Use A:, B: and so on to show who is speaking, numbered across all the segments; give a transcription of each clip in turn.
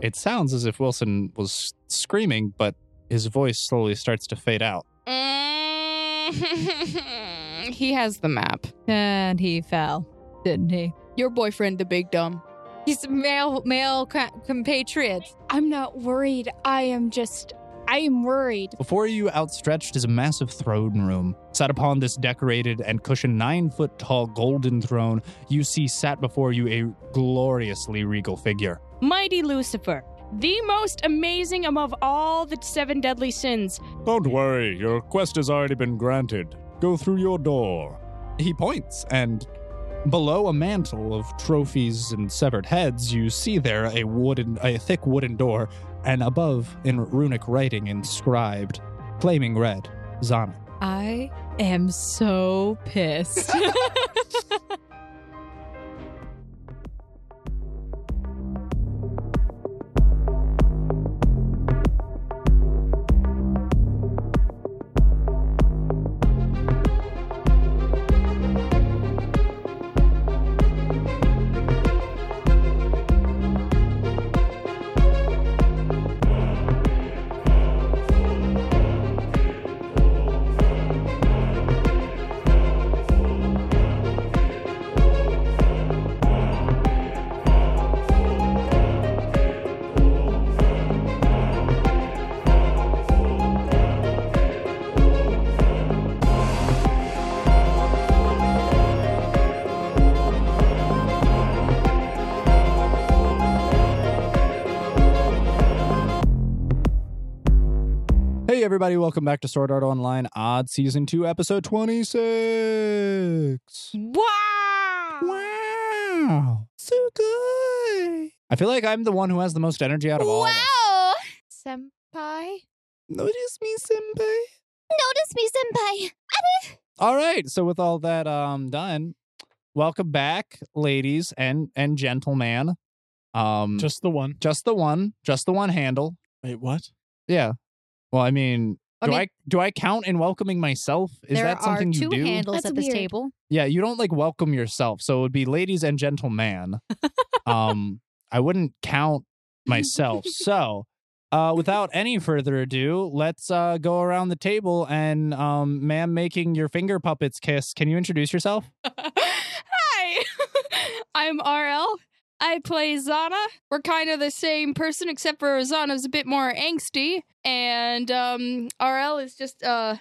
A: It sounds as if Wilson was screaming, but his voice slowly starts to fade out.
B: Eh.
C: Mm, he has the map.
D: And he fell, didn't he?
C: Your boyfriend, the big dumb.
D: He's a male, male co- compatriot.
E: I'm not worried. I am just, I am worried.
A: Before you, outstretched, is a massive throne room. Sat upon this decorated and cushioned nine foot tall golden throne, you see sat before you a gloriously regal figure.
B: Mighty Lucifer, the most amazing of all the seven deadly sins.
A: Don't worry, your quest has already been granted. Go through your door. He points, and below a mantle of trophies and severed heads, you see there a wooden, a thick wooden door, and above, in runic writing inscribed, flaming red, Zana.
D: I am so pissed.
A: Hey, everybody, welcome back to Sword Art Online Odd Season 2, Episode 26.
B: Wow!
A: Wow. So good. I feel like I'm the one who has the most energy out of all of us.
E: Wow! Senpai?
A: Notice me, senpai.
E: Notice me, senpai!
A: All right. So with all that um done, welcome back, ladies and and gentlemen. Um just,
F: Just the one.
A: just the one, just the one handle.
F: Wait, what?
A: Yeah. Well, I mean,
D: I
A: do
D: mean-
A: I do I count in welcoming myself? Is
D: there
A: that something
D: are two
A: you do?
D: handles
E: That's
D: at this
E: weird.
D: table.
A: yeah, you don't like welcome yourself. So it would be ladies and gentlemen. um I wouldn't count myself. so uh, without any further ado, let's uh, go around the table and, um, ma'am, making your finger puppets kiss. Can you introduce yourself?
B: Hi! I'm RL. I play Zana. We're kind of the same person, except for Zana's a bit more angsty, and um, RL is just uh,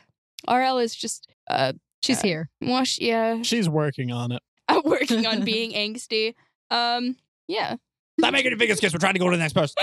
B: RL is just uh,
D: She's here.
B: well, she- yeah,
F: She's working on it.
B: I'm working on being angsty. Um, yeah,
A: Not making your fingers kiss. We're trying to go to the next person.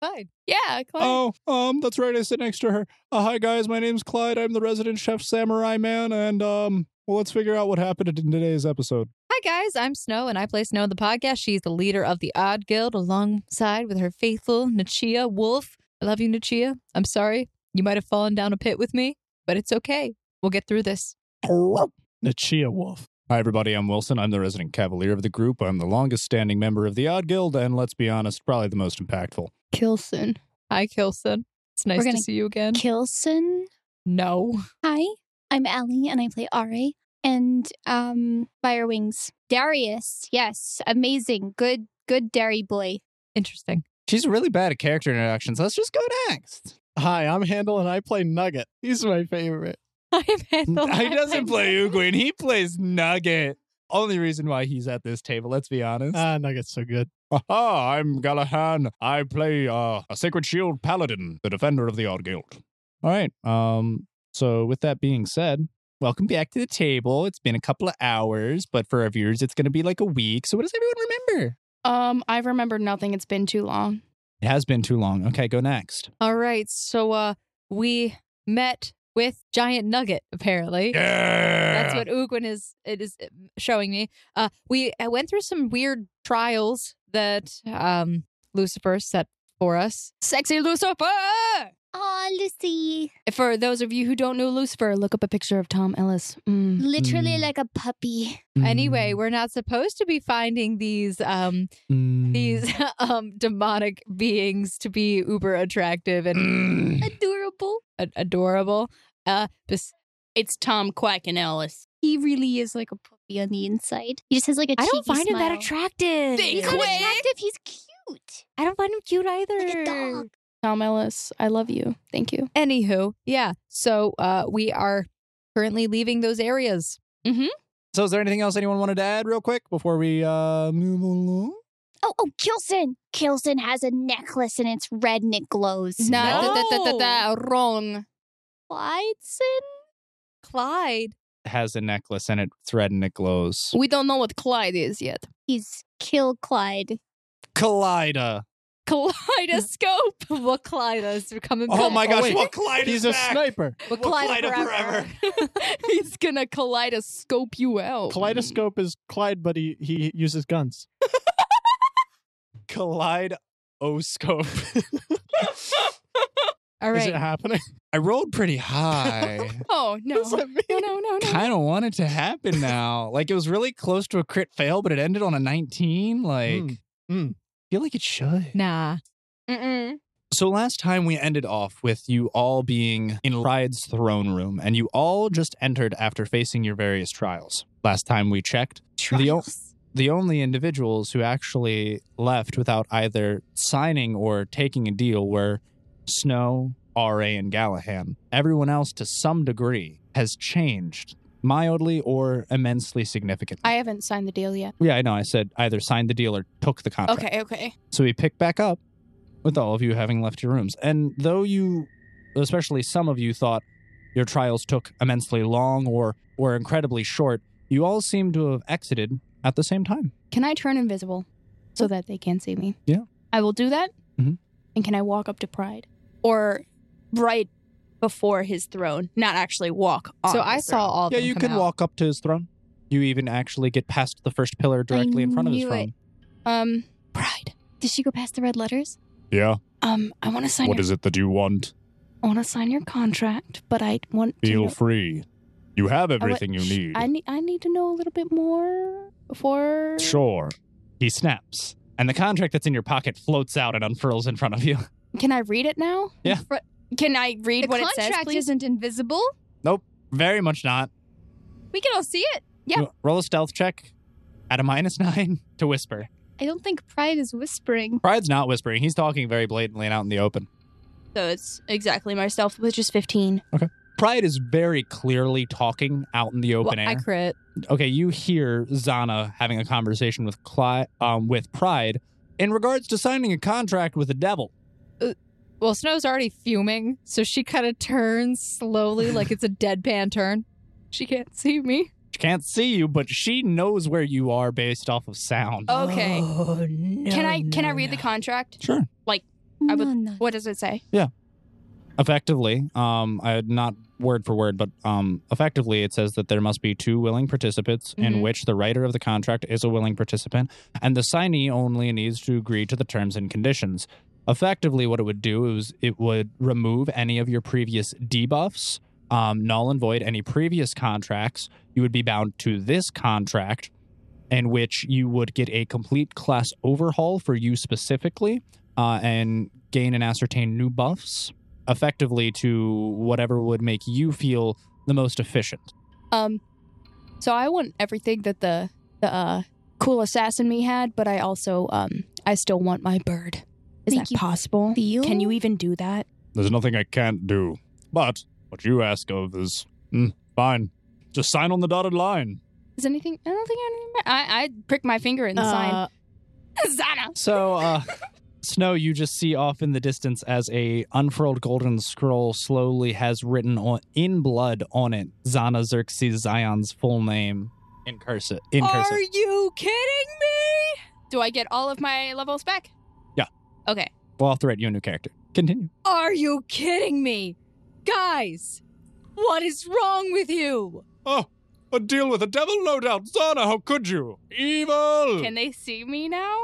D: Fine.
B: yeah, Clyde.
A: Oh, um, that's right. I sit next to her. Uh, hi, guys. My name's Clyde. I'm the resident chef samurai man. And, um, well, let's figure out what happened in today's episode.
D: Hi, guys. I'm Snow, and I play Snow in the podcast. She's the leader of the Odd Guild alongside with her faithful Nachia Wolf. I love you, Nachia. I'm sorry. You might have fallen down a pit with me, but it's okay. We'll get through this.
F: Nachia Wolf.
A: Hi, everybody. I'm Wilson. I'm the resident cavalier of the group. I'm the longest standing member of the Odd Guild. And let's be honest, probably the most impactful.
B: Kilson.
D: Hi, Kilson. It's nice
E: We're gonna-
D: to see you again.
E: Kilson?
D: no.
E: Hi, I'm Ellie and I play Ari and um Fire Wings. Darius, yes, amazing. Good good dairy boy.
D: Interesting.
A: She's really bad at character introductions. Let's just go next.
F: Hi, I'm Handel and I play Nugget. He's my favorite.
D: I'm Handel.
A: he doesn't play Uguin. He plays Nugget. Only reason why he's at this table, let's be honest.
F: Ah, Nugget's so good.
A: Aha, I'm Galahan. I play uh, a Sacred Shield Paladin, the defender of the Odd Guild. All right. Um. So, with that being said, welcome back to the table. It's been a couple of hours, but for our viewers, it's going to be like a week. So, what does everyone remember?
B: Um, I remember nothing. It's been too long.
A: It has been too long. Okay, go next.
D: All right. So uh we met with Giant Nugget, apparently.
A: Yeah.
D: That's what Ugwin is it is showing me. Uh we I went through some weird trials that um Lucifer set for us.
B: Sexy Lucifer.
E: Aw, Lucy.
B: For those of you who don't know Lucifer, look up a picture of Tom Ellis. Mm.
E: Literally
A: Mm.
E: like a puppy.
D: Anyway, we're not supposed to be finding these um
A: Mm.
D: these um demonic beings to be uber attractive and
A: Mm.
E: Adorable.
D: a- adorable. Uh bes-
B: It's Tom Quacken Ellis.
E: He really is like a puppy on the inside. He just has like a
D: I don't
E: cheeky
D: find him that
E: smile.
D: attractive.
B: Think
E: He's not
B: Quack.
E: attractive. He's cute.
D: I don't find him cute either.
E: Like a dog.
B: Tom Ellis, I love you. Thank you.
D: Anywho, yeah. So uh, we are currently leaving those areas.
A: So, is there anything else anyone wanted to add, real quick, before we uh, move along?
E: Oh, oh, Kilson. Kilson has a necklace and it's red and it glows.
B: Nah,
D: No.
B: da, da, da, da, da, wrong.
E: Clydeson?
D: Clyde.
A: Has a necklace and it's red and it glows.
B: We don't know what Clyde is yet.
E: He's Kill Clyde.
A: Kaleida.
B: Kaleidoscope.
D: what Clyde is coming
A: Oh
D: back.
A: my gosh,
F: wait.
A: what Kaleida
F: He's a sniper.
D: What
A: Well,
D: Clyde,
A: Clyde
D: forever.
B: He's gonna kaleidoscope you out.
F: Kaleidoscope is Clyde, but he, he uses guns.
A: Kaleidoscope.
D: All
F: Is it
D: right.
F: happening?
A: I rolled pretty high.
B: Oh no.
F: What does that mean?
B: No no no no.
A: kind of want it to happen now. like it was really close to a crit fail, but it ended on a 19. Like,
F: Mm, mm.
A: feel like it should.
D: Nah.
B: Mm-mm.
A: So last time we ended off with you all being in Ride's throne room, and you all just entered after facing your various trials. Last time we checked, the, o-
E: Trials.
A: the only individuals who actually left without either signing or taking a deal were Snow, RA, and Gallahan. Everyone else, to some degree, has changed mildly or immensely significantly.
B: I haven't signed the deal yet.
A: yeah, I know. I said either signed the deal or took the contract.
B: Okay, okay.
A: So we pick back up with all of you having left your rooms. And though you, especially some of you, thought your trials took immensely long or were incredibly short, you all seem to have exited at the same time.
B: Can I turn invisible so that they can't see me?
A: Yeah.
B: I will do that.
A: Mhm.
B: And can I walk up to Pride or right before his throne? Not actually walk. On
D: So I
B: his
D: saw
B: throne.
D: all of
A: yeah,
D: them
A: you
D: come
A: can
D: out.
A: walk up to his throne. You even actually get past the first pillar directly in front of his
E: knew it.
A: throne.
B: Um, Pride.
E: Did she go past the red letters?
A: Yeah.
B: Um, I want to sign. your,
A: it that you want?
B: I want to sign your contract, but I want to. know-
A: free. You have
B: I want- Shh, I need. I need to know a little bit more before.
A: Sure. He snaps. And the contract that's in your pocket floats out and unfurls in front of you.
B: Can I read it now?
A: Yeah.
B: Fr- Can I read
D: The
B: what it says,
D: contract
B: please?
D: isn't invisible.
A: Very much not.
D: We can all see it.
B: Yeah.
A: Roll a stealth check at a minus nine to whisper.
E: I don't think Pride is whispering.
A: Pride's not whispering. He's talking very blatantly and out in the open.
B: So it's exactly myself, which is 15.
A: Pride is very clearly talking out in the open air.
D: Well, I crit.
A: okay, you hear Zana having a conversation with Cli- um, with Pride in regards to signing a contract with the devil.
D: Well, Snow's already fuming, so she kind of turns slowly, like it's a deadpan turn.
B: She can't see me.
A: She can't see you, but she knows where you are based off of sound.
B: Okay.
D: Oh, no,
B: can I can I
D: no,
B: read the
D: no.
B: contract?
A: Sure.
B: I would-
E: No, no.
B: What does it say?
A: Effectively, um, I not word for word, but um, effectively, it says that there must be two willing participants, in
B: Mhm.
A: which the writer of the contract is a willing participant, and the signee only needs to agree to the terms and conditions. Effectively, what it would do is it would remove any of your previous debuffs, um, null and void any previous contracts. You would be bound to this contract, in which you would get a complete class overhaul for you specifically, uh, and gain and ascertain new buffs effectively to whatever would make you feel the most efficient.
B: Um so I want everything that the the uh, cool assassin me had, but I also um I still want my bird. Is
E: Thank
B: that
E: you.
B: possible?
E: Feel?
B: Can you even do that?
A: There's nothing I can't do. But what you ask of is mm, fine. Just sign on the dotted line.
B: Is anything I don't think anything I I prick my finger and sign.
D: Uh,
B: Zana.
A: So, uh, Snow, you just see off in the distance as a unfurled golden scroll slowly has written on, in blood on it Zana Xerxes Zion's full name in cursive. In cursive.
B: Are you kidding me? Do I get all of my levels back?
A: Yeah.
B: Okay.
A: Well, I'll thread you a new character. Continue.
D: Are you kidding me? Guys, what is wrong with you?
A: Oh, a deal with the devil, no doubt. Zana, how could you? Evil!
B: Can they see me now?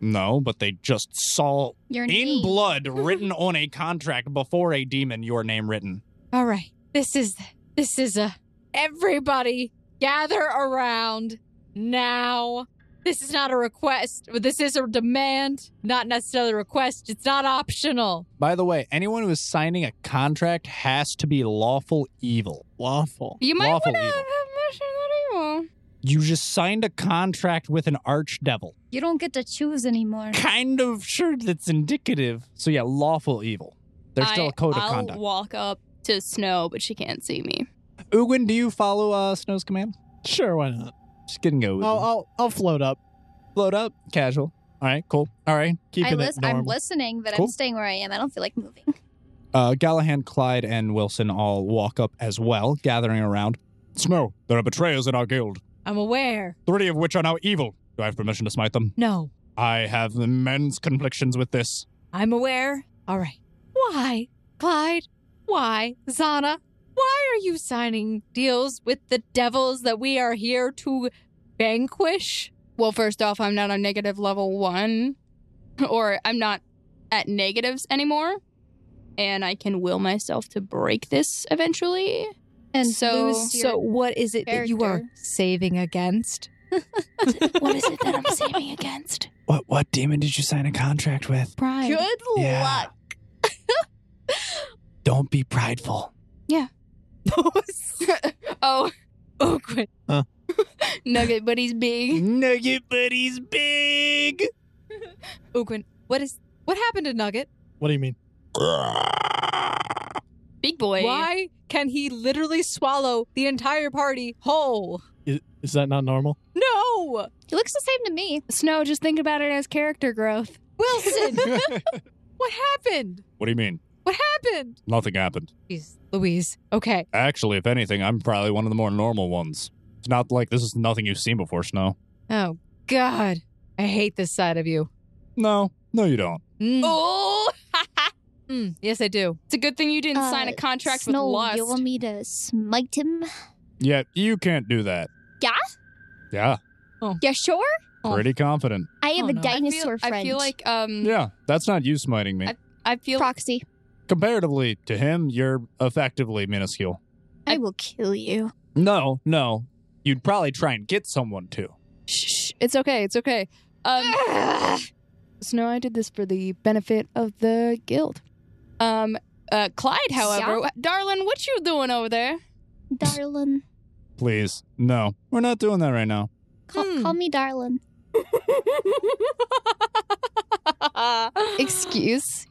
A: no, but they just saw
E: Your
A: in
E: name.
A: blood written on a contract before a demon your name written
D: All right. This is this is a everybody gather around now. This is not a request. This is a demand, not necessarily a request. It's not optional.
A: by the way anyone who is signing a contract has to be lawful evil
F: Lawful.
B: You might
A: Lawful
B: want to
A: evil.
B: have mission that evil.
A: You just signed a contract with an archdevil.
E: You don't get to choose anymore.
A: Kind of sure that's indicative. So yeah, lawful evil. There's still
B: I-
A: a code of
B: I'll
A: conduct.
B: walk up to Snow, but she can't see me.
A: Ugin, do you follow uh, Snow's command?
F: Sure, why not?
A: Just gonna go with
F: I'll,
A: you.
F: I'll I'll float up.
A: float up, casual. All right, cool. All right,
E: I
F: Keeping
E: lis-
F: it
E: I'm
F: normal.
E: listening, but
A: Cool.
E: I'm staying where I am. I don't feel like moving.
A: Uh, Gallahan, Clyde, and Wilson all walk up as well, gathering around. Snow, there are betrayers in our guild,
D: I'm aware.
A: three of which are now evil. Do I have permission to smite them?
D: No,
A: I have immense conflictions with this.
D: I'm aware. All right. Why, Clyde? Why, Zana? Why are you signing deals with the devils that we are here to vanquish?
B: Well, first off, I'm not on negative level one, or I'm not at negatives anymore, and I can will myself to break this eventually.
E: And
B: So-
E: lose your-
D: so, what is it that you are
E: character.
D: saving against?
B: what is it that I'm saving against?
A: What what demon did you sign a contract with?
B: Pride.
D: Good
A: Yeah.
D: luck.
A: Don't be prideful.
B: oh,
D: Oh, good.
B: Nugget, but he's big.
A: Nugget Buddy's big.
D: Ugwin, Oh, what is what happened to Nugget?
F: What do you mean?
B: Big boy.
D: Why can he literally swallow the entire party whole?
F: Is, is that not normal?
D: No,
E: He looks the same to me.
B: Snow, just think about it as character growth.
D: Wilson.
A: what
D: what happened?
A: do you mean?
D: What happened?
A: Nothing happened.
D: Jeez, Louise. Okay.
A: Actually, if anything, I'm probably one of the more normal ones. It's not like this is nothing you've seen before, Snow.
D: Oh God, I hate this side of you.
A: No, no, you don't.
D: Mm.
B: Oh,
D: Mm. Yes, I do.
B: it's a good thing you didn't sign
E: Uh,
B: a contract
E: Snow,
B: with Lust.
E: you want me to smite him?
A: Yeah, you can't do that.
E: Yeah?
A: Yeah,
E: You sure?
D: Oh.
A: pretty confident.
E: I have
D: Oh,
E: a
D: no.
B: I
D: I
B: feel-
E: dinosaur friend.
B: I feel like um,
A: Yeah, that's not you smiting me.
B: I- I feel
E: proxy.
A: Comparatively to him, you're effectively minuscule.
E: I will kill you.
A: No, no. You'd probably try and get someone to.
B: Shh, shh, it's okay. It's okay. Um,
E: Ah!
B: Snow, I did this for the benefit of the guild. Um, uh, Clyde, however, wh- darling, what you doing over there?
E: Darlin.
A: Please. No, we're not doing that right now.
E: Call,
D: Hmm.
E: call me Darlin.
B: Excuse?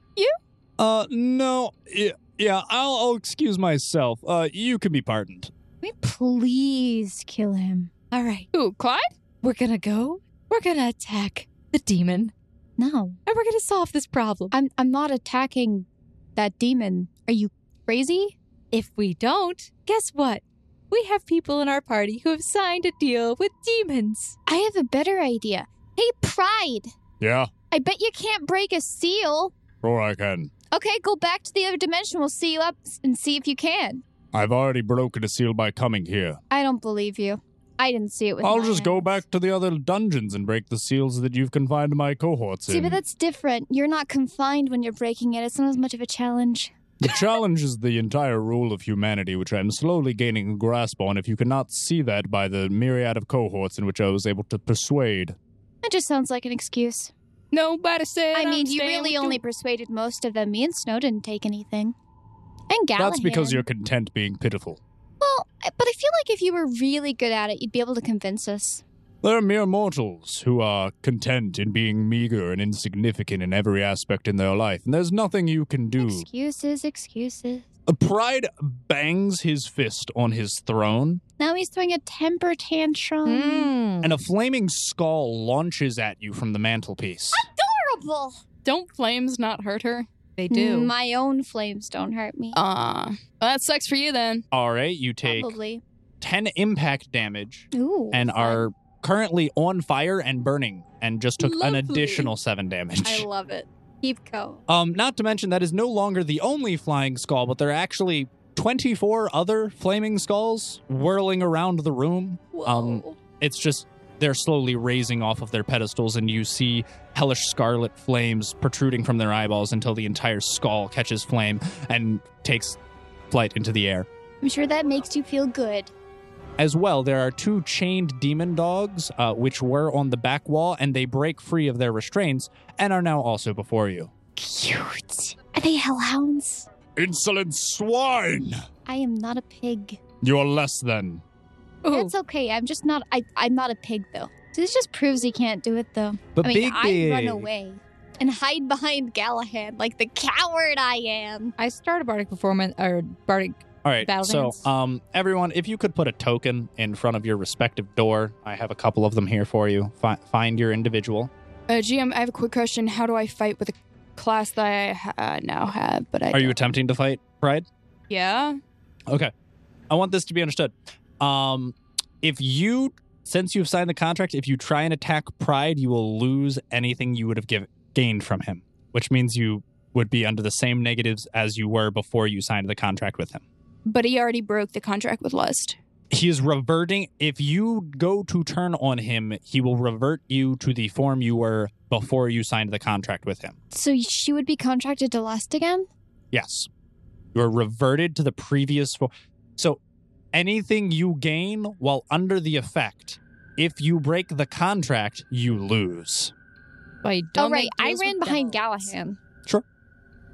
A: Uh, no. Yeah, yeah I'll, I'll excuse myself. Uh, you can be pardoned.
E: Can we please kill him?
D: All right,
B: Who, Clyde?
D: we're gonna go. We're gonna attack the demon,
E: No.
D: and we're gonna solve this problem. Uh,
E: I'm I'm not attacking that demon. Are you crazy?
D: If we don't, guess what? We have people in our party who have signed a deal with demons.
E: I have a better idea. Hey, Pride.
A: Yeah,
E: I bet you can't break a seal.
A: sure I can.
E: Okay, go back to the other dimension. We'll see you up s- and see if you can.
A: I've already broken a seal by coming here.
E: I don't believe you. I didn't see it with
A: I'll
E: my
A: just go
E: eyes.
A: back to the other dungeons and break the seals that you've confined my cohorts
E: See,
A: in.
E: but that's different. You're not confined when you're breaking it. It's not as much of a challenge.
A: The challenge is the entire rule of humanity, which I'm slowly gaining a grasp on. If you cannot see that by the myriad of cohorts in which I was able to persuade,
E: That just sounds like an excuse.
B: Nobody said.
E: I mean,
B: I'm
E: you
B: staying
E: really
B: with
E: only persuaded most of them. Me and Snow didn't take anything. And Gallahan.
A: that's because you're content being pitiful.
E: Well, I- but I feel like if you were really good at it, you'd be able to convince us.
A: There are mere mortals who are content in being meager and insignificant in every aspect in their life, and there's nothing you can do.
E: Excuses, excuses.
A: Pride bangs his fist on his throne,
E: Now he's throwing a temper tantrum.
D: Mm,
A: and a flaming skull launches at you from the mantelpiece.
E: Horrible.
B: you. Don't flames not hurt her?
D: They do.
E: Mm, My own flames don't hurt me.
B: Ah, well, that sucks for you then.
A: All right, you take
E: Probably.
A: 10 impact damage.
E: Ooh.
A: and are currently on fire and burning and just took an
B: Lovely.
A: additional seven
E: I
A: damage.
E: love it. Keep going.
A: Um, not to mention that is no longer the only flying skull, but there are actually 24 other flaming skulls whirling around the room. Um, It's just they're slowly raising off of their pedestals, and you see hellish scarlet flames protruding from their eyeballs until the entire skull catches flame and takes flight into the air.
E: I'm sure that makes you feel good.
A: As well, there are two chained demon dogs, uh, which were on the back wall, and they break free of their restraints and are now also before you.
E: Cute. Are they hellhounds?
A: Insolent swine!
E: I am not a pig.
A: You're less than.
B: Ooh.
E: It's okay. I'm just not. I, I'm not a pig though. So this just proves he can't do it though.
G: But
E: I mean,
G: Big
E: I
G: Dig.
E: run away and hide behind Galahad like the coward I am.
D: I start a bardic performance or bardic.
A: All right.
D: Battle
A: so,
D: dance.
A: um, everyone, if you could put a token in front of your respective door, I have a couple of them here for you. Fi- find your individual.
B: Uh, GM, I have a quick question. How do I fight with a class that I ha- uh, now have? But I
A: Are you
B: don't?
A: attempting to fight Pride?
B: yeah.
A: Okay. I want this to be understood. Um, if you, since you've signed the contract, if you try and attack Pride, you will lose anything you would have give, gained from him, which means you would be under the same negatives as you were before you signed the contract with him.
B: But he already broke the contract with Lust.
A: He is reverting. If you go to turn on him, he will revert you to the form you were before you signed the contract with him.
E: So she would be contracted to lust again.
A: Yes. You are reverted to the previous form. So anything you gain while under the effect, if you break the contract, you lose.
D: By
E: oh right, I ran behind Galahad.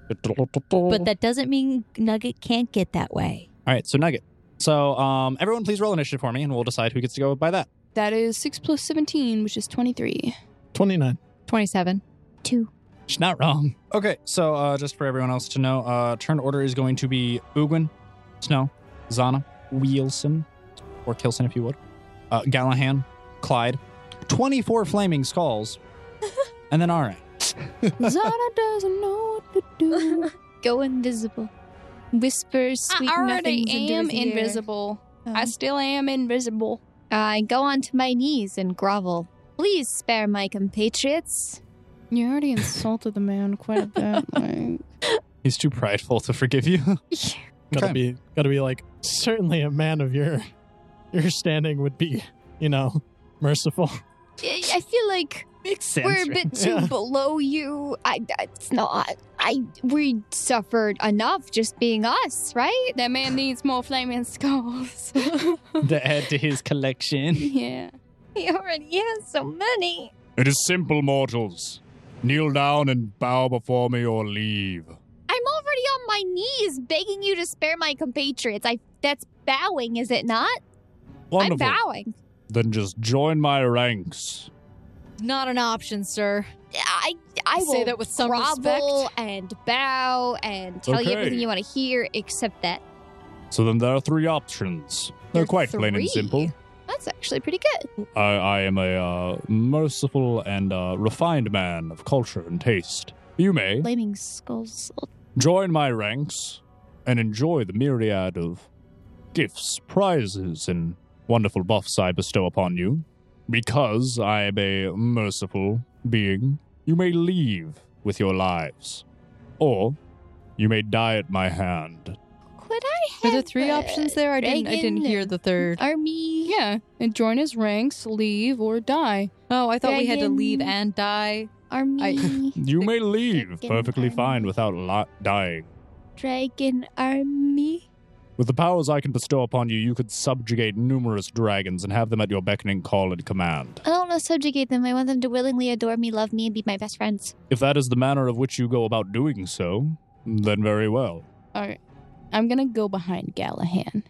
D: But that doesn't mean Nugget can't get that way.
A: All right, so Nugget. So um, everyone, please roll initiative for me, and we'll decide who gets to go by that.
B: That is 6 plus 17, which is 23.
F: 29.
D: 27.
E: Two.
A: She's not wrong. Okay, so uh, just for everyone else to know, uh, turn order is going to be Ugwin, Snow, Zana, Wilson, or Kilson if you would, uh, Gallahan, Clyde, 24 Flaming Skulls, and then Aran.
B: Zana doesn't know what to do.
E: Go invisible. Whisper sweet
B: I already
E: nothings into
B: am
E: his ear.
B: invisible.
E: Oh.
C: Uh-huh.
B: I still am invisible.
E: I go onto my knees and grovel. Please spare my compatriots.
C: You already insulted the man quite a bit. Like,
A: He's too prideful to forgive you.
F: Gotta
A: Okay.
F: be gotta be like certainly a man of your your standing would be, you know, merciful.
E: I I feel like
A: Makes sense.
E: we're a bit too
F: Yeah.
E: below you. I, it's not. I we suffered enough just being us, right?
B: That man needs more flaming skulls.
A: to add to his collection.
B: yeah.
E: He already has so many.
H: It is simple, mortals. Kneel down and bow before me or leave.
E: I'm already on my knees begging you to spare my compatriots. I that's bowing, is it not?
H: Wonderful.
E: I'm bowing.
H: Then just join my ranks.
D: Not an option, sir.
E: I I will
D: say that with some
E: grovel
D: respect.
E: and bow and tell you
H: Okay.
E: everything you want to hear except that.
H: So then there are three options. They're
E: There are
H: quite plain and
E: three?
H: simple.
E: That's actually pretty good.
H: I, I am a uh, merciful and uh, refined man of culture and taste. You may
E: Flaming skulls.
H: join my ranks and enjoy the myriad of gifts, prizes, and wonderful buffs I bestow upon you. Because I am a merciful being, you may leave with your lives, or you may die at my hand.
E: Could I
D: Are
E: have
D: there three
E: uh,
D: options there? I didn't. I didn't
E: Reagan
D: hear
E: and
D: the third.
E: Army.
B: Yeah. And join his ranks, leave, or die.
D: Oh, I thought we had to leave
E: Reagan.
D: and die.
E: Army.
H: You may leave
E: Dragon
H: perfectly
E: army.
H: fine without li- dying.
E: Dragon army.
H: With the powers I can bestow upon you, you could subjugate numerous dragons and have them at your beckoning call and command.
E: I don't want to subjugate them. I want them to willingly adore me, love me, and be my best friends.
H: If that is the manner of which you go about doing so, then very well.
B: Okay. I'm going to go behind Gallahan.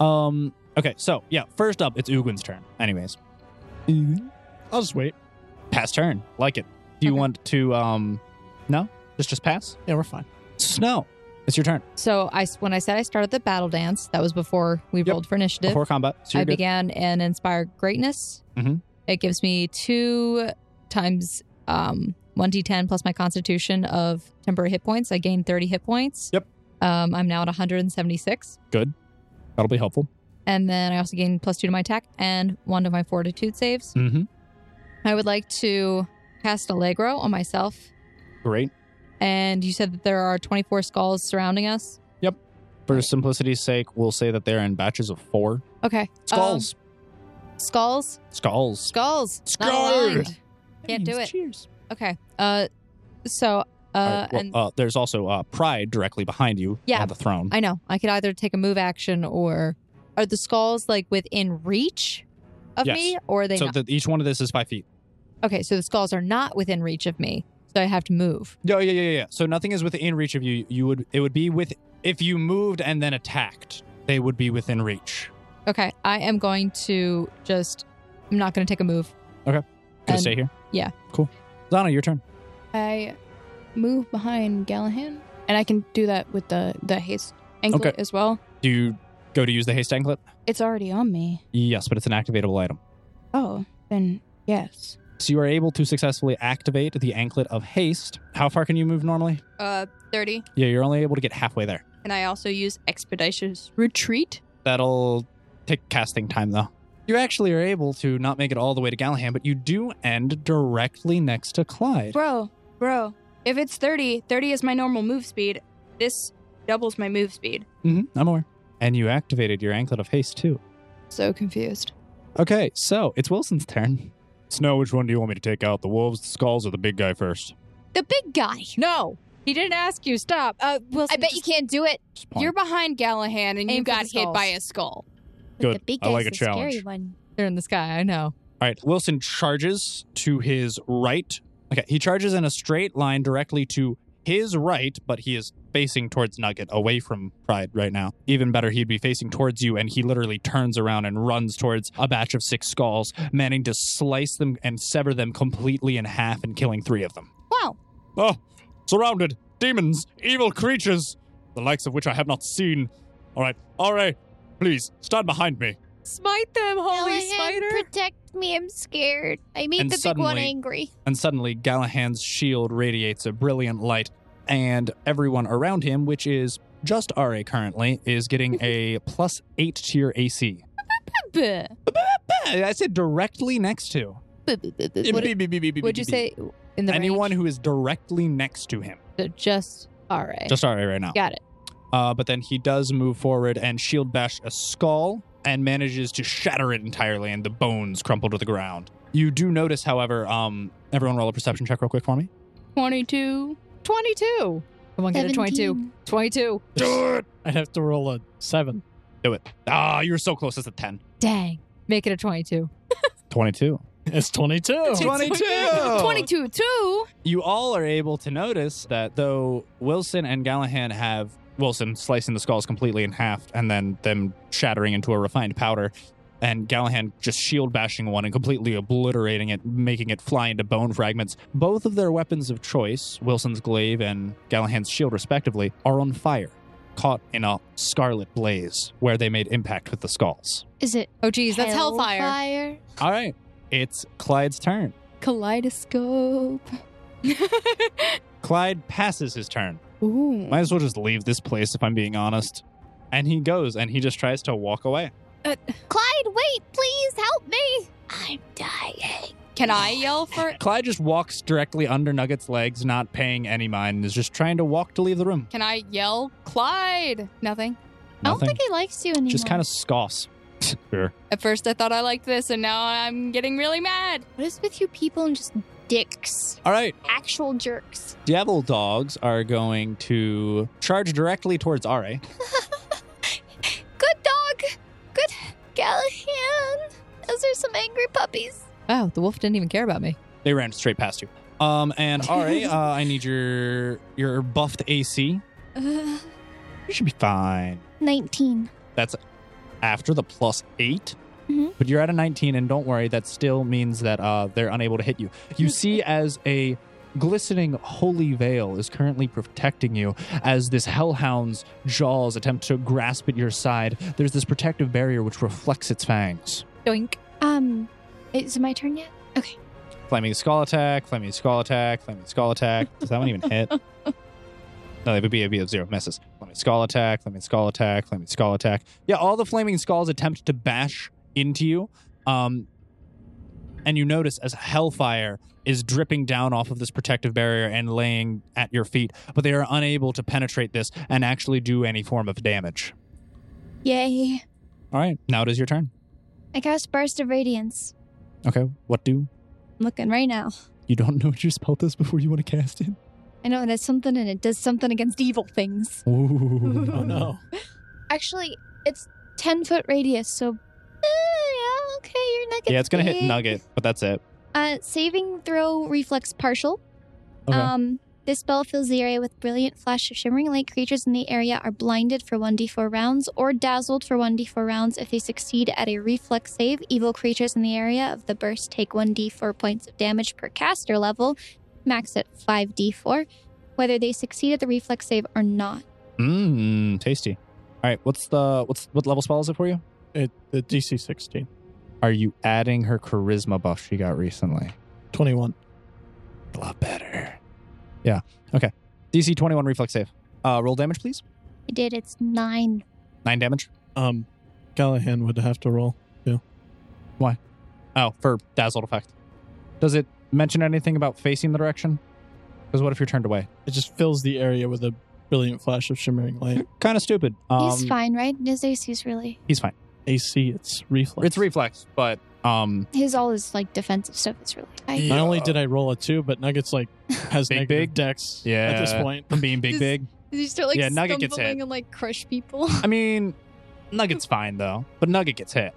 A: Um. Okay. So yeah, first up, it's Uguin's turn. Anyways,
F: I'll just wait.
A: pass turn. Like it. Do you want to? Um. No. Just just pass.
F: Yeah, we're fine.
A: Snow. It's your turn.
D: So I, when I said I started the battle dance, that was before we
A: Yep.
D: rolled for initiative.
A: Before combat. So
D: I
A: you're good.
D: began and inspire greatness.
A: Mhm.
D: It gives me two times um, 1d10 plus my constitution of temporary hit points. I gained 30 hit points.
A: Yep.
D: Um, I'm now at 176.
A: That'll be helpful.
D: And then I also gained plus two to my attack and one to my fortitude saves.
A: Mm-hmm.
D: I would like to cast Allegro on myself.
A: Great.
D: And you said that there are 24 skulls surrounding us.
A: For simplicity's sake, we'll say that they're in batches of four.
D: Okay.
A: Skulls.
D: Um, skulls.
A: Skulls.
D: Skulls. Not
A: Skull!
D: aligned. Can't do it.
A: Cheers.
D: Okay. Uh, so, uh,
A: All right, well,
D: and
A: uh, there's also uh, pride directly behind you
D: Yeah,
A: on the throne.
D: I know I could either take a move action or are the skulls like within reach of
A: Yes.
D: me, or are they
A: so
D: not?
A: that each one of this is five feet.
D: okay, so the skulls are not within reach of me, so I have to move.
A: Yeah, yeah, yeah, yeah. So nothing is within reach of you. You would it would be with if you moved and then attacked. they would be within reach.
D: Okay, I am going to just. I'm not going to take a move.
A: Gonna
D: And-
A: stay here.
D: yeah.
A: Cool. Zana, your turn.
C: I move behind Gallahan, and I can do that with the the haste anklet
A: Okay.
C: as well.
A: Do you go to use the haste anklet?
C: It's already on me.
A: Yes, but it's an activatable item.
C: Oh, then yes.
A: So you are able to successfully activate the anklet of haste. How far can you move normally?
B: Uh, 30.
A: Yeah, you're only able to get halfway there.
B: Can I also use expeditious retreat?
A: That'll take casting time though. You actually are able to not make it all the way to Gallahan, but you do end directly next to Clyde.
B: Bro, bro, if it's 30, 30 is my normal move speed. This doubles my move speed.
A: hmm I'm aware. And you activated your anklet of haste too.
B: So confused.
A: Okay, so it's Wilson's turn.
H: Snow, which one do you want me to take out? The wolves, the skulls, or the big guy first?
E: The big guy.
D: No, he didn't ask you. Stop. Uh, Wilson,
E: I bet you
D: just-
E: can't do it.
H: Just point.
B: You're behind Gallahan and
D: Aim
B: you
D: for the
B: got hit
D: skulls.
B: by a skull.
H: Good.
E: The big
H: I
E: guy's
H: like a
E: the
H: challenge.
E: scary one.
D: They're in the sky. I know.
A: All right, Wilson charges to his right. Okay, he charges in a straight line directly to his right, but he is facing towards Nugget, away from Pride right now. Even better, he'd be facing towards you, and he literally turns around and runs towards a batch of six skulls, manning to slice them and sever them completely in half and killing three of them. Ah,
B: Wow.
H: Oh, surrounded. Demons, evil creatures, the likes of which I have not seen. All right, Ra, please stand behind me.
D: Smite them, holy
E: Callahan,
D: spider.
E: protect me. I'm scared. I made
A: And
E: the big one
A: suddenly-
E: angry.
A: and suddenly Galahan's shield radiates a brilliant light, and everyone around him, which is just Ra currently, is getting a plus eight to your AC. Eh, I said directly next to.
D: Would, would you say in the
A: anyone who is directly next to him?
D: who just all right?
A: Just Ra right now.
D: Got it.
A: Uh, but then he does move forward and shield bash a skull and manages to shatter it entirely, and the bones crumple to the ground. You do notice, however, um, everyone roll a perception check real quick for me.
B: 22.
D: 22. Come on, get a 22.
E: 17.
D: 22.
H: Do it.
F: I'd have to roll a seven.
A: Do it. Ah, you were so close. It's a ten.
D: Dang. Make it a 22.
H: Twenty-two.
F: It's 22.
B: 22, 2.
A: you all are able to notice that though Wilson and Gallahan have Wilson slicing the skulls completely in half and then them shattering into a refined powder, and Gallahan just shield bashing one and completely obliterating it, making it fly into bone fragments. Both of their weapons of choice, Wilson's glaive and Gallahan's shield respectively, are on fire, caught in a scarlet blaze where they made impact with the skulls.
E: Is it?
D: Oh, geez, that's hellfire.
E: Hellfire.
A: All right, it's Clyde's turn.
C: Kaleidoscope.
A: Clyde passes his turn.
C: Ooh.
A: Might as well just leave this place if I'm being honest. And he goes and he just tries to walk away.
E: Clyde, wait, please help me. I'm dying.
B: Can I yell for
A: Clyde just walks directly under Nugget's legs, not paying any mind, and is just trying to walk to leave the room.
B: Can I yell Clyde? Nothing.
E: I don't
A: Nothing.
E: think he likes you anymore.
A: just kind of scoffs.
B: At first I thought I liked this and now I'm getting really mad.
E: What is with you people and just dicks?
A: All right,
E: Actual jerks.
A: devil dogs are going to charge directly towards Ra.
E: Good dog. Good Gallahan. Those are some angry puppies.
D: Wow, the wolf didn't even care about me.
A: They ran straight past you. Um, and Ra, uh, I need your your buffed AC.
E: Uh,
A: You should be fine.
E: 19.
A: After the plus 8
E: Mhm.
A: but you're at a 19, and don't worry, that still means that uh, they're unable to hit you. You see, as a glistening holy veil is currently protecting you, as this hellhound's jaws attempt to grasp at your side, there's this protective barrier which reflects its fangs.
D: Doink.
E: Um, is it my turn yet?
A: Flaming skull attack, flaming skull attack, flaming skull attack. Does that one even hit? No, they would be a B of zero. Misses. Flaming skull attack, flaming skull attack, flaming skull attack. Yeah, all the flaming skulls attempt to bash into you. Um, and you notice as hellfire is dripping down off of this protective barrier and laying at your feet, but they are unable to penetrate this and actually do any form of damage.
E: Yay.
A: All right, now it is your turn.
E: I cast Burst of Radiance.
A: Okay, what do?
E: I'm looking right now.
A: You don't know what you spelled this before you want to cast it?
E: I know it has something and it does something against evil things.
A: Ooh.
F: Oh, no.
E: Actually, it's 10 foot radius, so. Eh, yeah, okay, your nugget's
A: Yeah, it's going to hit
E: big.
A: Nugget, but that's it.
E: Uh, saving throw reflex partial.
A: Okay.
E: Um, This spell fills the area with brilliant flash of shimmering light. Creatures in the area are blinded for 1d4 rounds or dazzled for 1d4 rounds if they succeed at a reflex save. Evil creatures in the area of the burst take 1d4 points of damage per caster level, max at 5d4, whether they succeed at the reflex save or not.
A: Mmm, tasty. All right, what's the what's what level spell is it for you?
F: It, the DC 16.
A: Are you adding her charisma buff she got recently?
F: 21.
A: A lot better. Yeah. Okay. DC 21 reflex save. Uh, roll damage, please.
E: I did, it's nine.
A: Nine damage.
F: Um, Callahan would have to roll.
A: Oh, for dazzled effect. Does it mention anything about facing the direction? Because what if you're turned away?
F: It just fills the area with a brilliant flash of shimmering light.
A: Kind of stupid. Um,
E: he's fine, right? His AC's really.
A: He's fine.
F: AC, it's reflex.
A: It's reflex, but um,
E: His all his like defensive stuff is really high.
A: Yeah.
F: Not only did I roll a two, but Nuggets like has
A: Big,
F: negative
A: big?
F: dex
A: Yeah.
F: at this point.
A: I'm being big,
D: This-
A: big.
D: You start like
A: Yeah, Nugget
D: stumbling
A: gets hit.
D: and like crush people.
A: I mean, Nugget's fine though, but Nugget gets hit,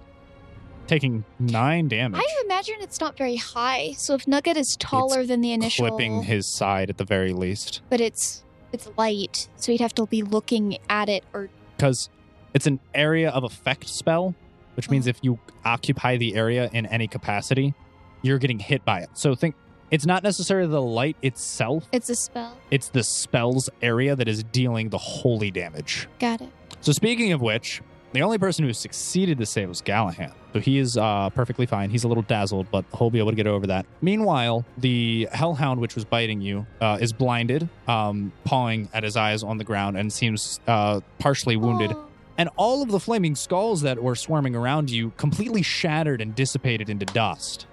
A: taking nine damage,
E: I imagine it's not very high. So if Nugget is taller than the initial,
A: flipping his side at the very least.
E: but it's it's light, so he'd have to be looking at it or
A: because it's an area of effect spell, which means if you occupy the area in any capacity, you're getting hit by it. So think it's not necessarily the light itself,
E: it's a spell.
A: it's the spell's area that is dealing the holy damage.
E: Got it.
A: So speaking of which, the only person who succeeded the save was Gallahan. So he is uh, perfectly fine. He's a little dazzled, but he'll be able to get over that. Meanwhile, the hellhound, which was biting you, uh, is blinded, um, pawing at his eyes on the ground, and seems uh, partially wounded
E: Oh,
A: and all of the flaming skulls that were swarming around you completely shattered and dissipated into dust.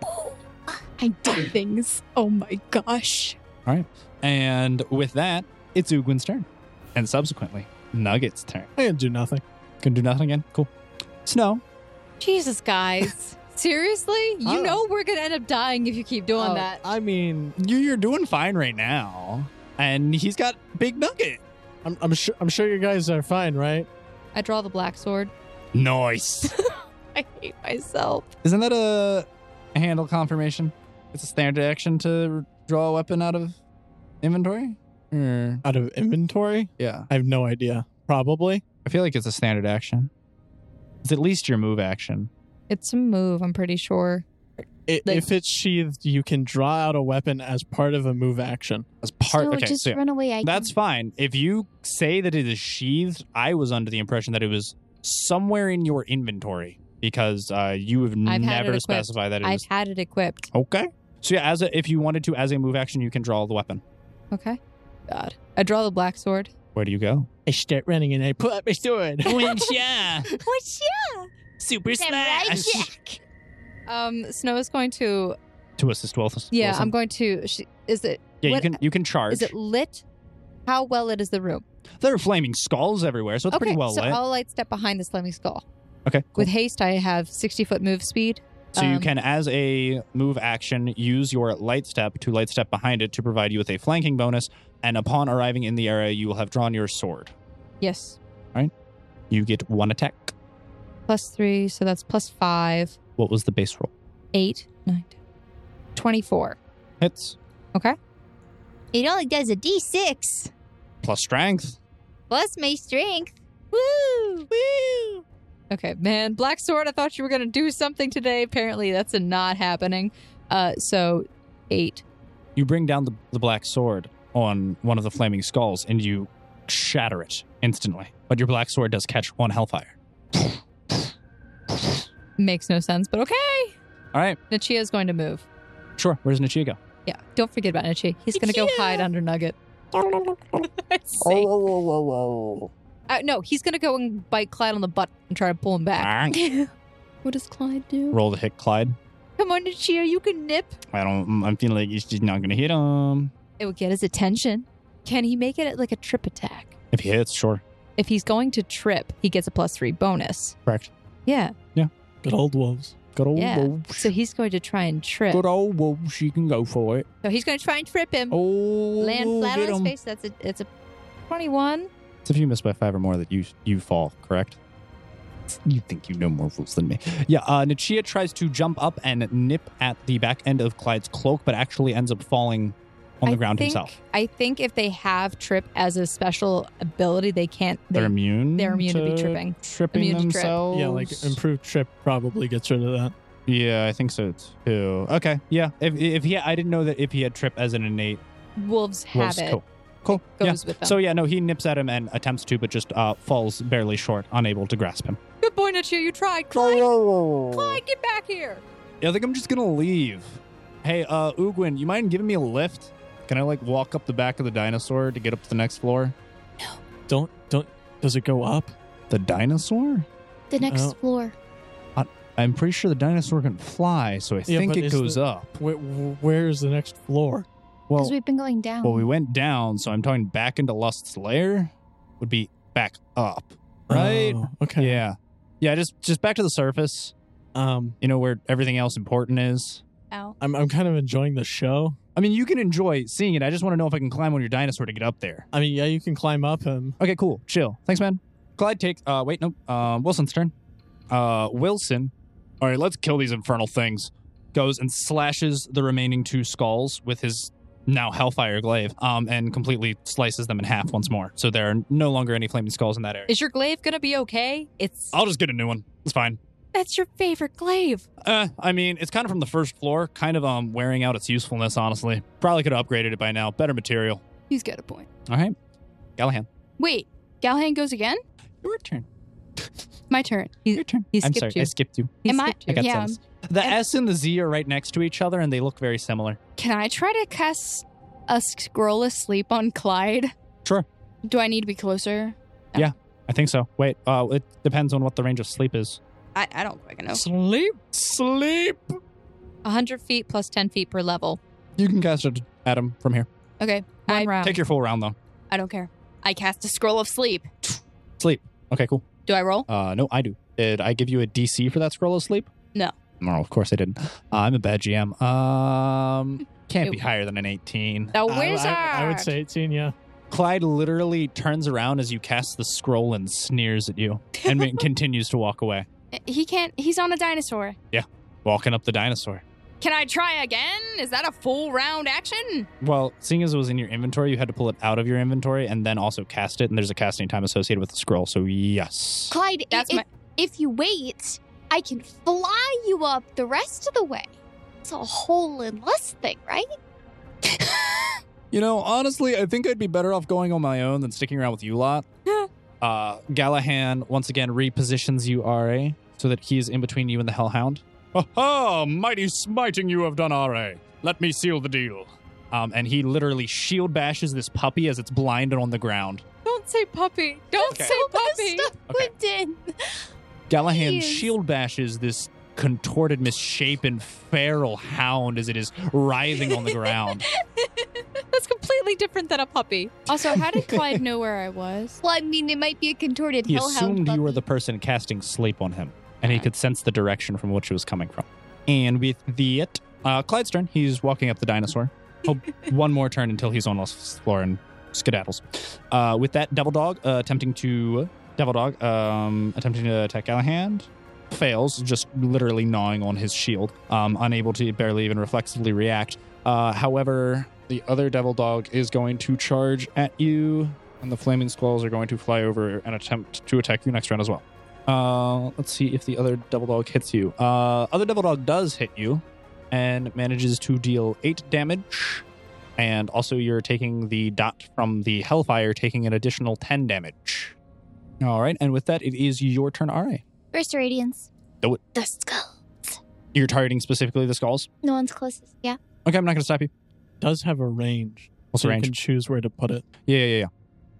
D: I did things. Oh my gosh.
A: And with that, it's Ugwin's turn, and subsequently Nugget's turn.
F: I didn't do nothing.
A: Can do nothing again. Cool. Snow.
D: Jesus, guys. Seriously?
F: I
D: You
F: don't-
D: know we're going to end up dying if you keep doing
F: Oh,
D: that.
F: I mean,
A: You, you're doing fine right now, and he's got Big Nugget.
F: I'm, I'm sure I'm sure you guys are fine, right?
D: I draw the black sword.
A: Nice.
D: I hate myself.
A: Isn't that a handle confirmation? It's a standard action to draw a weapon out of inventory. Or,
F: Out of inventory,
A: yeah,
F: I have no idea. Probably.
A: I feel like it's a standard action. It's at least your move action.
D: It's a move, I'm pretty sure.
F: I
D: Like-
F: if it's sheathed, you can draw out a weapon as part of a move action.
A: As part.
E: so
A: okay,
E: just
A: so yeah.
E: run away. I
A: That's
E: can-
A: fine. If you say that it is sheathed, I was under the impression that it was somewhere in your inventory because uh, you have
D: had it
A: never
D: equipped.
A: specified that it
D: I've
A: is.
D: had it equipped.
A: Okay. So yeah, as a, if you wanted to, as a move action, you can draw the weapon.
D: Okay. God. I draw the black sword.
A: Where do you go?
F: I start running and I pull out my sword.
A: yeah, super
E: Damn right, Jack.
D: Um, Snow is going to.
A: To assist Wilson.
D: Yeah,
A: Wilson.
D: I'm going to. She, is it
A: yeah. You
D: what-
A: can you can charge.
D: is it lit? How well lit is the room?
A: there are flaming skulls everywhere, so it's
D: okay,
A: pretty well
D: so
A: lit.
D: I'll light step behind the slamming skull.
A: okay. cool.
D: With haste, I have 60 foot move speed.
A: So you
D: Um,
A: can, as a move action, use your light step to light step behind it to provide you with a flanking bonus. And upon arriving in the area, you will have drawn your sword.
D: Yes.
A: You get one attack.
D: Plus three, so that's plus five.
A: What was the base roll?
D: Eight, nine, ten. 24.
A: Hits
E: It only does a d6
A: plus strength.
E: plus my strength. Woo! Woo!
D: Okay, man, Black Sword, I thought you were going to do something today. Apparently, that's not happening. Uh, so, eight.
A: You bring down the, the black sword on one of the flaming skulls and you shatter it instantly. But your black sword does catch one hellfire.
D: Makes no sense, but okay.
A: All right,
D: Nachia's going to move.
A: sure. Where's Nichia go?
D: Yeah, don't forget about Nachi. He's going to go hide under Nugget. It's safe. Uh, no, he's going to go and bite Clyde on the butt and try to pull him
A: Ah.
D: back.
C: What does Clyde do?
A: Roll to hit Clyde.
D: Come on, Nachia, you can nip.
A: I don't. I'm feeling like he's just not gonna hit him.
D: It will get his attention. Can he make it at like a trip attack?
A: If he hits, sure.
D: If he's going to trip, he gets a plus three bonus.
A: Correct.
D: Yeah.
F: Good old wolves.
A: Good old
D: Yeah. So he's going to try and trip.
A: old wolf, she can go for it.
D: So he's going to try and trip him.
A: Oh,
D: Land flat
A: get
D: on his
A: 'em.
D: face. That's a it's a twenty-one.
A: It's if you miss by five or more that you you fall, correct? You think you know more rules than me. Yeah, uh, Nichia tries to jump up and nip at the back end of Clyde's cloak, but actually ends up falling on the
D: I
A: ground
D: think-
A: himself.
D: I think if they have trip as a special ability, they can't. They,
A: They're immune.
D: they're immune to be tripping.
A: Tripping
D: Immune to trip.
A: themselves.
F: Yeah, like improved trip probably gets rid of that.
A: Yeah, I think so too. Okay, yeah. If if he, I didn't know that if he had trip as an innate.
D: wolves have
A: was
D: it.
A: Cool. Cool.
D: Goes
A: yeah.
D: with them.
A: So yeah, no, he nips at him and attempts to, but just uh, falls barely short, unable to grasp him.
D: Good boy, Nachir. You tried. Clyde, Clyde, get back here.
A: Yeah, I think I'm just gonna leave. Hey, uh, Ugwin, you mind giving me a lift? Can I like walk up the back of the dinosaur to get up to the next floor?
F: Don't don't. Does it go up?
A: The dinosaur?
E: The
A: uh,
E: next
F: Oh.
E: floor.
A: I'm pretty sure the dinosaur can fly, so I
F: Yeah,
A: think
F: but
A: it
F: is
A: goes
F: the-
A: up.
F: Where, where is the next floor?
A: Well,
E: Because we've been going down.
A: well, we went down, so I'm talking back into Lust's lair. Would be back up, right?
F: Oh, okay.
A: Yeah, yeah. Just just back to the surface.
F: Um,
A: You know where everything else important is.
D: Ow.
F: I'm I'm kind of enjoying the show.
A: I mean, you can enjoy seeing it. I just want to know if I can climb on your dinosaur to get up there.
F: I mean, yeah, you can climb up him.
A: Okay, cool. Chill. Thanks, man. Clyde takes. Uh, wait, nope. Uh, Wilson's turn. Uh, Wilson. All right, let's kill these infernal things. Goes and slashes the remaining two skulls with his now hellfire glaive, um, and completely slices them in half once more. So there are no longer any flaming skulls in that area.
D: Is your glaive gonna be okay? It's
A: I'll just get a new one. It's fine.
D: that's your favorite glaive.
A: Uh, I mean, it's kind of from the first floor, kind of um wearing out its usefulness. Honestly, probably could have upgraded it by now. Better material.
B: He's got a point.
A: All right, Gallahan,
B: Wait, Galhan goes again?
A: your turn.
B: My turn.
A: Your turn.
D: He
A: I'm
D: skipped
A: sorry,
D: you.
A: I skipped you.
D: He
B: Am I-
D: skipped
A: I
D: you.
A: got
B: Yeah.
A: sense. The S and the Z are right next to each other, and they look very similar.
B: Can I try to cast a scroll of sleep on Clyde?
A: Sure.
B: Do I need to be closer?
A: I think so. Wait, uh, it depends on what the range of sleep is.
B: I, I don't quite
A: Oh.
B: know.
A: Sleep, sleep.
D: 100 feet plus 10 feet per level.
A: You can cast it, Adam, from here.
B: Okay,
D: One
B: I-
D: round.
A: Take your full round though.
B: I don't care. I cast a scroll of sleep.
A: Okay, cool.
B: Do I roll?
A: Uh, no, I do. Did I give you a DC for that scroll of sleep?
B: No.
A: No, of course I didn't. Uh, I'm a bad GM. Um, can't be
B: Ew.
A: higher than an 18.
B: The
F: I-
B: wizard.
F: I, I would say 18. Yeah.
A: Clyde literally turns around as you cast the scroll and sneers at you, and ma- continues to walk away,
B: he can't. He's on a dinosaur.
A: walking up the dinosaur.
B: Can I try again? Is that a full round action?
A: Well, seeing as it was in your inventory, you had to pull it out of your inventory and then also cast it, and there's a casting time associated with the scroll. So yes,
E: Clyde, i-
B: That's
E: if,
B: my-
E: if you wait, I can fly you up the rest of the way. It's a whole and less thing, right?
A: you know, honestly, I think I'd be better off going on my own than sticking around with you lot. uh, Gallahan once again repositions you, Ra, so that he is in between you and the Hellhound.
H: Aha! Mighty smiting you have done, R.A. Let me seal the deal.
A: Um, and he literally shield bashes this puppy as it's blinded on the ground.
D: Don't say puppy. Don't
A: Okay.
D: say puppy.
E: Stuff
A: Okay.
E: Quentin.
A: Gallahan
E: Jeez.
A: shield bashes this contorted, misshapen, feral hound as it is writhing on the ground.
D: That's completely different than a puppy.
B: Also, how did Clyde know where I was?
E: Well, I mean, it might be a contorted
A: He
E: hellhound.
A: assumed you were
E: puppy.
A: the person casting sleep on him, and he could sense the direction from which it was coming from. And with the it, uh, Clyde's turn. He's walking up the dinosaur. He'll one more turn until he's on the floor and skedaddles. Uh, with that, Devil Dog uh, attempting to Devil Dog um, attempting to attack Galahand fails, just literally gnawing on his shield, um, unable to barely even reflexively react. Uh, however, the other Devil Dog is going to charge at you and the flaming squalls are going to fly over and attempt to attack you next round as well. Uh, let's see if the other devil dog hits you. Uh, other devil dog does hit you and manages to deal eight damage. And also, you're taking the dot from the hellfire, taking an additional 10 damage. All right. And with that, it is your turn, RA.
E: Burst Radiance.
A: Do it.
E: The skull.
A: You're targeting specifically the skulls.
E: No one's closest. Yeah.
A: Okay. I'm not going to stop you.
F: Does have a range.
A: What's
F: so
A: the
F: You can
A: range?
F: choose where to put it.
A: Yeah, yeah, yeah.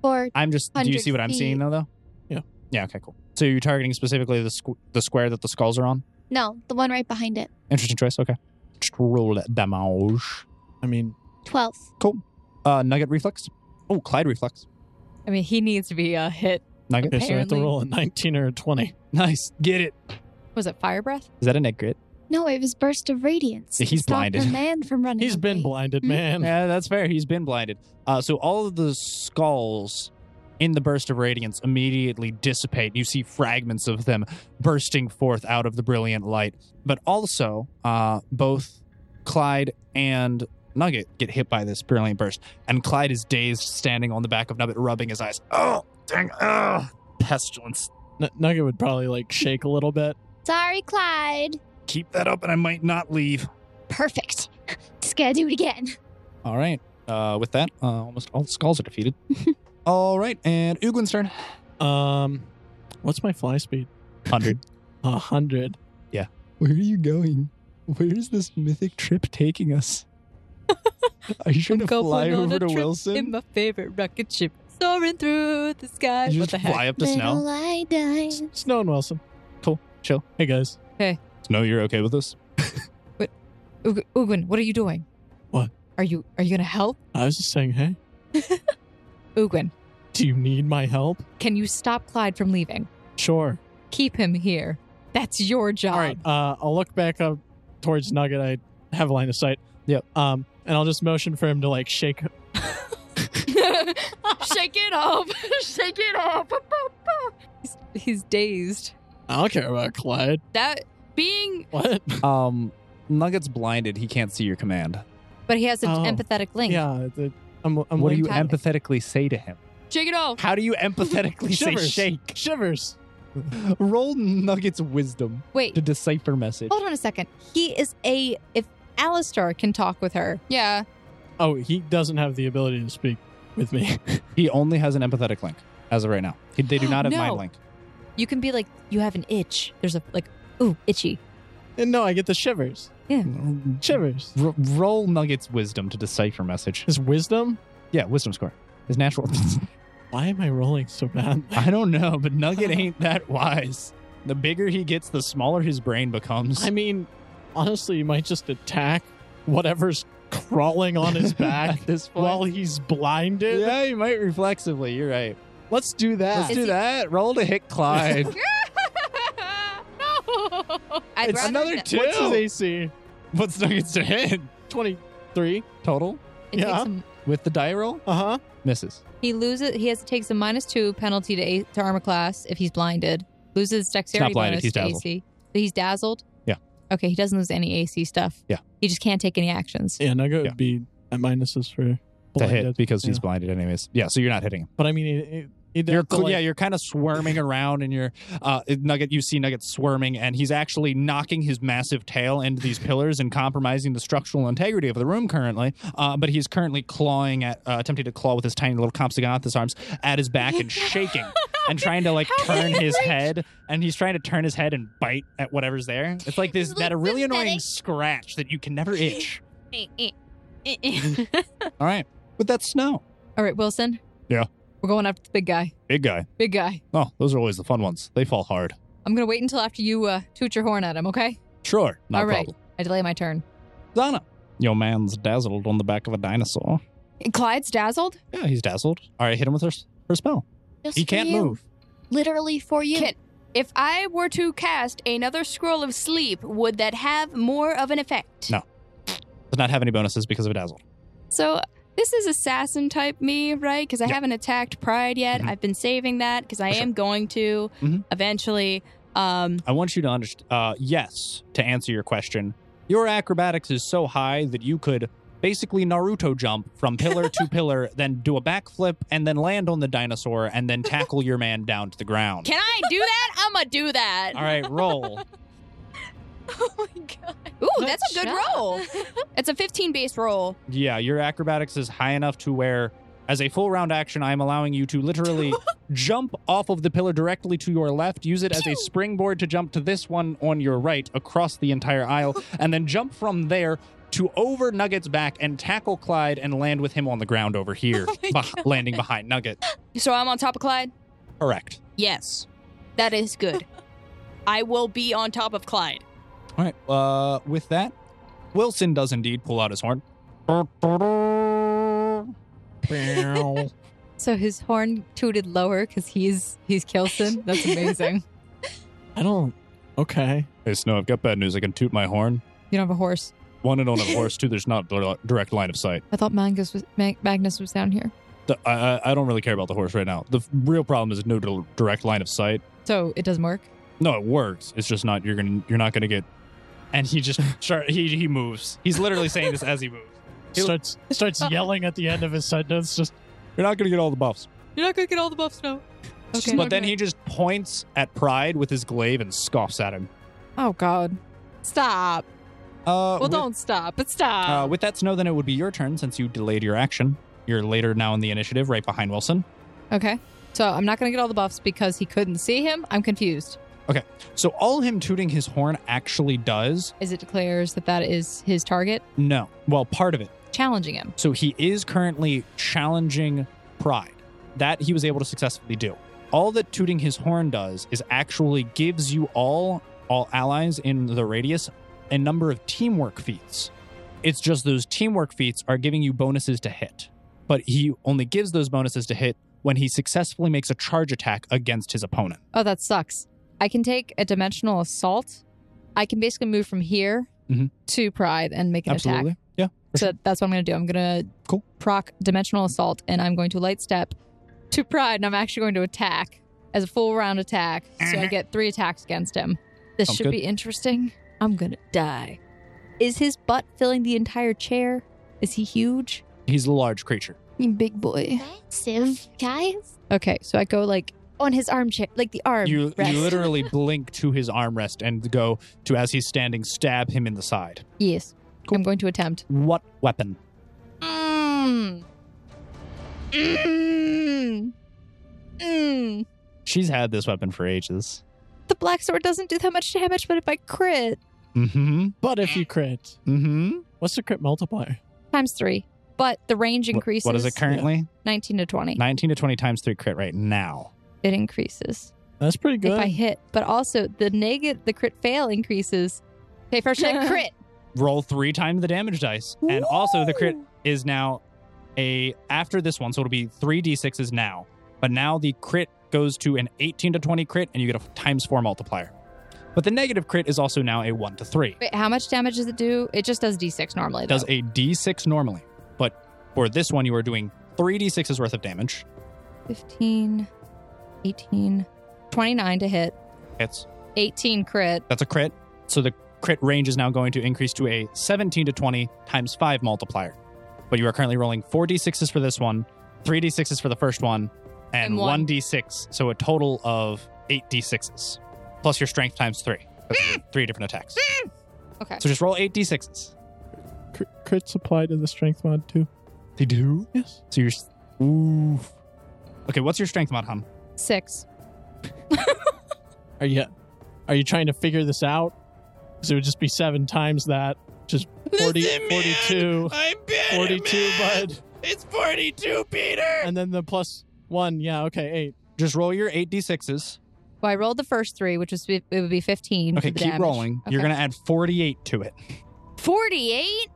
E: Or
A: I'm just. Do you
E: 100
A: see what I'm
E: feet.
A: seeing, though, though?
F: Yeah.
A: Yeah. Okay, cool. So you're targeting specifically the, squ- the square that the skulls are on?
E: no, the one right behind it.
A: Interesting choice. Okay. Just roll that damage.
F: I mean,
E: Twelve.
A: Uh, Nugget reflex. Oh, Clyde reflex.
D: I mean, he needs to be uh, hit.
A: Nugget.
F: okay, so I have to
D: Apparently-
F: roll a 19 or a 20.
A: Nice. Get it.
D: Was it fire breath?
A: Is that a net grit?
E: No, it was burst of radiance.
A: Yeah,
E: to
A: he's
E: stop
A: blinded.
E: The man from running.
F: He's been
E: away.
F: blinded,
D: Mm.
B: Hmm.
F: man.
A: Yeah, that's fair. He's been blinded. Uh, so all of the skulls in the burst of radiance immediately dissipate. You see fragments of them bursting forth out of the brilliant light. But also, uh, both Clyde and Nugget get hit by this brilliant burst, and Clyde is dazed, standing on the back of Nugget, rubbing his eyes. Oh, dang, ugh, pestilence.
F: N- Nugget would probably like shake a little bit.
E: Sorry, Clyde.
A: Keep that up, and I might not leave.
E: Perfect. Just gotta do it again.
A: All right. Uh, with that, uh, almost all the skulls are defeated. all right, and Uglin's turn.
F: Um, what's my fly speed?
A: Hundred.
F: A hundred.
A: Where are you going? Where is this mythic trip taking us? Are you trying
D: I'm
A: to
D: going
A: fly
D: on a
A: over to
D: trip
A: Wilson?
D: in my favorite rocket ship, soaring through the sky.
A: you
D: what
A: just
D: the heck?
A: fly up to Snell.
E: I die.
F: Snow and Wilson.
A: Cool. Chill.
F: Hey guys.
A: Snow, you're okay with this?
D: Ug- Ugwin, what are you doing?
F: What?
D: Are you are you gonna help?
F: I was just saying, hey,
D: Ugwin,
F: do you need my help?
D: can you stop Clyde from leaving?
F: Sure.
D: Keep him here. That's your job.
F: All right.
A: Ah.
F: Uh, I'll look back up towards Nugget. I have a line of sight.
A: Yep.
F: Um, and I'll just motion for him to like shake.
B: Shake it off. Oh, Shake it off.
D: He's, he's dazed.
F: I don't care about Clyde.
B: That being
F: What?
A: Um, Nugget's blinded. He can't see your command.
D: But he has an
F: Oh,
D: empathetic link.
F: yeah. The, I'm. I'm
A: what do
F: like-
A: you
D: typing.
A: empathetically say to him?
B: shake it off.
A: How do you empathetically say
F: Shivers.
A: shake?
F: Shivers.
A: Roll Nugget's wisdom
D: Wait,
A: to decipher message.
D: hold on a second. He is a if Alistair can talk with her.
B: Yeah.
F: Oh, he doesn't have the ability to speak with me.
A: He only has an empathetic link as of right now. He- They do not have
D: No.
A: mind link.
D: You can be like, you have an itch. There's a like, ooh, itchy.
F: and no, I get the shivers. Shivers.
A: R- roll Nugget's wisdom to decipher message.
F: His wisdom.
A: Yeah, wisdom score. His natural.
F: Why am I rolling so bad?
A: I don't know, but Nugget ain't that wise. The bigger he gets, the smaller his brain becomes.
F: I mean, honestly, you might just attack whatever's crawling on his back
A: At this point.
F: while he's blinded.
A: yeah, you might reflexively. You're right.
F: Let's do that.
A: Let's
D: Is
A: do
D: he-
A: that. Roll to hit Clyde.
B: no.
D: I'd
A: It's
D: rather
A: another
D: that-
A: two.
F: What's his AC?
A: What's Nugget's to hit?
F: 23.
A: Total
D: It takes
F: Yeah.
D: him-
A: with the die roll
F: Uh huh.
A: misses.
D: he loses. He has takes a minus two penalty to, a, to armor class if he's blinded. Loses dexterity
A: not blinded,
D: bonus
A: he's
D: to
A: dazzled.
D: AC. He's dazzled.
A: Yeah.
D: Okay, he doesn't lose any AC stuff.
A: Yeah.
D: He just can't take any actions.
F: Yeah, Nugget
A: Yeah.
F: would be at minuses for
A: To
F: blinded.
A: hit because he's
F: Yeah.
A: blinded, anyways. Yeah, so you're not hitting him.
F: But I mean, it, it, it
A: You're
F: to,
A: cl-
F: like-
A: yeah, you're kind of squirming around, and you're uh, Nugget. You see Nugget squirming, and he's actually knocking his massive tail into these pillars and compromising the structural integrity of the room currently. Uh, but he's currently clawing at, uh, attempting to claw with his tiny little compsognathus arms at his back and shaking and trying to like turn his head. And he's trying to turn his head and bite at whatever's there. It's like this
E: It
A: that
E: looks
A: really annoying
E: pathetic.
A: scratch that you can never itch. eh, All right, but that's snow.
D: All right, Wilson.
H: Yeah.
D: We're going after the big guy.
H: Big guy.
D: Big guy.
H: Oh, those are always the fun ones. They fall hard.
D: I'm gonna wait until after you uh, toot your horn at him. Okay.
H: Sure. Not
D: All
H: a
D: right.
H: problem.
D: I delay my turn.
A: Donna, your man's dazzled on the back of a dinosaur.
B: Clyde's dazzled.
A: Yeah, he's dazzled. All right, hit him with her, her spell.
E: Just
A: he
E: for
A: can't
E: you.
A: move.
E: Literally for you.
B: Can- If I were to cast another scroll of sleep, would that have more of an effect?
A: No. Does not have any bonuses because of a dazzled.
B: So this is assassin type me, right? Because I
A: Yeah.
B: haven't attacked pride yet.
A: Mhm.
B: I've been saving that because I
A: For sure.
B: am going to
A: Mhm.
B: eventually. Um,
A: I want you to understand. Uh, yes, to answer your question, your acrobatics is so high that you could basically Naruto jump from pillar to pillar, then do a backflip, and then land on the dinosaur, and then tackle your man down to the ground.
B: can I do that? I'm gonna do that.
A: All right, roll.
B: Ooh, that's a good
D: job.
B: roll. It's a 15 base roll.
A: Yeah, your acrobatics is high enough to where, as a full round action, I am allowing you to literally jump off of the pillar directly to your left, use it as a springboard to jump to this one on your right across the entire aisle, and then jump from there to over Nugget's back and tackle Clyde and land with him on the ground over here, beh- landing behind Nugget.
B: So I'm on top of Clyde.
A: Correct.
B: Yes, that is good. I will be on top of Clyde.
A: All right. Uh, with that, Wilson does indeed pull out his horn.
D: So his horn tooted lower because he's he's Kelson. That's amazing.
F: I don't. Okay.
H: Hey, Snow, I've got bad news. I can toot my horn.
D: you don't have a horse.
H: One, I don't have a horse. Two, there's not dir- direct line of sight.
D: I thought Magnus was Mag- Magnus was down here.
H: The- I, I, I don't really care about the horse right now. The f- real problem is no dir- direct line of sight.
D: So it doesn't work.
H: No, it works. It's just not. You're gonna. You're not gonna get.
A: And he just, sure, he, he moves. He's literally saying this as he moves.
F: starts starts yelling at the end of his sentence. Just
H: You're not gonna get all the buffs.
D: You're not gonna get all the buffs now. Okay.
A: But then he just points at Pride with his glaive and scoffs at him.
D: Oh God. Stop.
A: Uh,
D: Well, don't stop, but stop.
A: Uh, with that snow, then it would be your turn since you delayed your action. You're later now in the initiative, right behind Wilson.
D: okay. So I'm not gonna get all the buffs because he couldn't see him. I'm confused.
A: So all him tooting his horn actually does
D: Is it declares that that is his target,
A: no. Well, part of it.
D: challenging him?
A: So he is currently challenging Pride. That he was able to successfully do. All that tooting his horn does is actually gives you all all allies in the radius a number of teamwork feats. It's just those teamwork feats are giving you bonuses to hit. But he only gives those bonuses to hit when he successfully makes a charge attack against his opponent.
D: Oh, that sucks. I can take a dimensional assault. I can basically move from here
A: Mhm.
D: to Pride and make an attack.
A: Absolutely. Yeah.
D: So that's what I'm going to do. I'm going to
A: Cool.
D: proc dimensional assault, and I'm going to light step to Pride, and I'm actually going to attack as a full round attack. So I get three attacks against him. This
A: Uh-huh. Sounds
D: should
A: good.
D: be interesting. I'm going to die. Is his butt filling the entire chair? Is he huge?
A: He's a large creature.
C: You big boy.
E: Massive, guys.
D: Okay, so I go like on his armchair, like the arm.
A: You
D: rest.
A: you literally blink to his armrest and go to as he's standing stab him in the side.
D: yes. I'm going to attempt.
A: What weapon?
D: Mm. Mm. Mm.
A: She's had this weapon for ages.
D: The black sword doesn't do that much damage, but if I crit
A: Mm-hmm.
F: but if you crit,
A: Mm-hmm.
F: what's the crit multiplier?
D: times three, but the range increases.
A: What is it currently?
D: 19 to 20.
A: 19 to 20 times 3 crit right now.
D: It increases
F: That's pretty good.
D: if I hit, but also the negative, the crit fail increases. Okay, first I crit.
A: Roll 3 times the damage dice. And also the crit
D: Woo!
A: is now a after this one so it'll be 3d6s now. But now the crit goes to an 18 to 20 crit and you get a times 4 multiplier. But the negative crit is also now a 1 to 3.
D: Wait, how much damage does it do? It just does d6 normally.
A: does
D: though.
A: a d6 normally, but for this one, you are doing 3d6's worth of damage.
D: 15, 18, 29 to hit,
A: It's
D: 18 crit.
A: that's a crit. So the crit range is now going to increase to a 17 to 20 times 5 multiplier. But you are currently rolling 4d6s for this one, 3d6s for the first one, and,
D: And one.
A: 1d6. So a total of 8d6s plus your strength times 3. That's your three different attacks.
D: Okay.
A: So just roll 8d6s.
F: Cr- crits apply to the strength mod too.
A: They do?
F: Yes.
A: So you're. s- Oof. Okay, what's your strength mod, hon?
D: Six.
F: Are you are you trying to figure this out? Because it would just be seven times that. Just 40, 42,
A: I'm
F: 42, bud.
A: It's 42, Peter!
F: And then the plus one. Yeah, okay, eight.
A: Just roll your 8d6s.
D: Well, I rolled the first three, which was it would be 15.
A: Okay,
D: for
A: keep
D: damage.
A: rolling. You're
D: Okay.
A: going to add 48 to it.
D: 48?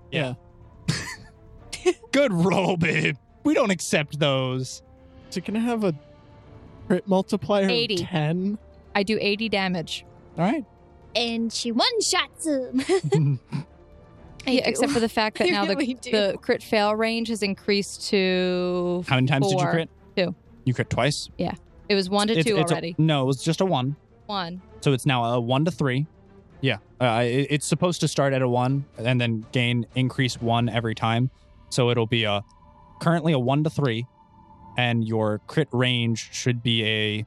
A: Good roll, babe. We don't accept those.
F: So can I have a crit multiplier
D: Eighty.
F: of 10?
D: I do 80 damage.
A: All right.
E: And she one shots him.
D: yeah, except for the fact that
C: You
D: now the,
C: really do.
D: the crit fail range has increased to.
A: How many times did you
D: Four.
A: crit?
D: Two.
A: You crit twice?
D: It was 1 to
A: It's-
D: 2
A: it's a-
D: already.
A: no, it was just a 1.
D: 1.
A: So it's now a 1 to 3. Yeah. Uh, it, it's supposed to start at a 1 and then gain increase 1 every time. So it'll be a currently a 1 to 3 and your crit range should be a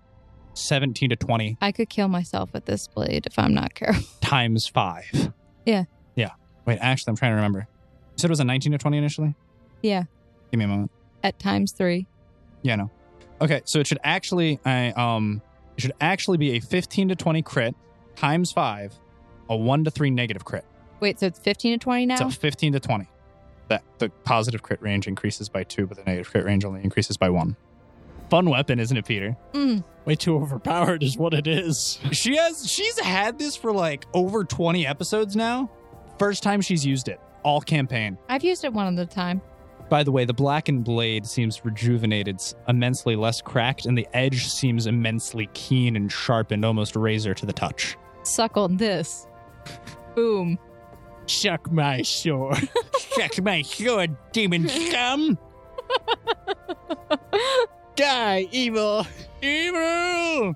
A: 17 to 20
D: I could kill myself with this blade if I'm not careful.
A: times five.
D: Yeah.
A: Yeah. Wait, actually, I'm trying to remember. You said it was a 19 to 20 initially?
D: Yeah.
A: Give me a moment.
D: At times 3.
A: Yeah, no. Okay, so it should actually, I um, it should actually be a 15 to 20 crit times five, a one to three negative crit.
D: Wait, so it's 15 to 20 now?
A: So 15 to 20. That the positive crit range increases by two, but the negative crit range only increases by one. Fun weapon, isn't it, Peter?
D: Mm.
F: Way too overpowered is what it is.
A: She has she's had this for like over 20 episodes now. First time she's used it. All campaign.
D: I've used it one at a time.
A: By the way, the blackened blade seems rejuvenated, immensely less cracked, and the edge seems immensely keen and sharpened, almost razor to the touch.
D: Suck on this. Boom.
F: Chuck my sword.
A: Check my sword, demon scum!
F: Die, evil.
A: Evil!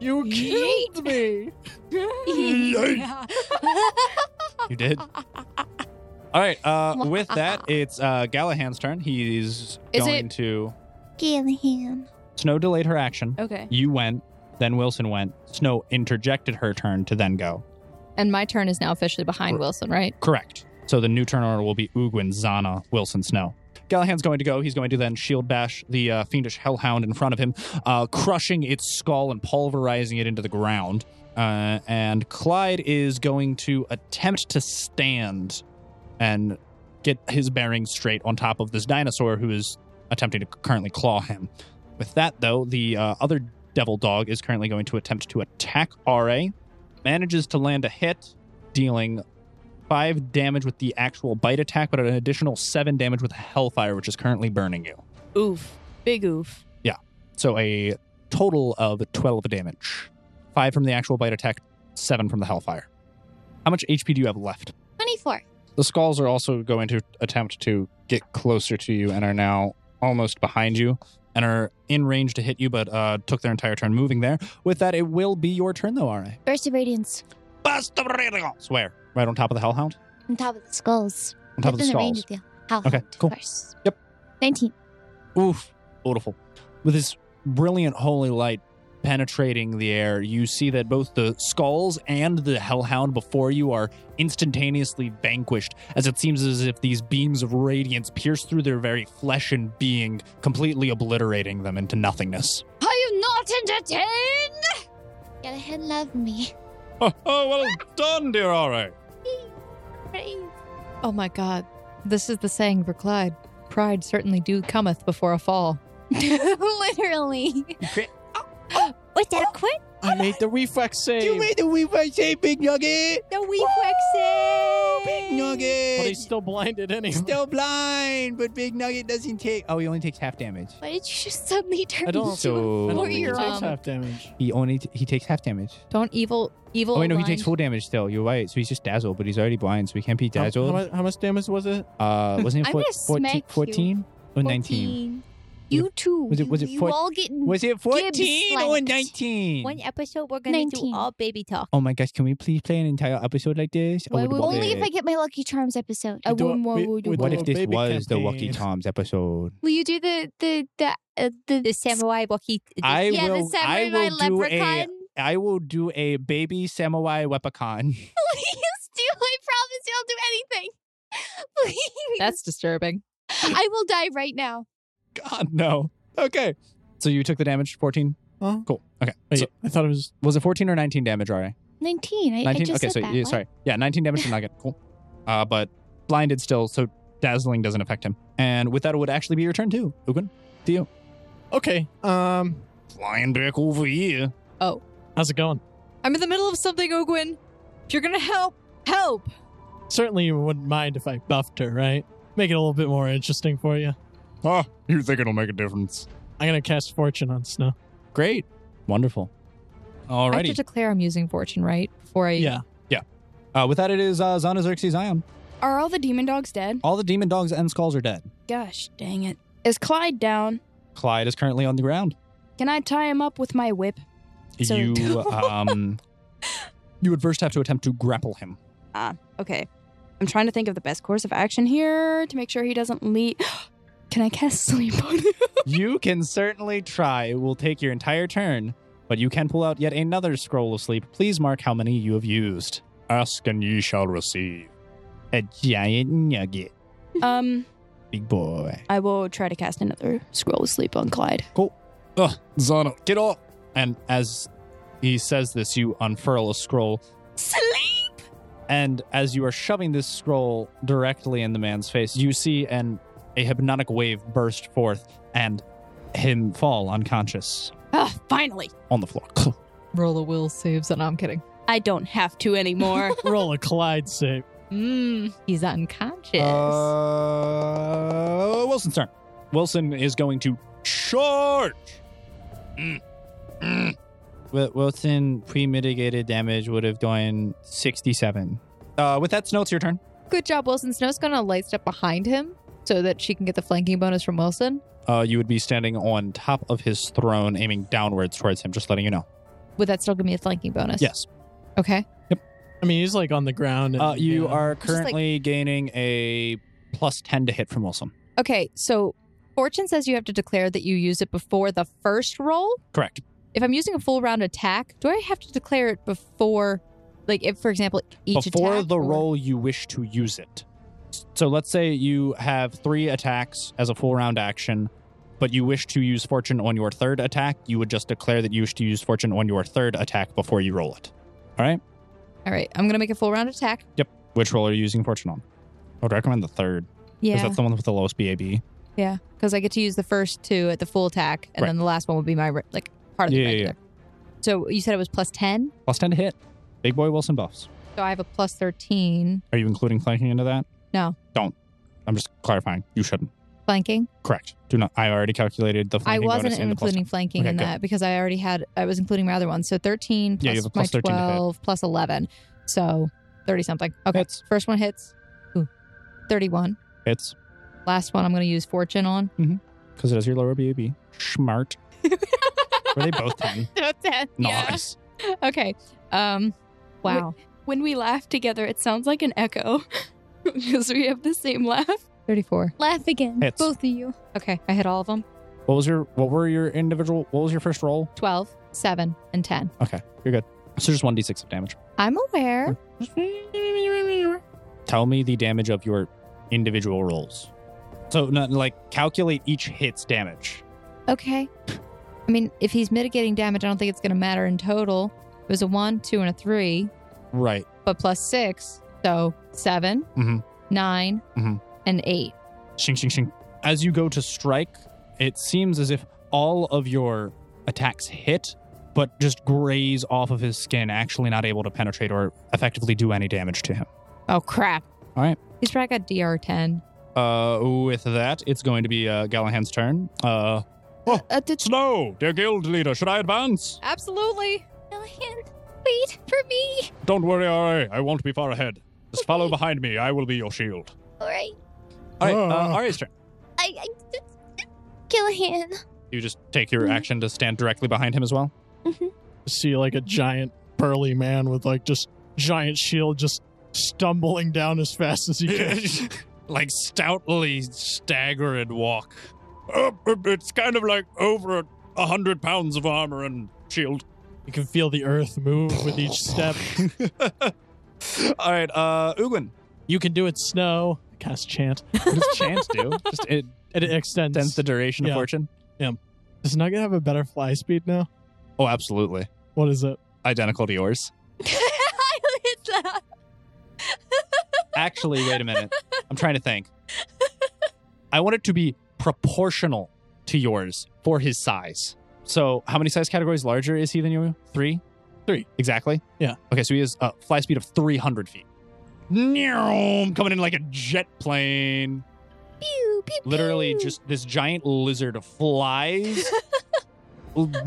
F: You killed me.
A: You did? All right. Uh, with that, it's uh, Galahan's turn. He's
B: Is
A: going
B: it-
A: to.
E: Gillian.
A: Snow delayed her action.
B: Oh.
D: Okay.
A: You went. Then Wilson went. Snow interjected her turn to then go.
D: And my turn is now officially behind Wilson, right?
A: Correct. So the new turn order will be Ugwin, Zana, Wilson, Snow. Galahan's going to go. He's going to then shield bash the uh, fiendish hellhound in front of him, uh, crushing its skull and pulverizing it into the ground. Uh, and Clyde is going to attempt to stand and get his bearings straight on top of this dinosaur who is attempting to currently claw him. With that, though, the uh, other devil dog is currently going to attempt to attack RA, manages to land a hit, dealing five damage with the actual bite attack, but an additional seven damage with Hellfire, which is currently burning you.
D: Oof. Big oof.
A: So a total of 12 damage. Five from the actual bite attack, seven from the Hellfire. How much HP do you have left?
E: 24.
A: The Skulls are also going to attempt to get closer to you and are now almost behind you and are in range to hit you, but uh, took their entire turn moving there. With that, it will be your turn, though, RA.
E: Burst of Radiance
A: Bust of radiance! Swear. Right on top of the Hellhound?
E: on top of the skulls.
A: On top of the
E: Within range
A: Skulls.
E: of the Hellhound,
A: Okay,
E: of
A: cool.
E: course.
A: Yep.
E: 19.
A: Oof, beautiful. With this brilliant holy light penetrating the air, you see that both the skulls and the hellhound before you are instantaneously vanquished, as it seems as if these beams of radiance pierce through their very flesh and being, completely obliterating them into nothingness.
E: Are you not entertained? Galahad, love me.
H: Oh, oh, well done, dear Ari.
D: Oh my god. This is the saying for Clyde. Pride certainly do cometh before a fall.
E: Literally. Was that a quit?
F: I made the reflex save.
A: the wee shape, big nugget!
E: The wee
H: Oh.
E: save.
F: but
A: nugget!
F: he's still blinded anyway.
A: blind, but big nugget doesn't take. Oh, he only takes half damage.
E: Why did you just suddenly turn
F: I don't-
E: into
A: So-
E: a
F: I don't think he
E: four-year-old?
F: takes
D: Um,
F: half damage.
A: He only t- he takes half damage.
D: Don't evil evil.
A: Oh, wait, no, he
D: aligned-
A: takes full damage still. You're right. So he's just dazzled, but he's already blind, so he can't be
F: How- How,
A: dazzled.
F: mu- how much damage was it?
A: uh, wasn't it
E: I'm
A: four-
E: gonna
A: 14?
E: smack you.
A: 14 or 19?
E: You too.
A: Was it- was it
E: you
A: four-
E: all get
A: Was it 14 or
E: slapped.
A: 19?
E: e-
D: episode we're
E: 19.
D: baby talk.
A: Oh my gosh, can we please play an entire episode like this? I
D: Why
A: would
D: would-
A: love
E: only if
A: it.
E: I get my Lucky Charms episode. Oh,
F: We do a-
C: one more
F: we-
C: will do
F: we do
A: What
F: a
A: if this
F: baby
A: was the Lucky
F: campaign.
A: Toms episode?
E: Will you do the the the uh, the,
D: The samurai walkie.
A: I
E: yeah
A: will.
E: the samurai
A: I will do
E: leprechaun?
A: a. I will do a baby samurai wepicon.
E: Please do. I promise you, I'll do anything. Please.
D: That's disturbing.
E: I will die right now.
A: God no. Okay. So you took the damage, fourteen.
F: Huh?
A: Cool. Okay.
F: Wait,
A: So-
F: I thought it was.
A: was it fourteen or nineteen damage, Ari?
E: Nineteen. I, I
A: 19
E: just
A: okay
E: said
A: so
E: that.
A: yeah,
E: What?
A: sorry yeah 19 damage to nugget cool uh but blinded still so dazzling doesn't affect him and with that it would actually be your turn too Ugin.
F: Okay. Um,
H: Flying back over here.
F: how's it going?
D: I'm in the middle of something, Ogwin. If you're gonna help, help.
F: Certainly, you wouldn't mind if I buffed her, right? Make it a little bit more interesting for you.
H: Oh, you think it'll make a difference?
F: I'm gonna cast Fortune on Snow.
A: great wonderful
D: I have to
A: alrighty
D: declare I'm using fortune, right? Before I
F: Yeah.
A: uh, with that it is uh, Zana Xerxes Ion
B: Are all the demon dogs dead?
A: all the demon dogs and skulls are dead
B: Gosh, dang it. Is Clyde down?
A: Clyde is currently on the ground
B: Can I tie him up with my whip? So-
A: you um you would first have to attempt to grapple him
B: Okay. I'm trying to think of the best course of action here to make sure he doesn't leave. Can I cast sleep on him?
A: you can certainly try it will take your entire turn but you can pull out yet another scroll of sleep please mark how many you have used
H: Ask and ye shall receive.
A: a giant nugget
B: Um,
A: big boy
B: I will try to cast another scroll of sleep on Clyde.
H: Zana, get off.
A: And as he says this, you unfurl a scroll.
B: Sleep!
A: And as you are shoving this scroll directly in the man's face, you see an a hypnotic wave burst forth and him fall unconscious
B: Ah, finally.
A: on the floor.
D: roll a will saves, and I'm kidding.
B: I don't have to anymore.
F: Roll a Clyde save.
D: Mm, he's unconscious.
A: Uh, Wilson's turn. Wilson is going to
H: Charge.
A: Mm. Wilson pre-mitigated damage would have done 67. Uh, with that, Snow, it's your turn.
D: Good job, Wilson. Snow's gonna light step behind him so that she can get the flanking bonus from Wilson.
A: Uh, you would be standing on top of his throne, aiming downwards towards him, just letting you know.
D: Would that still give me a flanking bonus?
A: Yes.
D: Okay.
A: Yep.
F: I mean, he's like on the ground. And,
A: Uh, you
F: yeah.
A: are
D: like-
A: currently gaining a plus 10 to hit from Wilson.
D: Okay, so fortune says you have to declare that you use it before the first roll.
A: Correct.
D: If I'm using a full round attack, do I have to declare it before, like, if for example each
A: Before
D: attack
A: the
D: or-
A: roll you wish to use it. So let's say you have three attacks as a full round action, but you wish to use fortune on your third attack. You would just declare that you wish to use fortune on your third attack before you roll it.
D: All right, I'm gonna make a full round attack.
A: Which roll are you using fortune on? I would recommend the third because
D: Yeah,
A: that's the one with the lowest BAB.
D: yeah, because I get to use the first two at the full attack, and
A: Right.
D: then the last one would be my re- like part of
A: Yeah,
D: the
A: yeah, yeah.
D: regular. So you said it was plus ten,
A: Plus 10 to hit. Big boy Wilson buffs.
D: so I have a plus thirteen
A: Are you including flanking into that?
D: No.
A: Don't. I'm just clarifying. You shouldn't.
D: flanking.
A: Correct. Do not. I already calculated the
D: I
A: flanking bonus
D: wasn't
A: and the plus
D: including flanking
A: Okay,
D: in
A: good.
D: that because I already had I was including my other ones. So thirteen
A: Yeah,
D: plus,
A: you have a plus
D: my
A: 13 to hit.
D: twelve plus eleven, so thirty something. Okay,
A: Hits.
D: first one hits. Ooh, thirty-one.
A: hits
D: Last one I'm going to use fortune on.
A: because it is your lower BAB. Smart. Were they both 10?
D: Ten.
A: Nice.
D: Okay. Um. Wow.
B: When we laugh together, it sounds like an echo because we have the same laugh.
D: Thirty-four.
E: Laugh again,
A: Hits.
E: both of you.
D: Okay, I hit all of them.
A: What was your? What were your individual? What was your first roll?
D: Twelve, seven, and ten.
A: So just one d6 of damage.
D: I'm aware.
A: Tell me the damage of your individual rolls. So not like calculate each hit's damage.
D: Okay. I mean, if he's mitigating damage, I don't think it's going to matter in total. It was a one, two, and a three.
A: Right.
D: but plus six, so 7
A: Mhm.
D: nine,
A: Mhm.
D: and eight.
A: Shing shing shing. As you go to strike, it seems as if all of your attacks hit, but just graze off of his skin, actually not able to penetrate or effectively do any damage to him.
D: Oh crap!
A: All right.
D: he's probably got DR ten.
A: Uh, with that, it's going to be uh, Galahan's turn. Uh,
D: Uh, did-
H: Slow, dear guild leader, should I advance?
D: Absolutely.
E: Callahan, wait for me.
H: Don't worry, RA, I won't be far ahead. Just follow behind me, I will be your shield.
E: All right,
A: all right,
H: Ah.
A: uh, Arya's turn.
E: I, I Callahan.
A: You just take your action to stand directly behind him as well.
F: see like a giant burly man with like just giant shield just stumbling down as fast as he can.
H: like stoutly staggered walk. Uh, it's kind of like over a hundred pounds of armor and shield.
F: you can feel the earth move with each step.
A: all right, uh, Ugin.
F: You can do it, snow. Cast chant.
A: What does chance do? Just it
F: It extends.
A: extends the duration
F: Yeah.
A: of fortune.
F: Does Nugget have a better fly speed now?
A: Oh, absolutely.
F: What is it?
A: Identical to yours. actually wait a minute i'm trying to think i want it to be proportional to yours for his size so how many size categories larger is he than you three
F: Three.
A: exactly
F: Yeah.
A: okay so he has a fly speed of 300 feet Neom, coming in like a jet plane
E: Pew, pew,
A: literally
E: pew.
A: just this giant lizard flies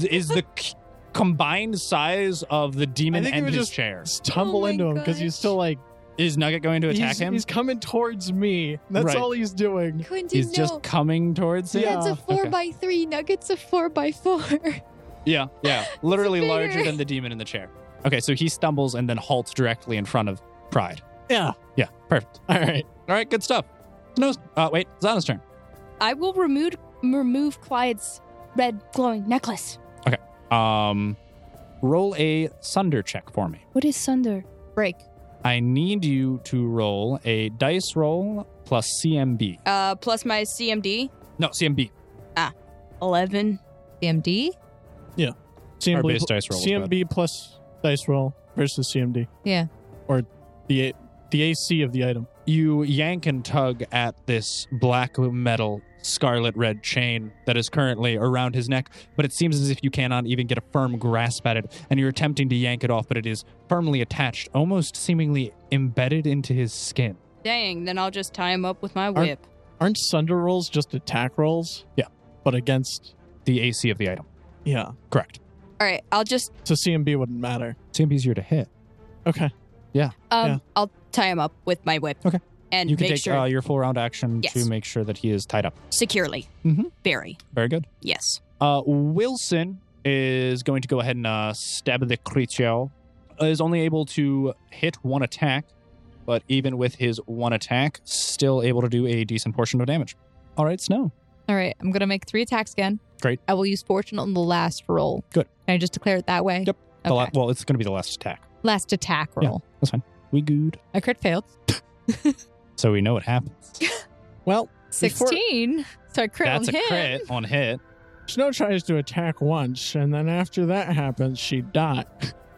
A: is the c- combined size of the demon
F: I think it
A: and
F: would
A: his
F: just
A: chair
F: Stumble
B: Oh my
F: into him because he's
B: gosh.
F: still like
A: is nugget going to attack
F: he's,
A: him
F: he's coming towards me. That's
A: Right.
F: all he's doing.
B: Quentin,
A: he's just coming towards him
F: Yeah. That's a
A: four Okay.
B: by three. Nuggets a four by four.
A: Yeah, yeah. Literally
B: It's
A: larger
B: bigger.
A: than the demon in the chair. Okay, so he stumbles and then halts directly in front of Pride.
F: Yeah.
A: Yeah, perfect.
F: All right.
A: All right, good stuff. No, uh, wait, Zana's turn.
B: I will remove remove Clyde's red glowing necklace.
A: Um, roll a sunder check for me.
C: What is Sunder?
D: Break.
A: I need you to roll a dice roll plus CMB.
B: Uh, plus my CMD
A: No, CMB.
B: eleven.
D: CMD.
A: Our
F: CMB,
A: base dice roll. is bad.
F: CMB plus dice roll versus CMD.
D: Yeah.
F: Or the A- the AC of the item.
A: you yank and tug at this black metal scarlet red chain that is currently around his neck, but it seems as if you cannot even get a firm grasp at it, and you're attempting to yank it off, but it is firmly attached, almost seemingly embedded into his skin.
B: Dang, then I'll just tie him up with my whip.
F: Aren't sunder rolls just attack rolls?
A: Yeah.
F: But against
A: The AC of the item.
F: yeah.
A: Correct.
B: All right, I'll just
F: So CMB wouldn't matter.
A: Seems easier to hit.
F: Okay.
B: um,
F: Yeah.
B: I'll tie him up with my whip.
A: Okay.
B: and
A: you can
B: make
A: take
B: sure
A: uh, your full round action
B: Yes.
A: to make sure that he is tied up.
B: securely.
A: Mhm.
B: Very
A: Very good.
B: yes.
A: Uh, Wilson is going to go ahead and uh, stab the creature. is only able to hit one attack, but even with his one attack, still able to do a decent portion of damage. All right, Snow.
D: All right, I'm gonna make three attacks again.
A: Great.
D: I will use fortune on the last roll.
A: Good.
D: Can I just declare it that way?
A: Yep. The
D: Okay.
A: la- well, it's going to be the last attack.
D: last attack roll.
A: We good.
D: I crit failed.
A: So we know what happens.
F: Well, Before-
D: Sixteen. So I crit
A: That's
D: on
A: a
D: him.
A: crit on hit.
F: Snow tries to attack once, and then after that happens, she dies.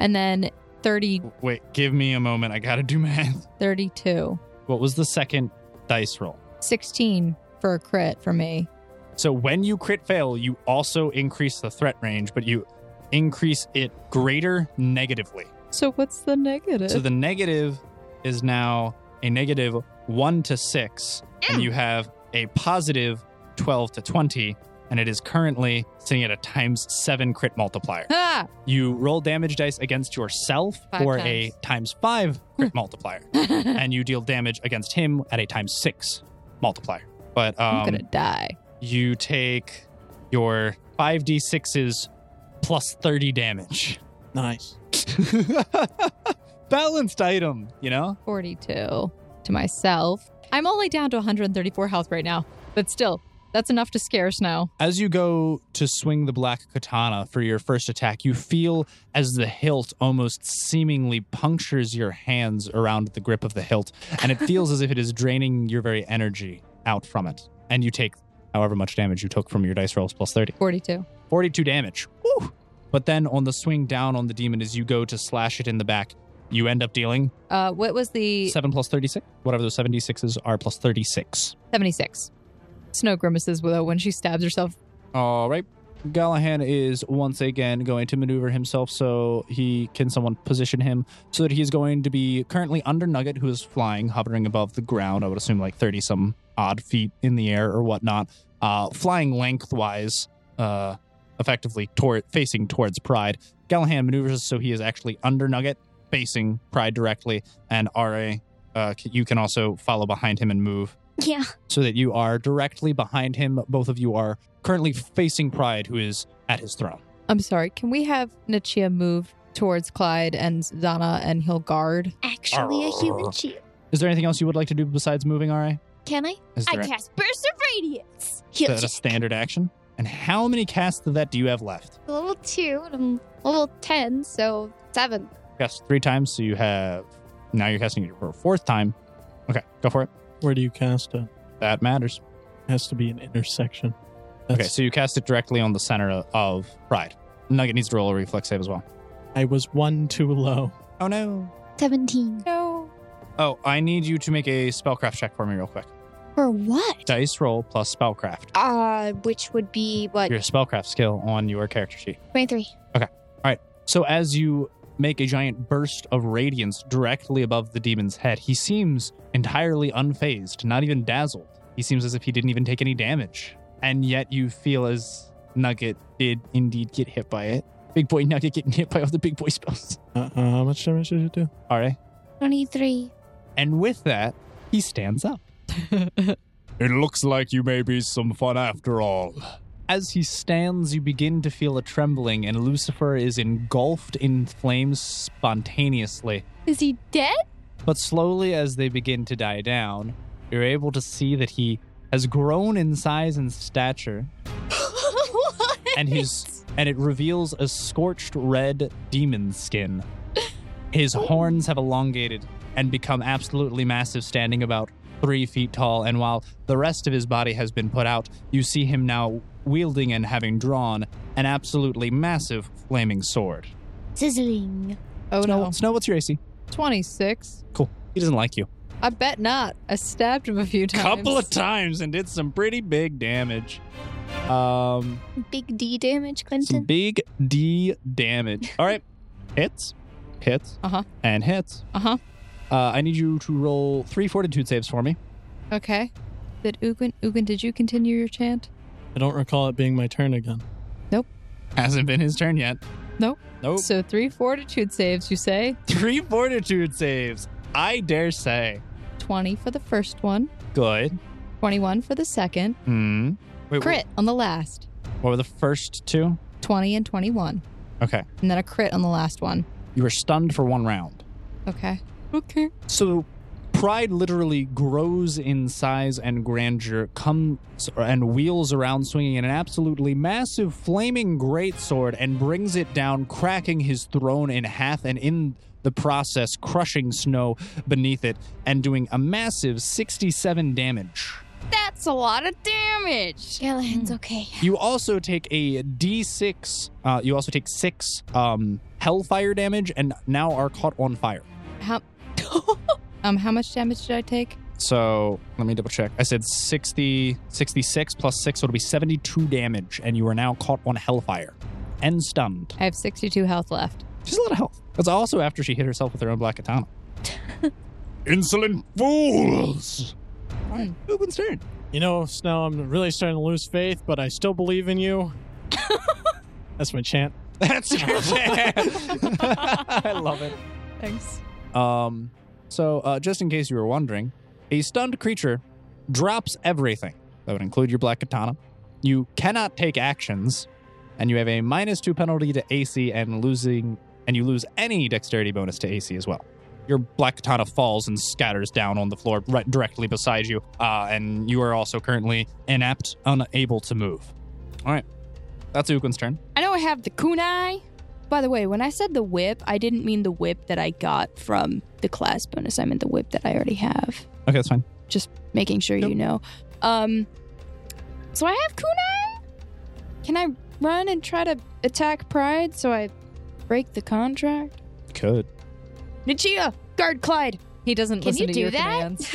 D: And then 30,
A: Wait, give me a moment. I got to do math.
D: 32,
A: What was the second dice roll?
D: 16 for a crit for me.
A: So when you crit fail, you also increase the threat range, but you increase it greater negatively.
D: So what's the negative?
A: So the negative is now a negative 1 to 6, and you have a positive 12 to 20, and it is currently sitting at a times 7 crit multiplier.
D: ah!
A: You roll damage dice against yourself
D: Five
A: for
D: times.
A: a times 5 crit multiplier, and you deal damage against him at a times 6 multiplier. But um,
D: I'm gonna die.
A: you take your 5d6s plus 30 damage.
F: Nice.
A: Balanced item, you know?
D: 42 to myself. I'm only down to 134 health right now, but still, that's enough to scare Snow.
A: As you go to swing the black katana for your first attack, you feel as the hilt almost seemingly punctures your hands around the grip of the hilt, and it feels as if it is draining your very energy out from it. And you take however much damage you took from your dice rolls plus 30.
D: 42.
A: 42 damage. Woo! But then on the swing down on the demon, as you go to slash it in the back, you end up dealing
D: Uh, what was the
A: 7 plus 36, whatever those 76s are, plus 36.
D: 76? Snow grimaces though when she stabs herself.
A: All right. Galahan is once again going to maneuver himself so he can someone position him so that he's going to be currently under Nugget, who is flying, hovering above the ground. I would assume like 30 some odd feet in the air or whatnot, uh, flying lengthwise, uh, effectively toward, facing towards Pride. Galahan maneuvers so he is actually under Nugget, facing Pride directly, and RA, uh, c- you can also follow behind him and move
E: Yeah.
A: so that you are directly behind him. Both of you are currently facing Pride, who is at his throne.
D: I'm sorry, can we have Nichia move towards Clyde and Zana and he'll guard?
E: Actually, a human shield.
A: Is there anything else you would like to do besides moving, Ra?
E: Can I?
A: Is
E: I
A: there
E: cast Burst of Radiance.
A: is
E: Heal
A: that a standard action? And how many casts of that do you have left?
E: level two, and I'm level ten, so seven.
A: Cast three times, so you have. Now you're casting it for a fourth time. Okay, go for it.
F: Where do you cast it?
A: That matters.
F: Has to be an intersection.
A: Okay,
F: That's,
A: so you cast it directly on the center of- of Pride. Nugget needs to roll a reflex save as well.
F: I was one too low.
A: Oh no.
E: Seventeen.
D: No.
A: Oh, I need you to make a spellcraft check for me, real quick.
E: For what?
A: Dice roll plus spellcraft.
E: Uh, which would be what?
A: Your spellcraft skill on your character sheet.
E: Twenty-three.
A: So as you make a giant burst of radiance directly above the demon's head, he seems entirely unfazed, not even dazzled. He seems as if he didn't even take any damage. And yet you feel as Nugget did indeed get hit by it. Big boy Nugget getting hit by all the big boy spells.
F: Uh, uh, how much damage did it do?
A: All right.
E: Twenty-three.
A: And with that, he stands up.
H: It looks like you may be some fun after all.
A: As he stands, you begin to feel a trembling, and Lucifer is engulfed in flames spontaneously.
E: Is he dead?
A: But slowly, as they begin to die down, you're able to see that he has grown in size and stature,
E: what?
A: and his and it reveals a scorched red demon skin. His
D: Oh.
A: horns have elongated and become absolutely massive, standing about three feet tall. And while the rest of his body has been put out, you see him now wielding and having drawn an absolutely massive flaming sword.
E: Sizzling.
D: Oh
A: Snow,
D: no.
A: Snow, what's your AC?
D: 26.
A: He doesn't like you.
D: I bet not. I stabbed him a few times.
A: couple of times and did some pretty big damage. Um,
E: Big D damage,
A: some
E: Clinton.
A: big D damage. All right, hits, hits,
D: Uh-huh.
A: and hits.
D: Uh-huh.
A: Uh, I need you to roll three fortitude saves for me.
D: Okay. Did Ugin, Ugin, did you continue your chant?
F: I don't recall it being my turn again.
A: Hasn't been his turn yet.
D: Nope.
A: Nope.
D: So three fortitude saves, you say?
A: Three fortitude saves. I dare say.
D: 20 for the first one,
A: Good.
D: 21 for the second,
A: Hmm. Wait,
D: crit on the last,
A: What were the first two?
D: 20 and 21,
A: Okay.
D: and then a crit on the last one.
A: You are stunned for one round.
D: Okay.
B: Okay.
A: So pride literally grows in size and grandeur, comes and wheels around swinging an absolutely massive flaming greatsword and brings it down, cracking his throne in half and in the process crushing snow beneath it and doing a massive 67 damage.
B: That's a lot of damage.
E: Galahad's okay.
A: You also take a d6, uh, you also take 6 um, hellfire damage and now are caught on fire.
D: How Um how much damage did I take?
A: So let me double check. I said 60, 66 plus 6, so it'll be 72 damage, and you are now caught on Hellfire and stunned.
D: I have 62 health left.
A: She's a lot of health. That's also after she hit herself with her own black katana.
H: Insolent fools!
A: All right, Ubin's turn.
F: You know, Snow, I'm really starting to lose faith, but I still believe in you. That's my chant.
A: That's your chance. I love it.
D: Thanks.
A: Um, so, uh, just in case you were wondering, a stunned creature drops everything. That would include your black katana. You cannot take actions, and you have a minus two penalty to AC and losing, and you lose any dexterity bonus to AC as well. Your black katana falls and scatters down on the floor right directly beside you, uh, and you are also currently inept, unable to move. All right, that's Ukun's turn.
B: I know I have the kunai. By the way, when I said the whip, I didn't mean the whip that I got from the class bonus. I meant the whip that I already have.
A: Okay, that's fine.
B: Making sure you know. Um, so I have kunai. Can I run and try to attack Pride so I break the contract?
A: Could
B: Nichia, guard Clyde.
D: He doesn't
E: Can
D: listen
E: you
D: to
E: do
D: your
E: that?
D: commands.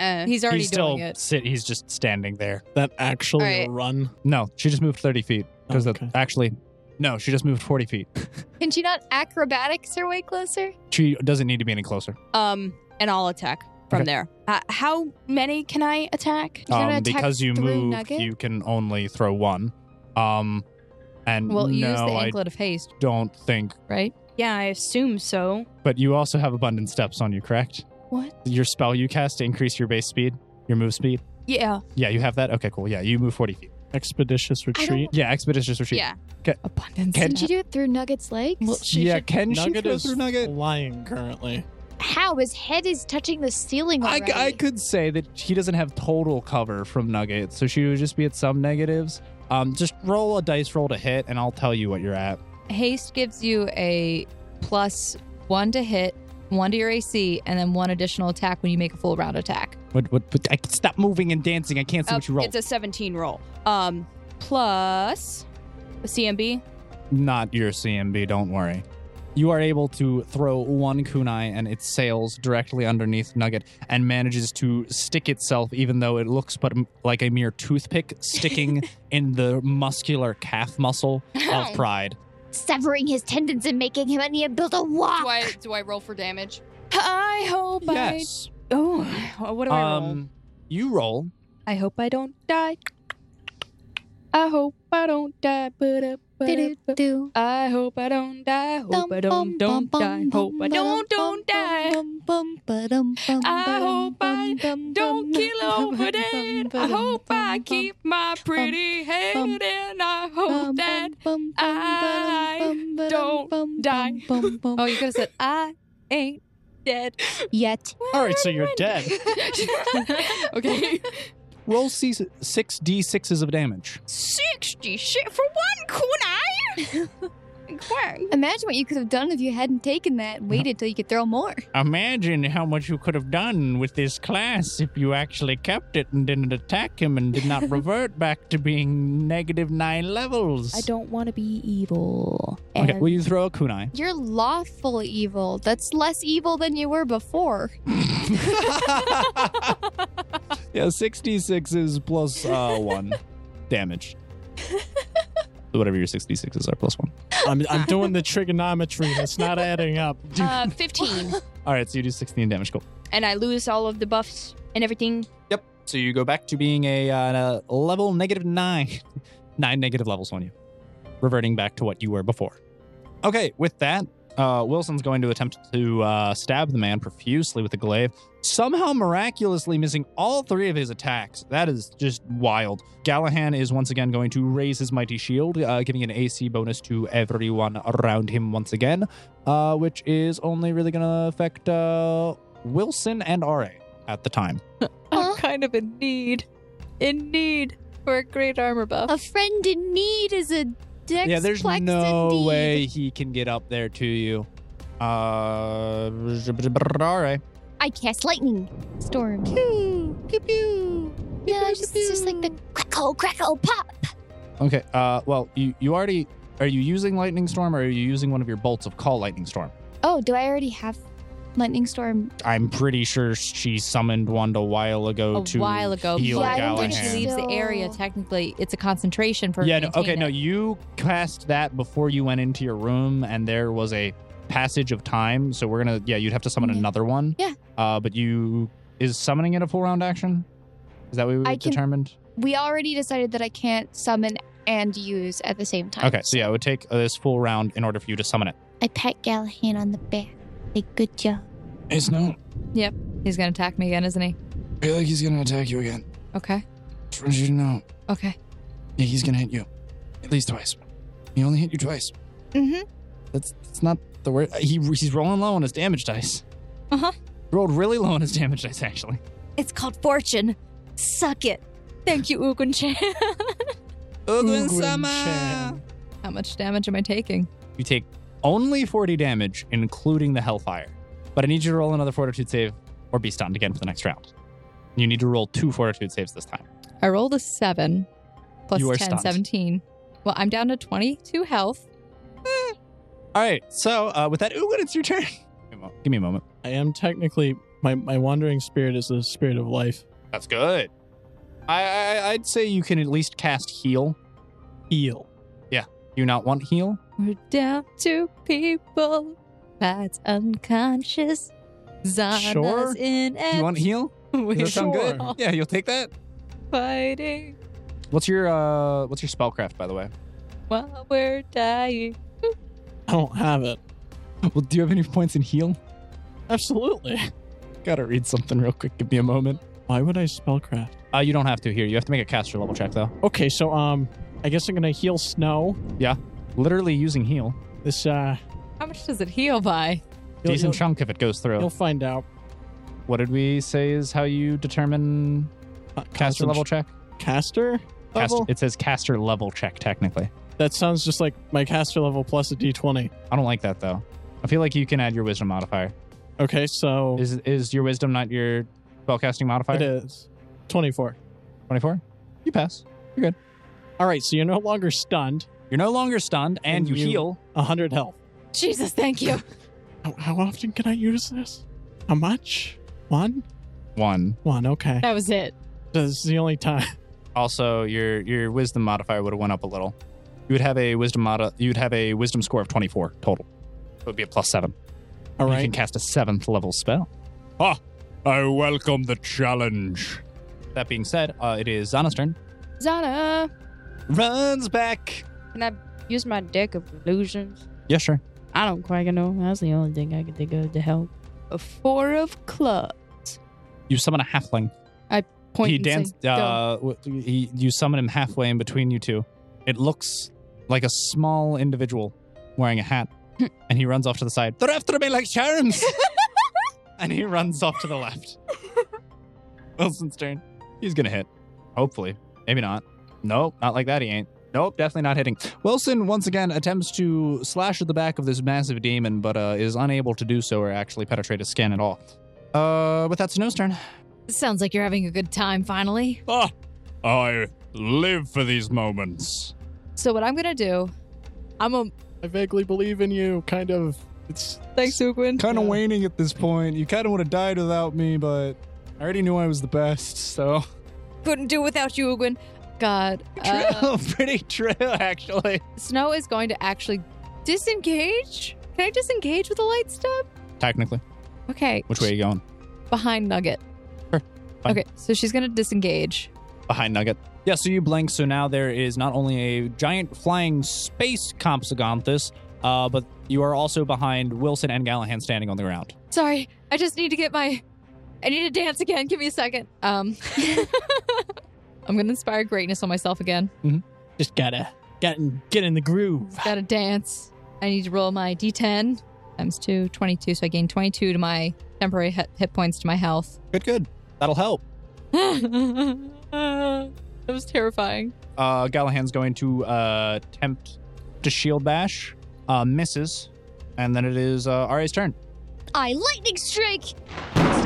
B: Uh,
D: He's already
A: he's still
D: doing it.
A: sit. He's just standing there.
F: That actually
B: All right.
F: run.
A: No, she just moved 30 feet. Because
F: Okay.
A: actually, no, she just moved 40 feet.
E: Can she not acrobatics her way closer?
A: She doesn't need to be any closer.
B: um, and I'll attack from
A: Okay.
B: there. Uh, how many can I attack?
E: You gotta attack
A: Um, because you
E: through
A: move,
E: Nugget?
A: you can only throw one. Um, and
D: Well,
A: no,
D: use the
A: I
D: anklet of haste,
A: don't think.
D: right?
B: Yeah, I assume so.
A: But you also have abundant steps on you, correct?
B: What?
A: Your spell you cast to increase your base speed, your move speed.
B: Yeah.
A: Yeah, you have that. Okay, cool. Yeah, you move 40 feet.
F: Expeditious retreat.
A: Yeah, expeditious retreat.
B: Yeah.
D: Abundance.
A: Can-
E: Did she do it through Nugget's legs?
D: Well, she
A: yeah,
D: should-
A: can she
F: Nugget
A: throw
F: is
A: through Nugget?
F: flying currently.
E: How? His head is touching the ceiling
A: I,
E: already.
A: I could say that he doesn't have total cover from Nugget, so she would just be at some negatives. Um, just roll a dice roll to hit, and I'll tell you what you're at.
D: Haste gives you a plus one to hit, one to your AC, and then one additional attack when you make a full round attack.
A: What? What? But I stop moving and dancing. I can't see
B: Oh,
A: what you rolled.
B: It's a 17 roll. Um, plus a CMB.
A: Not your CMB. Don't worry. You are able to throw one kunai, and it sails directly underneath Nugget, and manages to stick itself, even though it looks but m- like a mere toothpick sticking in the muscular calf muscle of Pride.
E: Severing his tendons and making him unable to walk.
B: Do I do I roll for damage? I hope
A: Yes.
B: I. Oh, what do I roll?
A: Um, you roll
B: I hope I don't die. I hope I don't die. But
E: Do-do-do.
B: I hope I don't die. Hope I don't
E: Dum,
B: don't
E: bum,
B: die.
E: bum,
B: Hope I
E: bum,
B: don't
E: bum,
B: don't
E: bum,
B: die.
E: bum, bum, ba-dum, bum,
B: I
E: ba-dum,
B: hope I
E: bum, bum,
B: Don't
E: bum,
B: kill
E: bum,
B: over
E: bum,
B: dead. I
E: bum,
B: hope
E: bum,
B: I
E: bum,
B: keep my pretty head
E: bum,
B: and I
E: bum,
B: hope that
E: bum, bum,
B: I
E: ba-dum, bum, ba-dum,
B: don't
E: bum,
B: die.
E: bum, bum, bum,
D: Oh, you could have said, I ain't dead.
E: Yet.
F: All right, so you're dead.
B: okay.
A: roll C- six d6s of damage.
B: 60 shit for one kunai? Quang.
E: Imagine what you could have done if you hadn't taken that and waited till you could throw more.
A: Imagine how much you could have done with this class if you actually kept it and didn't attack him and did not revert back to being negative nine levels.
C: I don't want to be evil.
A: Okay,
C: And-
A: will you throw a kunai?
E: You're lawful evil. That's less evil than you were before.
A: yeah, 66 is plus uh, one damage. Whatever your 66s are, plus one.
F: I'm, I'm doing the trigonometry. It's not adding up.
B: Uh, 15.
A: All right, so you do 16 damage. Cool.
B: and I lose all of the buffs and everything.
A: Yep. So you go back to being a, uh, a level negative nine. Nine negative levels on you, reverting back to what you were before. Okay, with that, Uh, Wilson's going to attempt to uh, stab the man profusely with the glaive, somehow miraculously missing all three of his attacks. That is just wild. Gallahan is once again going to raise his mighty shield, uh, giving an AC bonus to everyone around him once again, uh, which is only really going to affect uh, Wilson and RA at the time.
D: I'm kind of in need, in need for a great armor buff.
E: A friend in need is a dex
A: yeah, there's
E: plex
A: no
E: indeed.
A: way he can get up there to you. Uh, RA.
E: I cast lightning storm. Yeah, it's just, it's just like the crackle, crackle, pop.
A: Okay. Uh, well, you, you already are you using lightning storm or are you using one of your bolts of call lightning storm?
E: Oh, do I already have lightning storm?
A: I'm pretty sure she summoned one a while ago.
D: a
A: to
D: while ago,
A: heal
D: but I don't think
A: Gallahan.
D: she leaves the area. Technically, it's a concentration for.
A: yeah. No,
D: maintain
A: okay. No,
D: it.
A: you cast that before you went into your room, and there was a passage of time. So we're gonna. Yeah, you'd have to summon
D: Mm-hmm.
E: Yeah.
A: another one.
E: Yeah.
A: Uh, but you is summoning it a full round action? Is that what we
E: I can-
A: determined?
C: We already decided that I can't summon and use at the same time.
A: Okay. So yeah, it would take uh, this full round in order for you to summon it.
E: I pat Gallahan on the back. Say, good job.
H: It's no.
D: He's gonna attack me again, isn't he?
H: I feel like he's gonna attack you again.
D: Okay.
H: Just want you to know.
D: Okay.
H: Yeah, he's gonna hit you. At least twice. He only hit you twice.
D: Mm-hmm.
A: That's that's not the word. He he's rolling low on his damage dice.
D: Uh-huh.
A: Rolled really low on his damage dice actually.
D: It's called fortune. Suck it. Thank you, Ugun Chan. How much damage am I taking?
A: You take only 40 damage, including the Hellfire. But I need you to roll another Fortitude save or be stunned again for the next round. You need to roll two Fortitude saves this time.
D: I rolled a seven, plus
A: You are
D: 10,
A: stunned.
D: 17. Well, I'm down to 22 health.
A: All right. So uh, with that, Ugin, it's your turn. Give me a mo- Give me a moment.
F: I am technically my, my wandering spirit is the spirit of life.
A: That's good. I, I I'd say you can at least cast heal.
F: Heal.
A: You not want heal?
D: We're down to people. Pat's unconscious. Zana's
A: Sure.
D: in
A: Do you want heal? Does that sound good?
D: Sure.
A: Yeah, you'll take that.
D: fighting
A: What's your uh what's your spellcraft by the way?
D: while we're dying.
F: I don't have it.
A: Well, do you have any points in heal?
F: Absolutely.
A: Gotta read something real quick. Give me a moment.
F: Why would I spellcraft?
A: Uh, you don't have to here. You have to make a caster level check, though.
F: Okay, so um I guess I'm gonna heal snow.
A: Literally using heal.
F: This uh
D: How much does it heal by?
F: you'll,
A: Decent
F: you'll,
A: chunk if it goes through.
F: you'll find out.
A: What did we say is how you determine
F: Uh,
A: caster
F: concent-
A: level check?
F: Caster
A: Cast,
F: level?
A: it says caster level check, technically.
F: that sounds just like my caster level plus a D twenty.
A: I don't like that, though. I feel like you can add your wisdom modifier.
F: Okay, so
A: Is is your wisdom not your spellcasting modifier?
F: it is twenty four.
A: 24? You pass.
F: Alright, so you're no longer stunned.
A: You're no longer stunned and,
F: And
A: you,
F: you-
A: heal.
F: hundred health.
D: Jesus, thank you.
F: How, how often can I use this? How much? One?
A: One.
F: One, okay.
D: That was it.
F: This is the only time.
A: Also, your your wisdom modifier would have went up a little. You would have a wisdom modi- you'd have a wisdom score of 24 total. It would be a plus 7.
F: All
A: You can
F: right.
A: cast a 7th level spell.
H: I welcome the challenge.
A: That being said, uh, it is Zana's turn.
B: Zana,
A: Runs back.
C: Can I use my deck of illusions?
A: Yeah, sure.
C: I don't quite know. That's the only thing I can think of to help.
B: a four of club.
A: You summon a halfling.
B: Point
A: he
B: and say,
A: danced.
B: "Go."
A: Uh, w- he, you summon him halfway in between you two. It looks like a small individual wearing a hat, and he runs off to the side. They're after me like charms. and he runs off to the left. Wilson's turn. He's gonna hit. Hopefully, maybe not. Nope, not like that. He ain't. Nope, definitely not hitting. Wilson once again attempts to slash at the back of this massive demon, but uh, is unable to do so or actually penetrate his skin at all. Uh, but that's Snow's turn.
D: Sounds like you're having a good time finally.
H: I live for these moments.
D: So what I'm gonna do, I'm a
F: I vaguely believe in you, kind of. It's
D: thanks, Uguin.
A: kind of
F: Yeah.
A: waning at this point. You kind of would have died without me, but I already knew I was the best, so
D: Couldn't do without you, Uguin. God. Uh,
A: pretty true, actually.
D: Snow is going to actually disengage. Can I disengage with a light step?
A: Technically,
D: Okay.
A: which way are you going?
D: Behind Nugget.
A: Sure. Fine.
D: Okay, so she's gonna disengage.
A: Behind Nugget. Yeah, so you blink. So now there is not only a giant flying space Compsogonthus, Uh, but you are also behind Wilson and Gallahan standing on the ground.
D: Sorry, I just need to get my. I need to dance again. Give me a second. Um, I'm gonna inspire greatness on myself again.
F: Just gotta get in, get in the groove.
D: Gotta dance. I need to roll my d10 times 2, 22. So I gain 22 to my temporary hit, hit points to my health.
A: Good, good. That'll help.
D: that was terrifying.
A: Uh, Gallahan's going to uh, attempt to shield bash, uh, misses, and then it is uh, Arya's turn.
E: I lightning strike.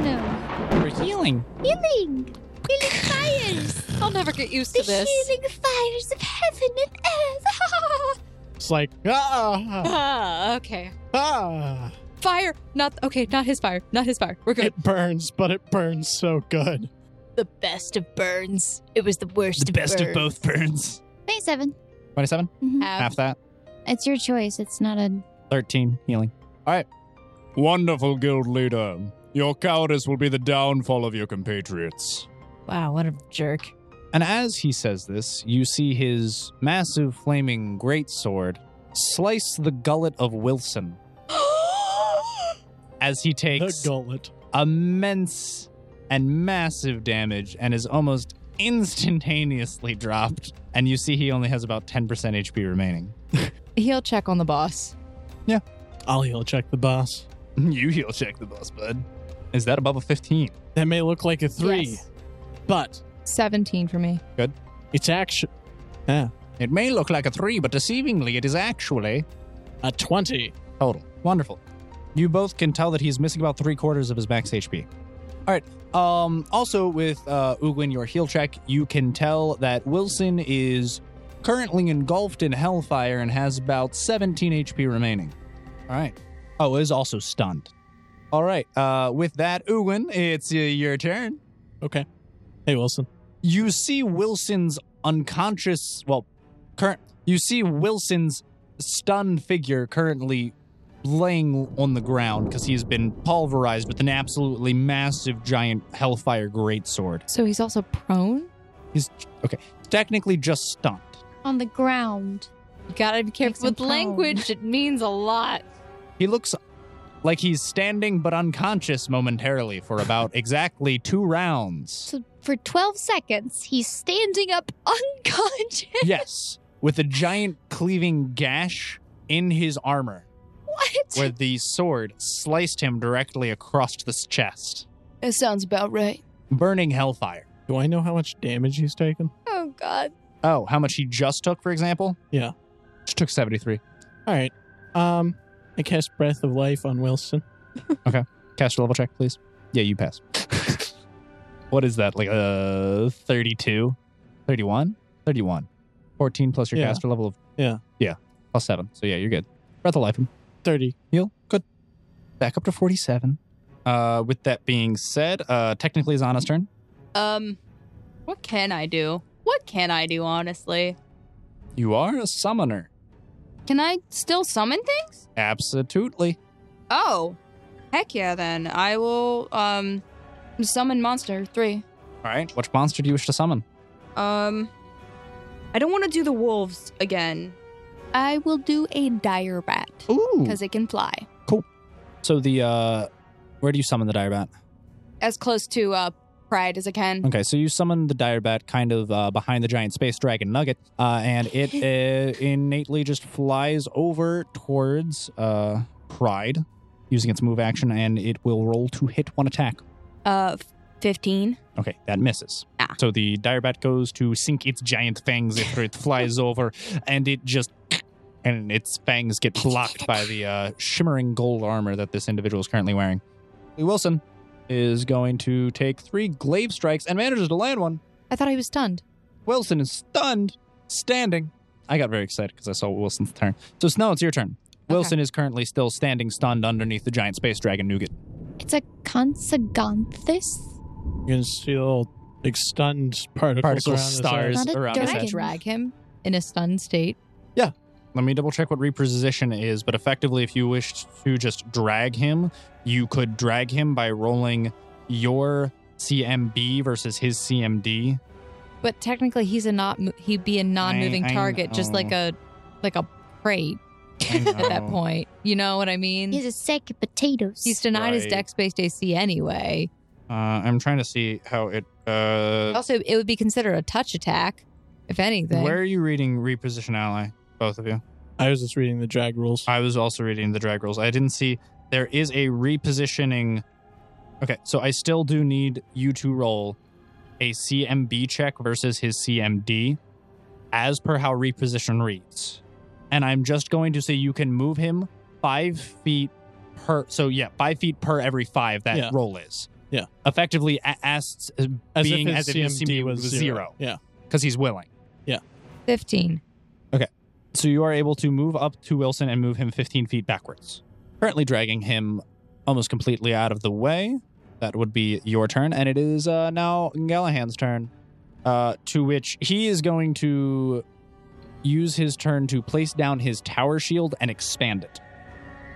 E: No.
A: For healing.
E: Healing. Healing fires.
D: I'll never get used
E: The
D: to this.
E: healing fires of heaven and earth.
F: It's like ah
D: Ah, okay.
F: ah.
D: Fire. Not okay. Not his fire. Not his fire. We're good.
F: It burns, but it burns so good.
D: the best of burns. It was the worst.
A: The best of both burns.
E: 27.
A: 27?
E: Mhm.
D: Half.
A: Half that.
E: It's your choice. It's not a.
A: 13 healing.
H: Wonderful guild leader. Your cowardice will be the downfall of your compatriots.
D: Wow, what a jerk.
A: And as he says this, you see his massive flaming greatsword slice the gullet of Wilson as he takes
F: The gullet.
A: immense and massive damage and is almost instantaneously dropped. And you see he only has about 10% HP remaining.
D: He'll check on the boss.
F: I'll heal check the boss.
A: you heal check the boss, bud. Is that above a 15?
F: That may look like a three,
D: Yes.
F: but
D: 17 for me.
F: it's actually
A: It may look like a 3, but deceivingly, it is actually
F: a twenty.
A: total. Wonderful. You both can tell that he's missing about three quarters of his max HP. All right. Um, also, with uh, Uglin, your heal check, you can tell that Wilson is currently engulfed in hellfire and has about 17 HP remaining. All right. Oh, is also stunned. All right. Uh, with that, Uglin, it's uh, your turn.
F: Okay. Hey Wilson.
A: You see Wilson's unconscious, well, current. You see Wilson's stunned figure currently laying on the ground because he's been pulverized with an absolutely massive giant hellfire greatsword.
D: So he's also prone?
A: Technically just stunned.
E: On the ground.
D: You gotta be careful
E: him
D: with
E: prone.
D: language. It means a lot.
A: He looks like he's standing but unconscious momentarily for about exactly two rounds.
E: So for 12 seconds, he's standing up unconscious.
A: yes, with a giant cleaving gash in his armor
E: What?
A: where the sword sliced him directly across the chest,
C: That sounds about right.
A: burning hellfire.
F: Do I know how much damage he's taken?
E: Oh, God.
A: Oh, how much he just took, for example?
F: Yeah.
A: Just took 73.
F: All right. Um, I cast Breath of Life on Wilson.
A: Caster level check, please. Yeah, you pass. what is that? Like uh 32? 31? 31. 14 plus your
F: Yeah.
A: caster level of
F: Yeah.
A: Yeah. Plus seven. So yeah, you're good. Breath of life him.
F: Thirty.
A: Heal. Good. Back up to 47. Uh with that being said, uh technically is Anna's turn.
B: Um, what can I do? What can I do, honestly?
A: You are a summoner.
B: Can I still summon things?
A: Absolutely.
B: Oh, heck yeah, then. I will, um, summon monster three.
A: Alright. Which monster do you wish to summon?
B: Um, I don't want to do the wolves again
C: I will do a dire bat
A: Ooh.
C: because it can fly.
A: So the uh where do you summon the dire bat?
B: as close to, uh, pride as I can.
A: Okay, so you summon the dire bat kind of uh, behind the giant space dragon nugget, uh, and it uh, innately just flies over towards uh, Pride using its move action, and it will roll to hit one attack.
B: Uh, 15.
A: Okay, that misses. So the dire bat goes to sink its giant fangs after it flies over, and it just. And its fangs get blocked by the uh, shimmering gold armor that this individual is currently wearing. Lee Wilson is going to take three glaive strikes and manages to land one.
D: I thought he was stunned.
A: Wilson is stunned, standing. I got very excited because I saw Wilson's turn. So now it's your turn. Wilson is currently still standing stunned underneath the giant space dragon nougat.
E: It's a consegonthus?
F: You can see the little like stunned particles,
A: Particle
F: around his head.
A: stars
E: Not a
A: around his
D: Can
A: head.
D: I
E: Dragon.
D: drag him in a stunned state?
A: Let me double check what reposition is, but effectively, if you wish to just drag him, you could drag him by rolling your CMB versus his CMD.
D: But technically, he's a not. mo- He'd be a non-moving
A: I
D: target, just
A: know. Oh.
D: like a, like a prey. at that point. You know what I mean?
E: He's a sack of potatoes.
D: He's denied his
A: Right.
D: dex based AC anyway.
A: Uh, I'm trying to see how it. Uh,
D: Also, it would be considered a touch attack, if anything.
A: where are you reading reposition ally? Both of you.
F: I was just reading the drag rules.
A: I was also reading the drag rules. I didn't see there is a repositioning. Okay, so I still do need you to roll a CMB check versus his CMD as per how reposition reads. And I'm just going to say you can move him five feet per. So, yeah, five feet per every five that
F: Yeah.
A: roll is.
F: Yeah.
A: Effectively, a- as, being as if his CMD was zero.
F: Yeah.
A: because he's willing.
D: 15.
A: So you are able to move up to Wilson and move him 15 feet backwards. Currently dragging him almost completely out of the way. That would be your turn, and it is uh, now Galahan's turn. Uh, to which he is going to use his turn to place down his tower shield and expand it,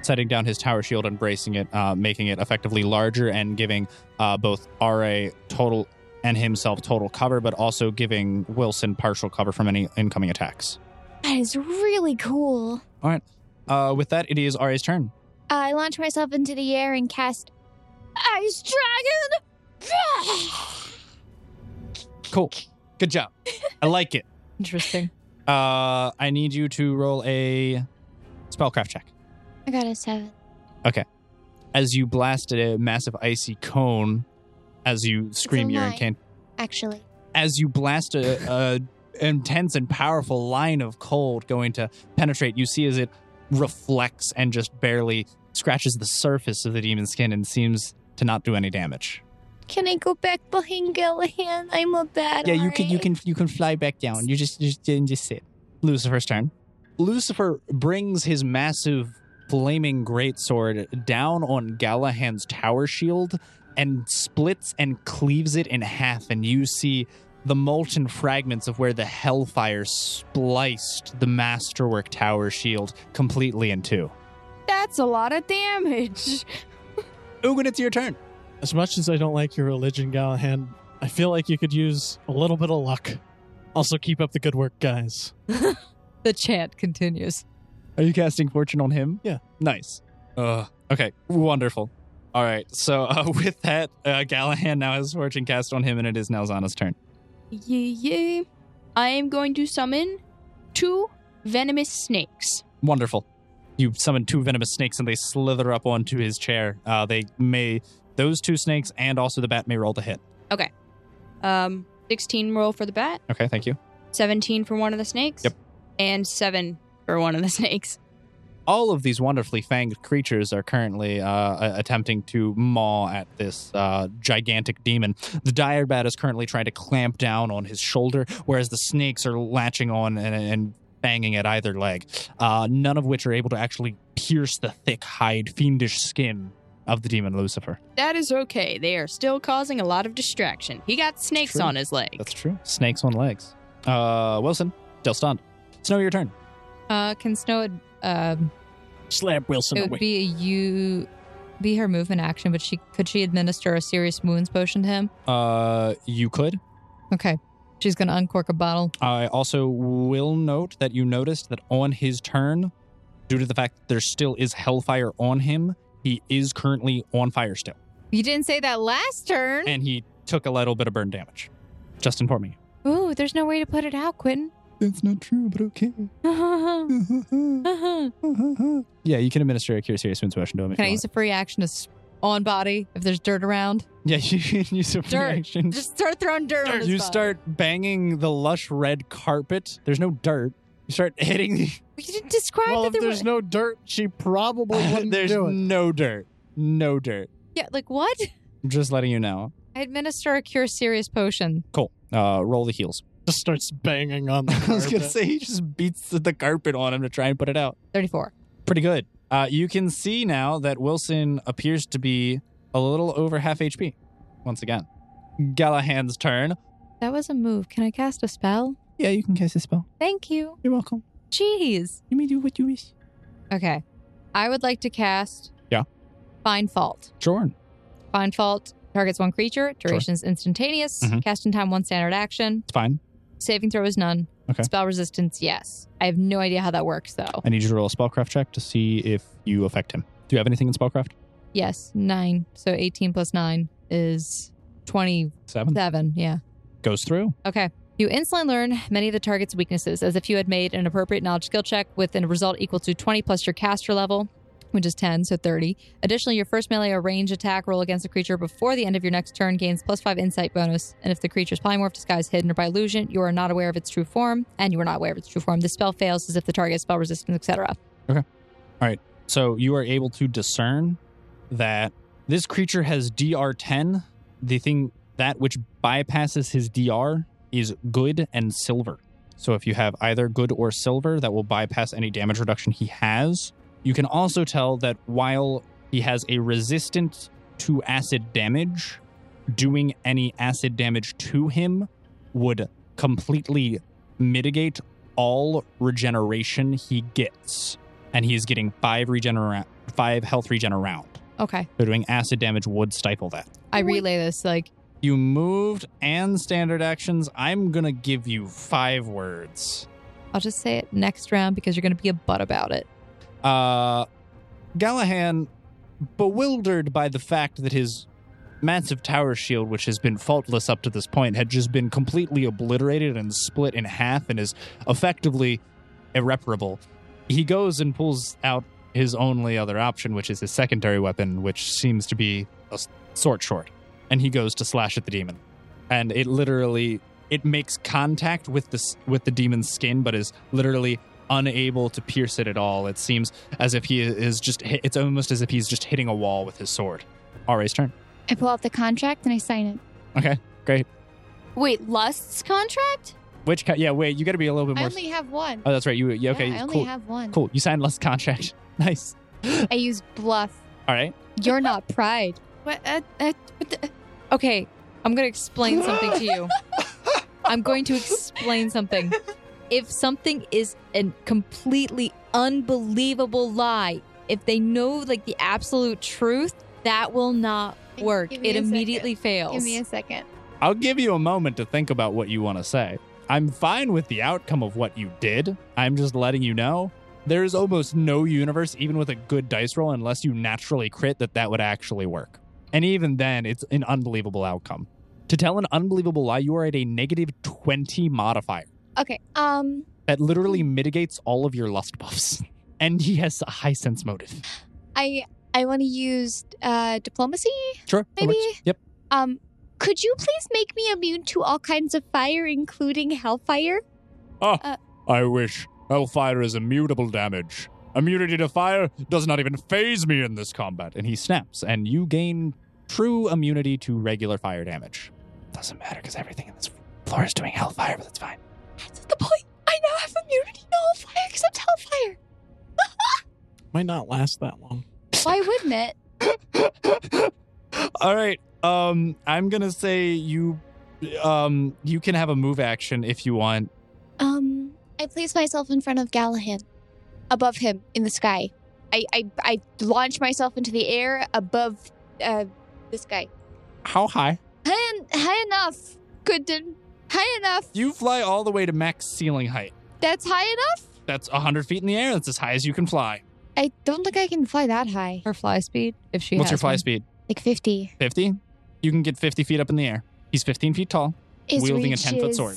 A: setting down his tower shield and bracing it, uh, making it effectively larger and giving uh, both Ra total and himself total cover, but also giving Wilson partial cover from any incoming attacks.
E: That is really cool.
A: Uh, with that, it is Ari's turn.
E: I launch myself into the air and cast Ice Dragon.
A: Cool. Good job. I like it.
D: Interesting.
A: Uh, I need you to roll a spellcraft check.
E: I got a seven.
A: As you blast a massive icy cone, as you scream
E: a
A: your
E: line.
A: incant,
E: Actually,
A: as you blast a, a intense and powerful line of cold going to penetrate, you see as it reflects and just barely scratches the surface of the demon's skin and seems to not do any damage.
E: can I go back behind Gallahan? I'm a bad.
A: yeah, you can you can you can fly back down. You just just didn't just sit. Lucifer's turn. Lucifer brings his massive flaming greatsword down on Galahan's tower shield and splits and cleaves it in half and you see the molten fragments of where the hellfire spliced the masterwork tower shield completely in two.
B: That's a lot of damage.
A: Ugin, it's your turn.
F: As much as I don't like your religion, Gallahan, I feel like you could use a little bit of luck. Also, keep up the good work, guys.
D: The chant continues.
A: Are you casting fortune on him?
F: Yeah.
A: Nice. Uh, okay. Wonderful. All right. So uh, with that, uh, Gallahan now has fortune cast on him, and it is now Zana's turn.
B: Yeah, yeah. I am going to summon two venomous snakes.
A: Wonderful. You summon two venomous snakes, and they slither up onto his chair. Uh, they may those two snakes and also the bat may roll to hit.
B: Um, 16 roll for the bat,
A: Okay. Thank you.
B: 17 for one of the snakes,
A: Yep.
B: and 7 for one of the snakes.
A: All of these wonderfully fanged creatures are currently uh, a- attempting to maw at this uh, gigantic demon. The dire bat is currently trying to clamp down on his shoulder, whereas the snakes are latching on and, and banging at either leg, uh, none of which are able to actually pierce the thick hide, fiendish skin of the demon Lucifer.
B: That is okay. They are still causing a lot of distraction. He got snakes
A: True.
B: on his leg.
A: true. Snakes on legs. Uh, Wilson, still stunned. Snow, your turn.
D: Uh, can Snow, um,
F: Slap Wilson
D: it would be a you, be her movement action, but she could she administer a serious wounds potion to him?
A: Uh, you could.
D: Okay. She's going to uncork a bottle.
A: I also will note that you noticed that on his turn, due to the fact that there still is hellfire on him, he is currently on fire still.
D: You didn't say that last turn.
A: And he took a little bit of burn damage. Just informing
D: Ooh, there's no way to put it out, Quentin.
A: you. That's not true, but okay.
D: can
A: yeah, you can administer a cure serious wounds potion to him. if
D: I
A: you
D: use a free action to s- on body if there's dirt around?
A: want. Yeah, you can use a free
D: Dirt.
A: action.
D: Just start throwing dirt. on his
A: You
D: body.
A: start banging the lush red carpet. There's no dirt. You start hitting the
D: You didn't describe
F: well,
D: that
F: if
D: there was.
F: there's no dirt, she probably wouldn't
A: There's
F: do it.
A: no dirt. No dirt.
D: yeah, like what?
A: I'm just letting you know.
D: I administer a cure serious potion.
A: Cool. Uh, roll the heels.
F: Just starts banging on the
A: I was gonna
F: carpet.
A: say he just beats the carpet on him to try and put it out.
D: 34.
A: Pretty good. Uh, you can see now that Wilson appears to be a little over half HP. Once again, Galahan's turn.
D: That was a move. Can I cast a spell?
A: Yeah, you can cast a spell.
D: Thank you.
A: You're welcome.
D: Jeez.
A: You may do what you wish.
D: Okay. I would like to cast.
A: Yeah.
D: Find fault.
A: Jorn.
D: Find fault targets one creature. Duration is instantaneous.
A: Mhm.
D: Cast in time one standard action.
A: It's fine.
D: Saving throw is none.
A: Okay.
D: Spell resistance, yes. I have no idea how that works though.
A: I need you to roll a spellcraft check to see if you affect him. Do you have anything in spellcraft?
D: Yes, nine. So 18 plus nine is 27.
A: Seven.
D: Yeah.
A: Goes through.
D: Okay. You instantly learn many of the target's weaknesses as if you had made an appropriate knowledge skill check with a result equal to 20 plus your caster level, which is 10, so 30. Additionally, your first melee or range attack roll against a creature before the end of your next turn gains plus 5 insight bonus. And if the creature's polymorph, disguise, hidden, or by illusion, you are not aware of its true form, and you are not aware of its true form. The spell fails as if the target is spell resistant, etc.
A: So you are able to discern that this creature has DR10. The thing that which bypasses his DR is good and silver. So if you have either good or silver, that will bypass any damage reduction he has. You can also tell that while he has a resistant to acid damage, doing any acid damage to him would completely mitigate all regeneration he gets and he's getting five regener five health regen a round.
D: Okay.
A: So doing acid damage would stifle that.
D: I relay this like,
A: You moved and standard actions. I'm gonna give you five words.
D: I'll just say it next round because you're going to be a butt about it.
A: Uh, Gallahan, bewildered by the fact that his massive tower shield, which has been faultless up to this point, had just been completely obliterated and split in half and is effectively irreparable, he goes and pulls out his only other option, which is his secondary weapon, which seems to be a s- sword short. And he goes to slash at the demon. And it literally it makes contact with this with the demon's skin, but is literally unable to pierce it at all. It seems as if he is just hit, it's almost as if he's just hitting a wall with his sword. Ari's turn.
E: I pull out the contract and I sign it.
B: Wait, Lust's contract?
A: Which ki- yeah, wait, you got to be a little bit
E: I
A: more.
E: only have one.
A: oh, that's right. You yeah, okay?
E: Yeah, I only
A: cool,
E: have one.
A: cool. You signed less contract. nice.
E: I use bluff.
A: All right.
E: You're not pride.
B: What? Uh, uh, what the-
D: Okay, I'm going to explain something to you. I'm going to explain something. If something is a completely unbelievable lie, if they know like the absolute truth, that will not
E: Hey,
D: work.
E: give me
D: It
E: a second.
D: immediately fails.
E: Give me a second.
A: I'll give you a moment to think about what you want to say. I'm fine with the outcome of what you did. I'm just letting you know there is almost no universe, even with a good dice roll, unless you naturally crit, that that would actually work. And even then, it's an unbelievable outcome. To tell an unbelievable lie, you are at a negative 20 modifier.
E: Okay. Um.
A: that literally mitigates all of your lust buffs. And he has a high sense motive.
E: I I want to use uh diplomacy.
A: Sure. that
E: Maybe.
A: works. Yep.
E: Um. Could you please make me immune to all kinds of fire, including hellfire?
H: I wish. Hellfire is immutable damage.
A: Immunity to fire does not even phase me in this combat. And he snaps, and you gain true immunity to regular fire damage. Doesn't matter because everything in this floor is doing hellfire, but that's fine.
E: That's the point. I now have immunity to all fire except hellfire.
F: Might not last that long.
E: Why wouldn't it?
A: All right. Um, I'm gonna say you, um, you can have a move action if you want.
E: Um, I place myself in front of Gallahan, above him in the sky. I I, I launch myself into the air above uh, this guy.
A: How high?
E: High, en- high enough. Couldn't. High enough.
A: You fly all the way to max ceiling height.
E: That's high enough.
A: That's 100 feet in the air. That's as high as you can fly.
E: I don't think I can fly that high.
D: Her fly speed, if she
A: What's
D: has
A: your fly
D: one.
A: speed?
E: Like fifty.
A: 50? You can get 50 feet up in the air. He's 15 feet tall.
E: His
A: Wielding a
E: reach
A: 10-foot
E: is-
A: sword.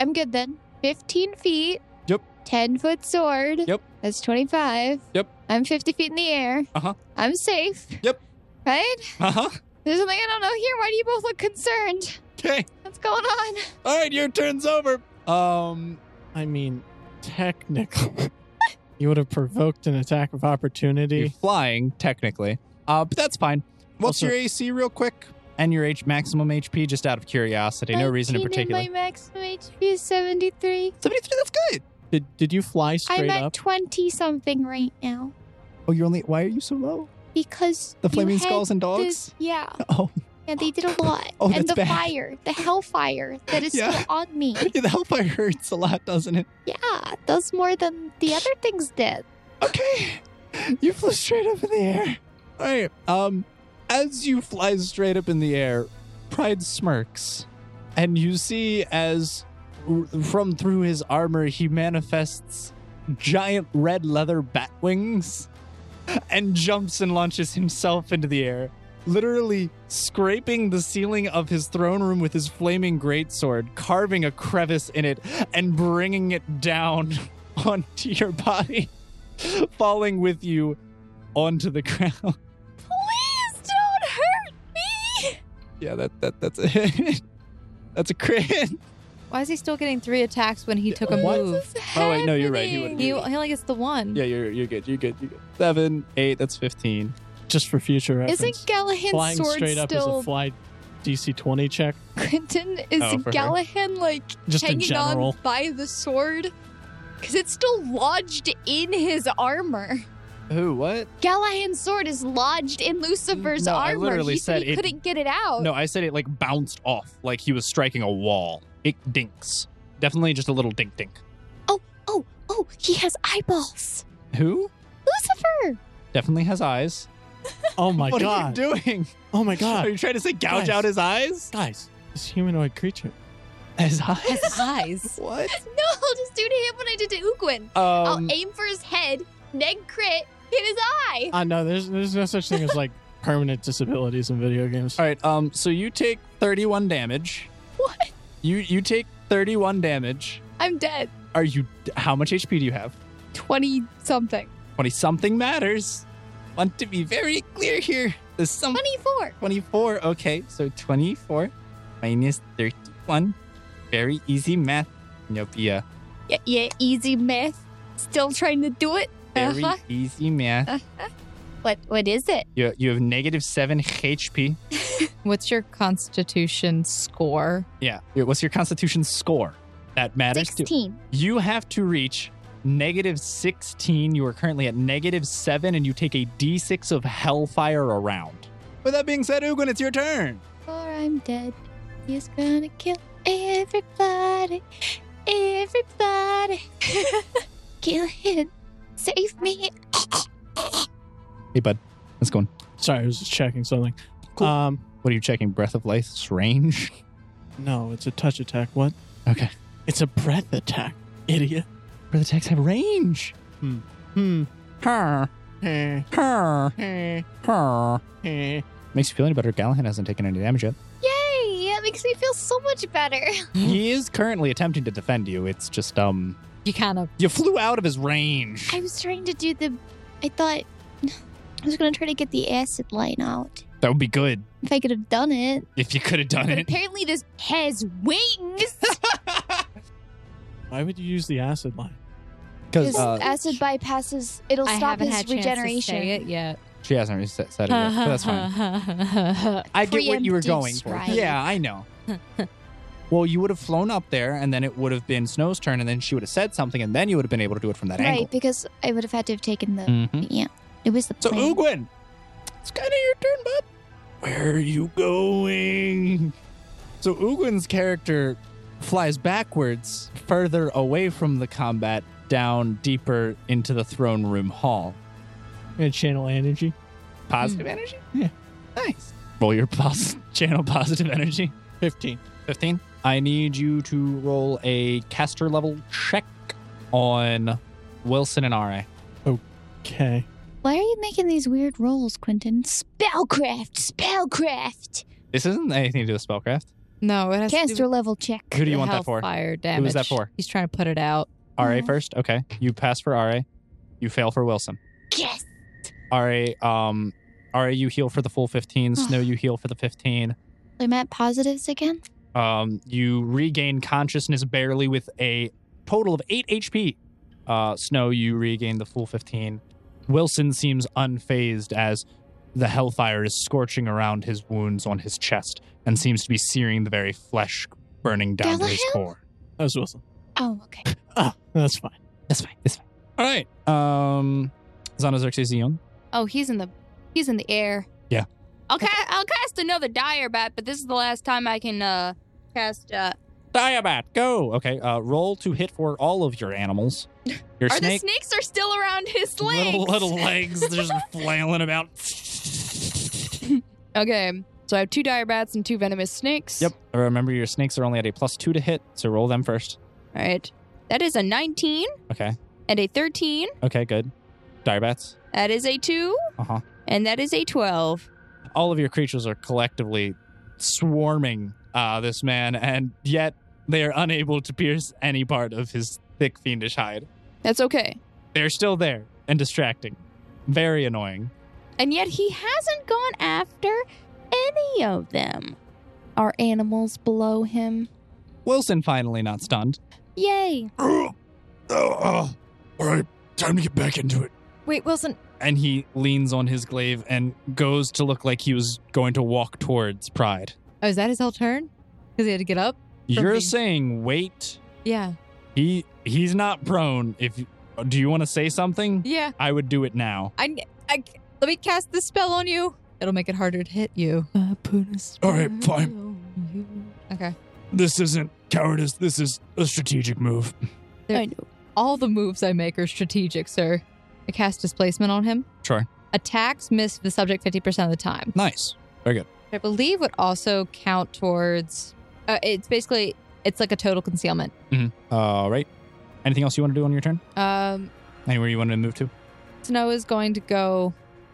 E: I'm good then. Fifteen feet.
A: Yep.
E: Ten foot sword.
A: Yep.
E: That's twenty five.
A: Yep.
E: I'm fifty feet in the air.
A: Uh-huh.
E: I'm safe.
A: Yep.
E: Right?
A: Uh-huh.
E: There's something I don't know here. Why do you both look concerned?
A: Okay.
E: What's going on?
A: All right, your turn's over. Um,
F: I mean, technically, you would have provoked an attack of
A: you're
F: opportunity.
A: flying, technically. Uh, but that's fine. What's
F: Also-
A: your AC real quick? And your H maximum HP, just out of curiosity. No reason in
E: 19 and
A: particular.
E: My maximum HP is 73.
A: 73, that's good.
F: Did, did you fly
E: I'm
F: straight
E: at
F: up?
E: 20 something right now
A: Oh, you're only, why are you so low?
E: because
A: The
E: you
A: flaming
E: had
A: skulls and dogs?
E: This, yeah,
A: Oh,
E: yeah, they did a lot.
A: Oh,
E: and
A: that's
E: the
A: bad.
E: fire, the hellfire that is
A: Yeah.
E: still on me.
A: yeah, the hellfire hurts a lot, doesn't it?
E: Yeah, it does more than the other things did.
A: Okay. You flew straight up in the air. All right. Um, as you fly straight up in the air, Pride smirks, and you see as r- from through his armor, he manifests giant red leather bat wings and jumps and launches himself into the air, literally scraping the ceiling of his throne room with his flaming greatsword, carving a crevice in it, and bringing it down onto your body, falling with you onto the ground.
D: Please don't hurt me.
A: Yeah, that, that that's a hit. That's a crit.
D: Why is he still getting three attacks when he took a
A: What?
D: move?
A: Oh wait, no, you're right. He
D: He, he only gets the one.
A: Yeah, you're you're good. You're good. You're good. Seven, eight. That's fifteen.
F: Just for future reference.
C: Isn't Gallahan's
F: Flying
C: sword
F: straight up
C: still
F: is a fly DC 20 check.
C: Quentin? Is
A: Oh, for her.
C: Gallahan like
F: Just in
C: hanging on
F: general.
C: by the sword? Because it's still lodged in his armor.
A: Who? What?
C: Gallahan's sword is lodged in Lucifer's
A: No, I
C: armor.
A: literally
C: he
A: said
C: he
A: it-
C: couldn't get it
D: Oh.
C: out.
A: No, I said it like bounced off, like he was striking a wall. It dinks. Definitely just a little dink dink.
E: Oh, he has eyeballs.
A: Who?
E: Lucifer.
A: Definitely has eyes.
F: Oh my
A: what
F: god.
A: are you doing?
F: Oh my
A: Are
F: god.
A: you trying to say gouge
F: Guys.
A: out his eyes?
F: Guys, this humanoid creature.
A: His eyes?
D: Has eyes.
A: What?
E: No, I'll just do to him what I did to Uquin.
A: Um,
E: I'll aim for his head, neg crit, hit his eye.
F: I know there's there's no such thing as like permanent disabilities in video games.
A: all right. Um. So you take thirty-one damage.
E: What?
A: You you take thirty-one damage.
C: I'm dead.
A: Are you? How much HP do you have?
C: Twenty something.
A: 20 something matters. Want to be very clear here. There's some
E: 24.
A: 24. Okay, so 24 minus 31. Very easy math, Neopia.
E: Yeah, yeah, easy math. Still trying to do it.
A: Very
E: Uh-huh.
A: easy math.
E: What what is it?
A: You, you have negative 7 HP.
D: What's your constitution score?
A: Yeah. yeah, What's your constitution score? That matters too.
E: 16.
A: You have to reach negative 16. You are currently at negative 7, and you take a d6 of hellfire around. With that being said, Ugin, it's your turn.
E: Or I'm dead. He's gonna kill everybody. Everybody. kill him. Save me.
A: Hey, bud. Let's go.
F: Sorry, I was just checking something.
A: Cool.
F: Um
A: What are you checking? Breath of Life's range?
F: no, it's a touch attack. What?
A: Okay.
F: It's a breath attack, idiot.
A: Breath attacks have range.
F: Hmm.
A: Her,
F: Eh,
A: her,
F: eh,
A: her.
F: eh.
A: Makes you feel any better. Gallahan hasn't taken any damage yet.
E: Yay! That makes me feel so much better.
A: he is currently attempting to defend you. It's just, um,
D: You kind of
A: you flew out of his range.
E: I was trying to do the. I thought. I was gonna try to get the acid line out.
A: That would be good
E: If I could have done it.
A: if you could have done
E: But
A: it.
E: apparently, this has wings.
F: Why would you use the acid line?
A: Because uh,
E: Because acid bypasses, it'll
D: I
E: stop
D: haven't
E: his
D: had chance
E: regeneration.
D: To say it yet.
A: she hasn't really said said it yet, but that's fine. I get what you were
E: Preemptive
A: going for.
E: strike.
A: Yeah, I know. well, you would have flown up there, and then it would have been Snow's turn, and then she would have said something, and then you would have been able to do it from that
E: right,
A: angle.
E: because I would have had to have taken the.
A: Mm-hmm.
E: Yeah, it was the
A: So,
E: plan.
A: Ugwin, it's kind of your turn, bud. Where are you going? So, Ugwin's character flies backwards, further away from the combat, down deeper into the throne room hall.
F: I'm gonna channel energy.
A: Positive energy?
F: Yeah.
A: Nice. Hmm. Roll your pos- channel positive energy.
F: Fifteen.
A: 15. I need you to roll a caster level check on Wilson and Ra.
F: Okay.
E: Why are you making these weird rolls, Quentin? Spellcraft, spellcraft.
A: This isn't anything to do with spellcraft.
D: no, it has to do
E: Caster level check.
A: Who do you
D: the
A: want that for?
D: Hellfire damage.
A: Who is that for?
D: He's trying to put it out.
A: RA
E: Mhm.
A: first. Okay. You pass for RA. You fail for Wilson.
E: Yes.
A: RA, um, RA, you heal for the full 15. Snow, you heal for the 15.
E: I'm at positives again.
A: Um, you regain consciousness barely with a total of 8 HP. Uh, Snow, you regain the full 15. Wilson seems unfazed as the hellfire is scorching around his wounds on his chest and seems to be searing the very flesh burning down to his
E: Galahad?
A: core.
F: That was Wilson.
E: Oh, okay.
F: Ah, that's fine.
A: That's fine. That's fine. All right. Um, Xanaxerxes Young.
B: Oh, he's in the he's in the air.
A: Yeah.
B: I'll ca- I'll cast another dire bat, but this is the last time I can uh cast uh
A: Diabat, go. Okay, uh, roll to hit for all of your animals. Your
B: Are
A: snake,
B: the snakes are still around his legs?
A: little little legs, they're just flailing about.
B: Okay. So I have two dire bats and two venomous snakes.
A: Yep. Uh, Remember, your snakes are only at a plus two to hit, so roll them first.
B: All right. That is a 19
A: Okay.
B: and a 13.
A: Okay, good. Direbats.
B: That is a 2.
A: Uh-huh.
B: And that is a 12.
A: all of your creatures are collectively swarming uh, this man, and yet they are unable to pierce any part of his thick, fiendish hide.
B: That's okay.
A: They're still there and distracting. Very annoying.
B: And yet he hasn't gone after any of them.
C: Are animals below him?
A: Wilson finally not stunned.
C: Yay!
H: Oh, oh, all right, time to get back into it.
D: Wait, Wilson.
A: And he leans on his glaive and goes to look like he was going to walk towards Pride.
D: Oh, is that his whole turn? Because he had to get up?
A: You're
D: being-
A: saying wait.
D: Yeah.
A: He he's not prone. If do you want to say something?
D: Yeah.
A: I would do it now.
D: I, I, let me cast this spell on you. It'll make it harder to hit you.
C: I put a
H: All right, fine.
D: Okay.
H: This isn't cowardice. This is a strategic move.
C: I know.
D: All the moves I make are strategic, sir. I cast displacement on him.
A: Sure.
D: Attacks miss the subject 50% of the time.
A: Nice.
D: I believe would also count towards. Uh, it's basically it's like a total concealment.
A: All right. Anything else you want to do on your turn?
D: Um,
A: Anywhere you want to move to?
D: Snow is going to go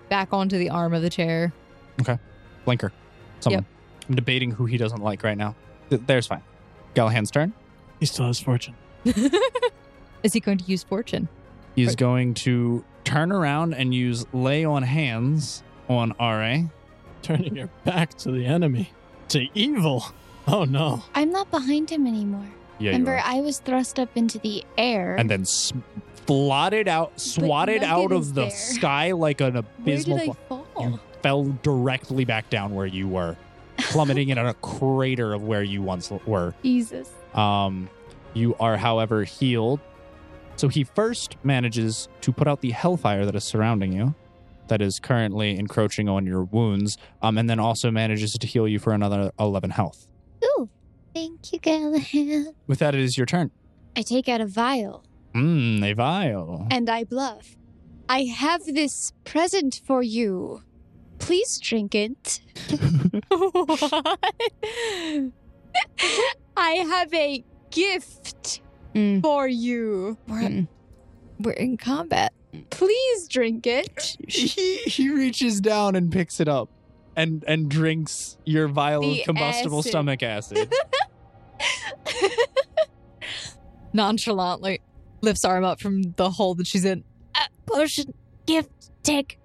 D: back onto the arm of the chair.
A: Blinker. Someone. I'm debating who he doesn't like right now. Th- there's fine. Galahan's turn.
F: He still has fortune.
D: Is he going to use fortune?
A: He's
D: Right.
A: going to turn around and use lay on hands on RA.
F: Turning your back to the enemy. To evil. Oh no.
E: I'm not behind him anymore.
A: Yeah,
E: Remember, I was thrust up into the air.
A: And then s- blotted out, swatted
E: Nugget
A: out
E: is
A: of the
E: there.
A: sky like an abysmal. fl-
E: fall?
A: You fell directly back down where you were, plummeting in a crater of where you once l- were.
E: Jesus.
A: Um, you are, however, healed. So he first manages to put out the hellfire that is surrounding you, that is currently encroaching on your wounds, um, and then also manages to heal you for another 11 health.
E: Ooh. Thank you, Galahad.
A: With that, it is your turn.
E: I take out a vial
A: Mmm, a vial.
E: and I bluff. I have this present for you. Please drink it. I have a gift
C: Mm.
E: for you.
D: We're, we're in combat.
E: Please drink it.
A: He, he reaches down and picks it up and, and drinks your vial
B: The
A: of combustible
B: acid.
A: stomach acid.
D: Nonchalantly lifts arm up from the hole that she's in. Uh, potion gift take.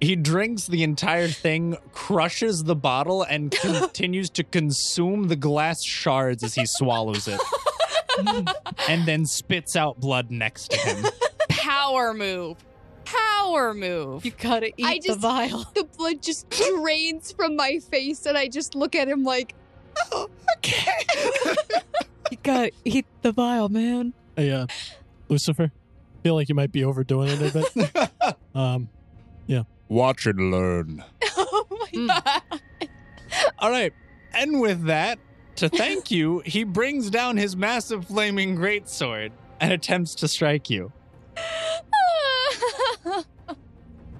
A: He drinks the entire thing, crushes the bottle, and continues to consume the glass shards as he swallows it, and then spits out blood next to him.
B: Power move. Power move.
D: You gotta eat
E: I
D: the
E: just-
D: vial.
E: The blood just drains from my face, and I just look at him like,
D: You gotta eat the vial, man.
F: Hey, uh, Lucifer, feel like you might be overdoing it a bit. um,
H: Watch and learn.
B: oh my god.
A: All right, and with that, to thank you, he brings down his massive flaming greatsword and attempts to strike you.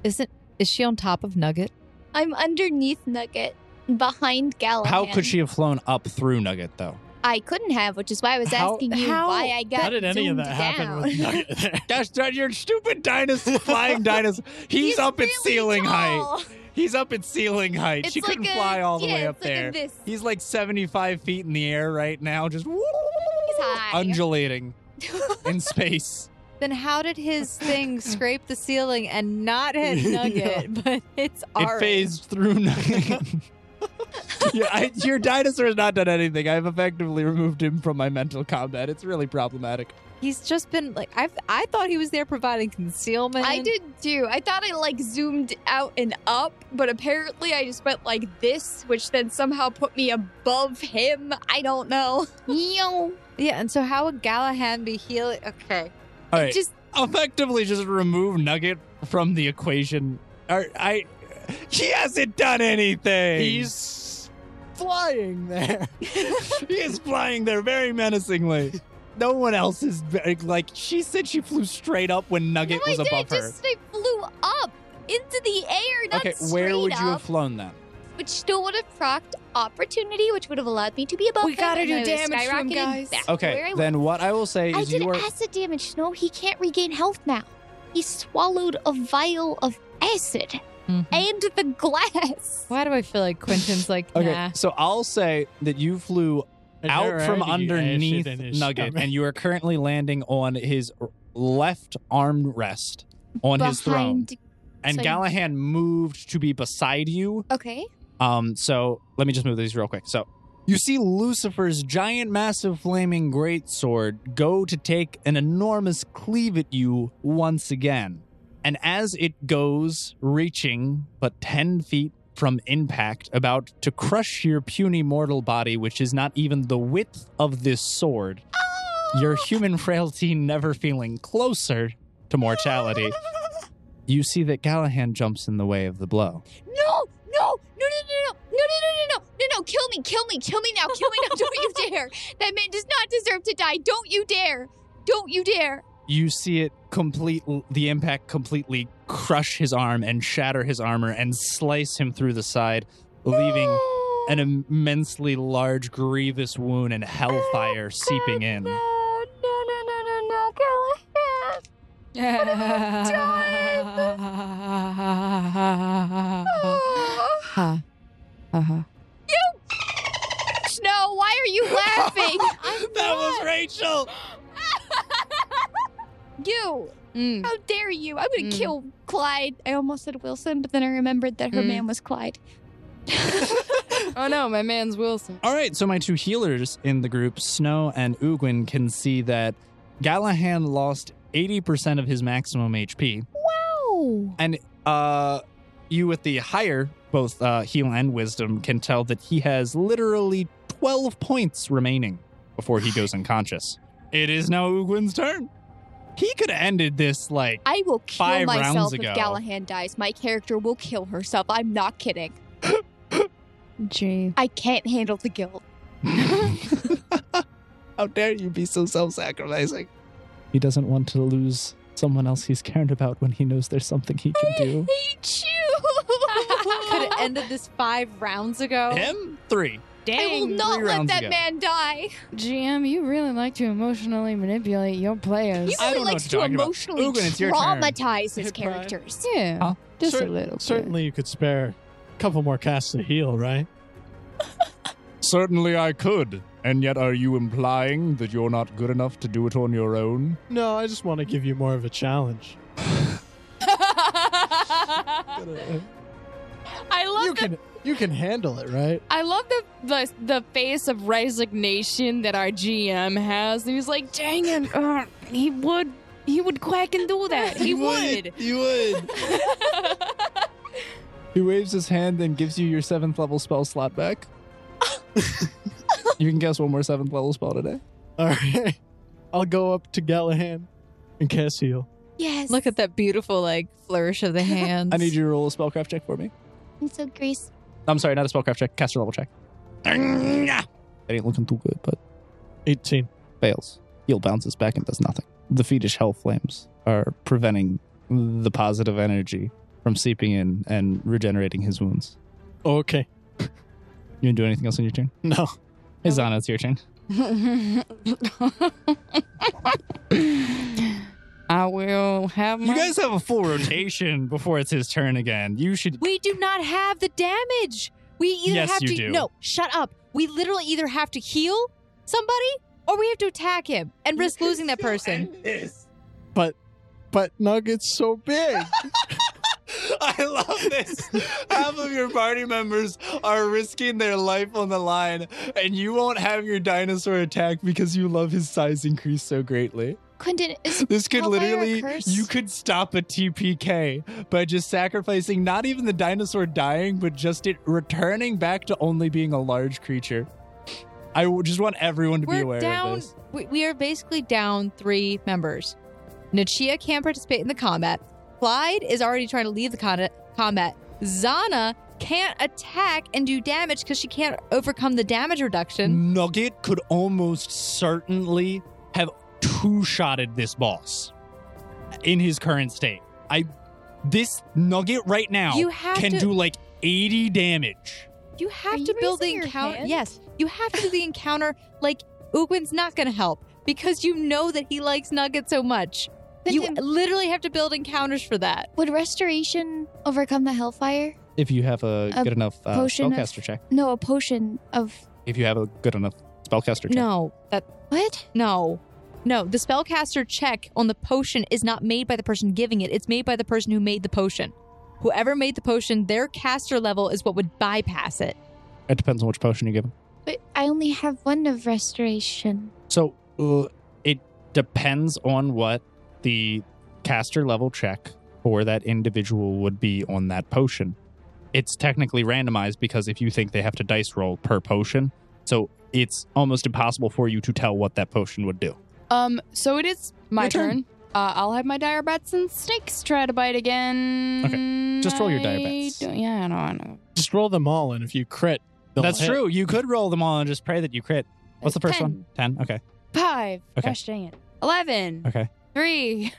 D: Isn't is she on top of Nugget?
E: I'm underneath Nugget, behind Galahad.
A: How could she have flown up through Nugget, though?
E: I couldn't have, which is why I was
F: How-
E: asking you
D: how-
E: why I got.
F: how did any of
E: zoomed
F: that happen
E: down.
F: with Nugget there?
A: Gosh darn your stupid dinosaur, flying dinosaur. He's, up at
E: really
A: ceiling height.
E: tall.
A: He's up at ceiling height. she
E: It's like
A: couldn't
E: a-
A: fly all the
E: yeah,
A: way
E: it's
A: up
E: like a
A: there.
E: this.
A: He's like 75 feet in the air right now, just
E: high.
A: undulating in space.
D: Then how did his thing scrape the ceiling and not hit Nugget? But it's
A: It
D: our
A: phased through nothing. yeah, I, your dinosaur has not done anything. I've effectively removed him from my mental combat. It's really problematic.
D: He's just been like I. I thought he was there providing concealment.
B: I did too. I thought I like zoomed out and up, but apparently I just went like this, which then somehow put me above him. I don't know.
E: Yo.
D: Yeah, and so how would Galahad be healing? Okay,
A: All right.
B: Just
A: effectively just remove Nugget from the equation. Or, I he hasn't done anything.
F: He's flying there.
A: he is flying there very menacingly. No one else is very- like she said. She flew straight up when Nugget was above her.
E: Just they flew up into the air, not
A: okay,
E: straight
A: where would
E: up.
A: you have flown then?
E: which still would have procked opportunity, which would have allowed me to be above
B: We
E: them,
B: gotta
E: and
B: do
E: I would have
B: damage to 'em,
E: skyrocketed
B: guys.
E: back to where I
A: Okay,
E: was.
A: then what I will say
E: I
A: is
E: did
A: you are
E: acid damage. No, he can't regain health now. He swallowed a vial of acid
A: Mm-hmm.
E: and the glass.
D: Why do I feel like Quentin's like,
A: Okay,
D: nah?
A: so I'll say that you flew out from
F: Alrighty,
A: underneath
F: acid in his
A: Nugget
F: stomach.
A: and you are currently landing on his r- left armrest on his throne.
E: Behind-
A: And
E: so-
A: Gallahan moved to be beside you
E: Okay.
A: Um, so let me just move these real quick. So you see Lucifer's giant, massive, flaming greatsword go to take an enormous cleave at you once again. And as it goes, reaching but 10 feet from impact, about to crush your puny mortal body, which is not even the width of this sword, your human frailty never feeling closer to mortality, you see that Gallahan jumps in the way of the blow.
E: No, no, no, no, no, no, no, no, no, no, no, no, no, kill me, kill me, kill me now, kill me now. Don't you dare. That man does not deserve to die. Don't you dare. Don't you dare.
A: you see it complete the impact completely crush his arm and shatter his armor and slice him through the side leaving
E: No.
A: an immensely large grievous wound and hellfire seeping in
E: No, no, no, no, no, no, Callahan.
D: Ha. Uh-huh.
E: Snow, why are you laughing? I'm
A: that was
E: not.
A: rachel
E: You.
B: Mm.
E: How dare you? I'm going
A: Hmm.
E: to
B: Mm.
E: kill Clyde. I almost said Wilson, but then I remembered that her
A: Hmm.
B: Mm.
E: man was Clyde.
B: Oh no, my man's Wilson.
A: all right so my two healers in the group snow and ugwin can see that gallahan lost 80% of his maximum hp
E: Wow.
A: Uh, you with the higher both uh, heal and wisdom can tell that he has literally 12 points remaining before he goes unconscious. It is now Ugwin's turn. He could have ended this like
E: I will kill
A: Five rounds
E: myself if
A: ago.
E: Gallahan dies. My character will kill herself. I'm not kidding.
C: Gee.
E: I can't handle the guilt.
A: How dare you be so self-sacrificing? He doesn't want to lose someone else he's cared about when he knows there's something he can do.
E: hate
D: Could
E: you.
D: have ended this five rounds ago.
A: Him three.
E: I will
A: Dang,
E: not
A: three
E: let
A: rounds
E: that
A: ago.
E: man die.
C: GM, you really like to emotionally manipulate your players.
E: He
A: I don't
E: really
A: know
E: likes
A: what
E: to
A: you're talking about.
E: emotionally
A: Ugin, it's your turn.
E: traumatize his
F: Goodbye.
E: characters.
C: yeah,
A: Huh?
C: just
F: Cer-
C: a little bit.
F: Certainly, you could spare a couple more casts to heal, right?
H: Certainly I could. And yet, are you implying that you're not good enough to do it on your own?
F: No, I just want to give you more of a challenge.
B: I love
F: you
B: the
F: can you can handle it, right?
B: I love the, the the face of resignation that our GM has. And he's like, dang it, uh, he would he would quack and do that. He would.
F: You would.
A: He waves his hand and gives you your seventh level spell slot back. you can guess one more seventh level spell today.
F: All right. I'll go up to Gallahan and cast heal.
E: Yes.
D: Look at that beautiful like flourish of the hands.
A: I need you to roll a spellcraft check for me.
E: I'm so Grace.
A: I'm sorry, not a spellcraft check, caster level check. It ain't looking too good, but
F: 18.
A: fails. Heal bounces back and does nothing. The fiendish hell flames are preventing the positive energy from seeping in and regenerating his wounds.
F: Okay.
A: You didn't do anything else on your turn?
F: No.
A: Hey, Zana, it's your turn.
B: I will have my
A: You guys have a full rotation before it's his turn again. You should.
D: We do not have the damage. We either
A: Yes,
D: have
A: you
D: to
A: do.
D: no, shut up. We literally either have to heal somebody or we have to attack him and risk losing that person.
F: But Nugget's so big.
A: I love this. Half of your party members are risking their life on the line, and you won't have your dinosaur attack because you love his size increase so greatly.
E: Quentin is
A: This could
E: Hellfire
A: literally,
E: curse?
A: you could stop a TPK by just sacrificing not even the dinosaur dying, but just it returning back to only being a large creature. I w- just want everyone to be
D: We're
A: aware of
D: down
A: this.
D: we, we are basically down three members. Nachia can't participate in the combat. Clyde is already trying to leave the con- combat. Zana can't attack and do damage because she can't overcome the damage reduction.
A: Nugget could almost certainly have two shotted this boss in his current state. I this Nugget right now
D: You have
A: can
D: to-
A: do like 80 damage.
D: You have
E: you
D: to build the
E: raising your
D: encounter.
E: hand?
D: Yes, you have to do the encounter. Like Ugwin's not going to help because you know that he likes Nugget so much.
E: Then
D: you
E: him-
D: literally have to build encounters for that.
E: Would restoration overcome the hellfire?
A: If you have a,
E: A
A: good enough uh,
E: potion of-
A: spellcaster check.
E: No, a potion of
A: If you have a good enough spellcaster check.
D: No, that
E: what?
D: no. No, the spellcaster check on the potion is not made by the person giving it. It's made by the person who made the potion. Whoever made the potion, their caster level is what would bypass it.
A: It depends on which potion you give him.
E: But I only have one of restoration.
A: So uh, it depends on what the caster level check for that individual would be on that potion. It's technically randomized because if you think they have to dice roll per potion, so it's almost impossible for you to tell what that potion would do.
B: Um, so it is my
A: Your turn.
B: turn. Uh, I'll have my dire bats and snakes try to bite again.
A: Okay. Just roll your dire bats.
B: I don't- yeah, I don't want to.
F: Just roll them all, and if you crit, they'll
A: That's
F: hit.
A: true. You could roll them all and just pray that you crit. What's the first
B: Ten.
A: one? Ten. Okay.
B: Five.
A: Okay.
B: Gosh dang it. Eleven.
A: Okay.
B: Three.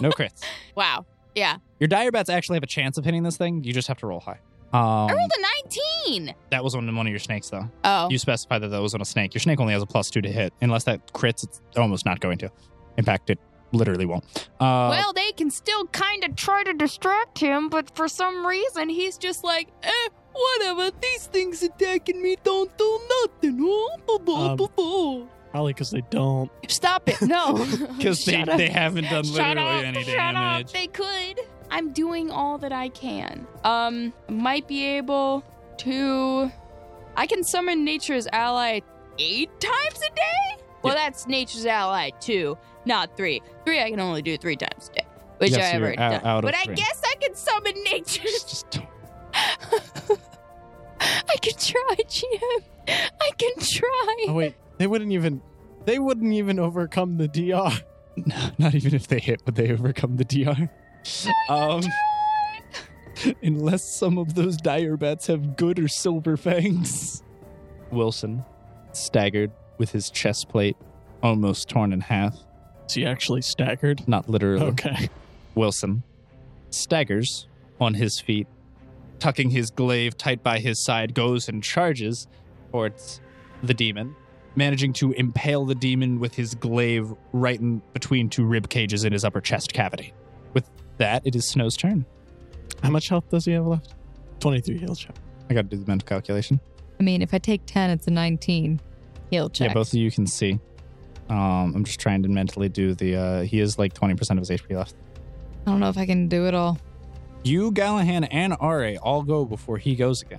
A: No crits.
B: Wow. Yeah.
A: Your dire bats actually have a chance of hitting this thing. You just have to roll high. Um,
B: I rolled a 19.
A: that was on one of your snakes, though.
B: Oh.
A: You specified that that was on a snake. Your snake only has a plus two to hit. Unless that crits, it's almost not going to. In fact, it literally won't. Uh,
B: well, they can still kind of try to distract him, but for some reason, he's just like, eh, whatever. These things attacking me don't do nothing. Oh, bo- bo-
F: Um,
B: bo- bo."
F: Probably because they don't.
B: Stop it. No.
A: because they,
B: Shut up.
A: they haven't done
B: Shut
A: literally
B: up,
A: any
B: shut
A: damage.
B: Up, they could. I'm doing all that I can. Um, might be able to. I can summon nature's ally eight times a day. Well, that's nature's ally two, not three. Three I can only do three times a day, which
A: Yes,
B: I have
A: you're
B: already
A: out-
B: done.
A: out of
B: but I
A: three.
B: guess I can summon nature's.
A: Just don't-
B: I can try, GM. I can try.
F: Oh wait, they wouldn't even. They wouldn't even overcome the DR.
A: No, not even if they hit, would they overcome the DR? Um, unless some of those dire bats have good or silver fangs. Wilson, staggered with his chest plate almost torn in half,
F: Is he actually staggered?
A: not literally.
F: Okay.
A: Wilson staggers on his feet, tucking his glaive tight by his side, goes and charges towards the demon, managing to impale the demon with his glaive right in between two rib cages in his upper chest cavity. With that, it is Snow's turn.
F: How much health does he have left? Twenty-three heal check.
A: I gotta do the mental calculation.
D: I mean, if I take 10, it's a 19 heal check.
A: Yeah, both of you can see. Um, I'm just trying to mentally do the. Uh, he is like 20% of his HP left.
D: I don't know if I can do it all.
A: You, Gallahan, and Are all go before he goes again.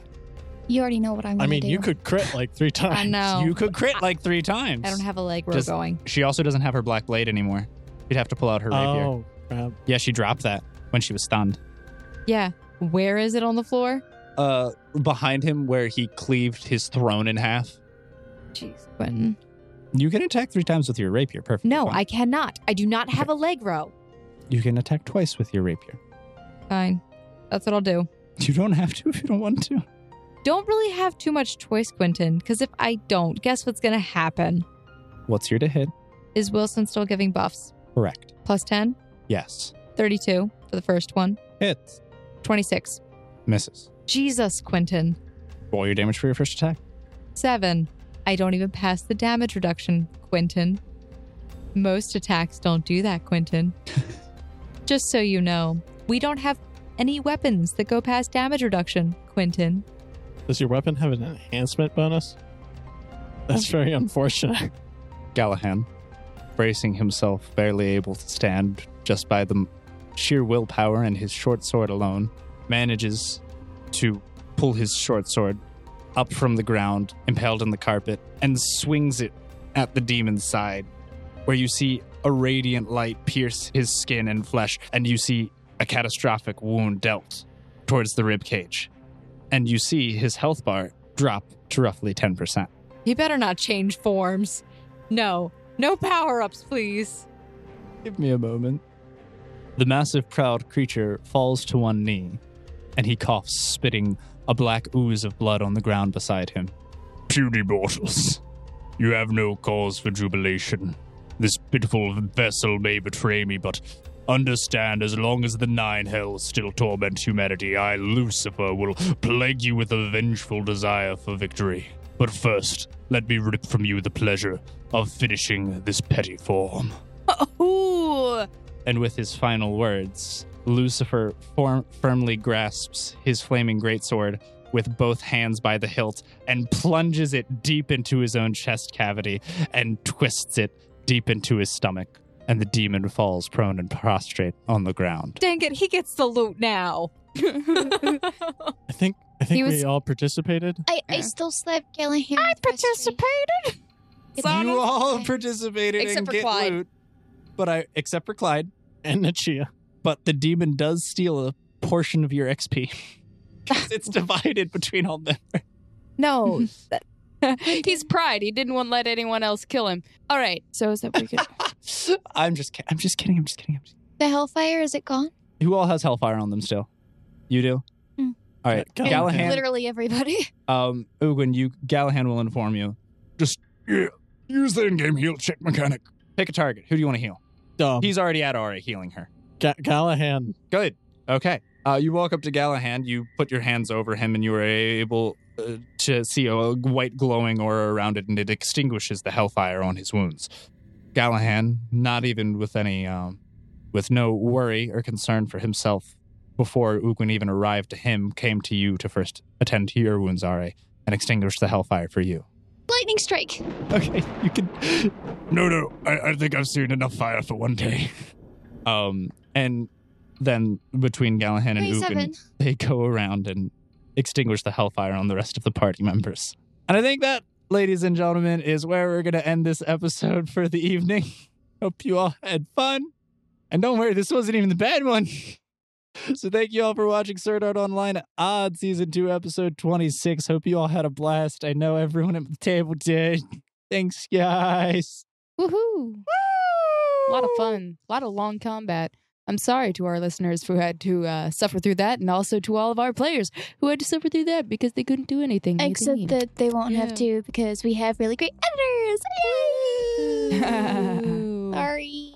E: You already know what I'm
F: I
E: gonna
F: mean,
E: do.
F: you could crit like three times.
D: Oh, I know.
A: You could crit like three times.
D: I don't have a leg. We're
A: Just-
D: going.
A: She also doesn't have her black blade anymore. She'd have to pull out her rapier.
F: Oh, crap.
A: Yeah, she dropped that when she was stunned.
D: Yeah. Where is it on the floor?
A: Uh, behind him, where he cleaved his throne in half.
D: Jeez, Quentin.
A: You can attack three times with your rapier. Perfect.
D: No, I cannot. I do not have a leg row.
A: You can attack twice with your rapier.
D: Fine. That's what I'll do.
A: You don't have to if you don't want to.
D: Don't really have too much choice, Quentin, because if I don't, guess what's going to happen?
A: What's your to hit?
D: Is Wilson still giving buffs?
A: Correct.
D: Plus 10,
A: Yes.
D: 32 for the first one,
A: Hits.
D: 26.
A: Misses.
D: Jesus, Quentin.
A: Roll your damage for your first attack.
D: Seven. I don't even pass the damage reduction, Quentin. Most attacks don't do that, Quentin. Just so you know, we don't have any weapons that go past damage reduction, Quentin.
F: Does your weapon have an enhancement bonus? That's very unfortunate.
A: Gallahan, bracing himself, barely able to stand just by the sheer willpower and his short sword alone, manages to pull his short sword up from the ground, impaled in the carpet, and swings it at the demon's side, where you see a radiant light pierce his skin and flesh, and you see a catastrophic wound dealt towards the rib cage. And you see his health bar drop to roughly 10%.
D: He better not change forms. No, no power ups, please.
A: Give me a moment. The massive, proud creature falls to one knee, and he coughs, spitting a black ooze of blood on the ground beside him.
H: Puny mortals, you have no cause for jubilation. This pitiful vessel may betray me, but Understand, as long as the nine hells still torment humanity, I, Lucifer, will plague you with a vengeful desire for victory. But first, let me rip from you the pleasure of finishing this petty form.
D: Ooh.
A: And with his final words, Lucifer form- firmly grasps his flaming greatsword with both hands by the hilt and plunges it deep into his own chest cavity and twists it deep into his stomach. And the demon falls prone and prostrate on the ground.
D: Dang it, he gets the loot now.
F: I think
D: He
F: I think
D: was-
F: we all participated.
E: I, I still slapped Gallahan. I
B: Sana?
A: all participated
D: Except for Clyde.
A: loot. But I except for Clyde.
F: And Nichia.
A: But the demon does steal a portion of your XP. 'Cause it's divided between all them.
D: No.
B: He's pride. He didn't want to let anyone else kill him. All right.
C: So is that we could?
A: I'm just kidding. I'm just kidding. I'm just kidding. I'm just
E: The Hellfire, is it gone?
A: Who all has Hellfire on them still? You do?
E: Hmm.
A: All right.
F: Yeah,
A: Gallahan,
E: Literally everybody.
A: um, Ugwin, you, Gallahan will inform you.
H: Yeah, use the in-game heal check mechanic.
A: Pick a target. Who do you want to heal?
F: Um,
A: He's already at Ari healing her.
F: Ga- Gallahan.
A: Good. Okay. Uh, you walk up to Gallahan, you put your hands over him, and you are able uh, to see a white glowing aura around it, and it extinguishes the hellfire on his wounds. Gallahan, not even with any, um, with no worry or concern for himself, before Ugwin even arrived to him, came to you to first attend to your wounds, Ari, and extinguish the hellfire for you.
E: Lightning strike.
A: Okay, you can
H: No, no, I, I think I've seen enough fire for one day.
A: Um, and then between Gallahan and
E: Twenty-seven.
A: Ugin, they go around and extinguish the hellfire on the rest of the party members. And I think that, ladies and gentlemen, is where we're going to end this episode for the evening. Hope you all had fun. And don't worry, this wasn't even the bad one. so thank you all for watching Sword Art Online Odd Season 2, Episode 26. Hope you all had a blast. I know everyone at the table did. Thanks, guys.
C: Woohoo!
B: A lot of fun. A lot of long combat.
D: I'm sorry to our listeners who had to uh, suffer through that, and also to all of our players who had to suffer through that because they couldn't do anything. they
E: Except
D: didn't.
E: that they won't have
D: Yeah.
E: to because we have really great editors. Yay! Sorry.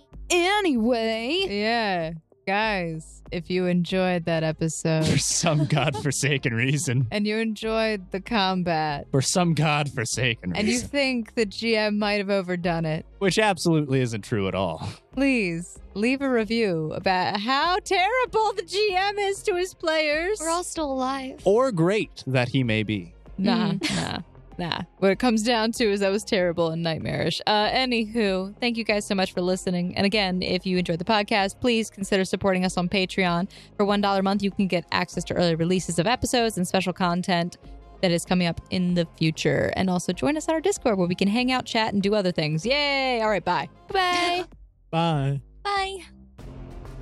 C: Anyway,
D: yeah, guys, if you enjoyed that
A: For
D: episode
A: some godforsaken reason.
D: and you enjoyed the combat,
A: for some godforsaken
D: and you
A: reason,
D: think the GM might have overdone it,
A: which absolutely isn't true at all.
D: please leave a review about how terrible the GM is to his players.
E: We're all still alive.
A: Or great that he may be.
D: Nah, nah, nah. What it comes down to is that was terrible and nightmarish. Uh, anywho, thank you guys so much for listening. And again, if you enjoyed the podcast, please consider supporting us on Patreon. For $1 a month, you can get access to early releases of episodes and special content that is coming up in the future. And also join us on our Discord where we can hang out, chat, and do other things. Yay! All right, bye.
E: Bye.
F: Bye.
E: Bye.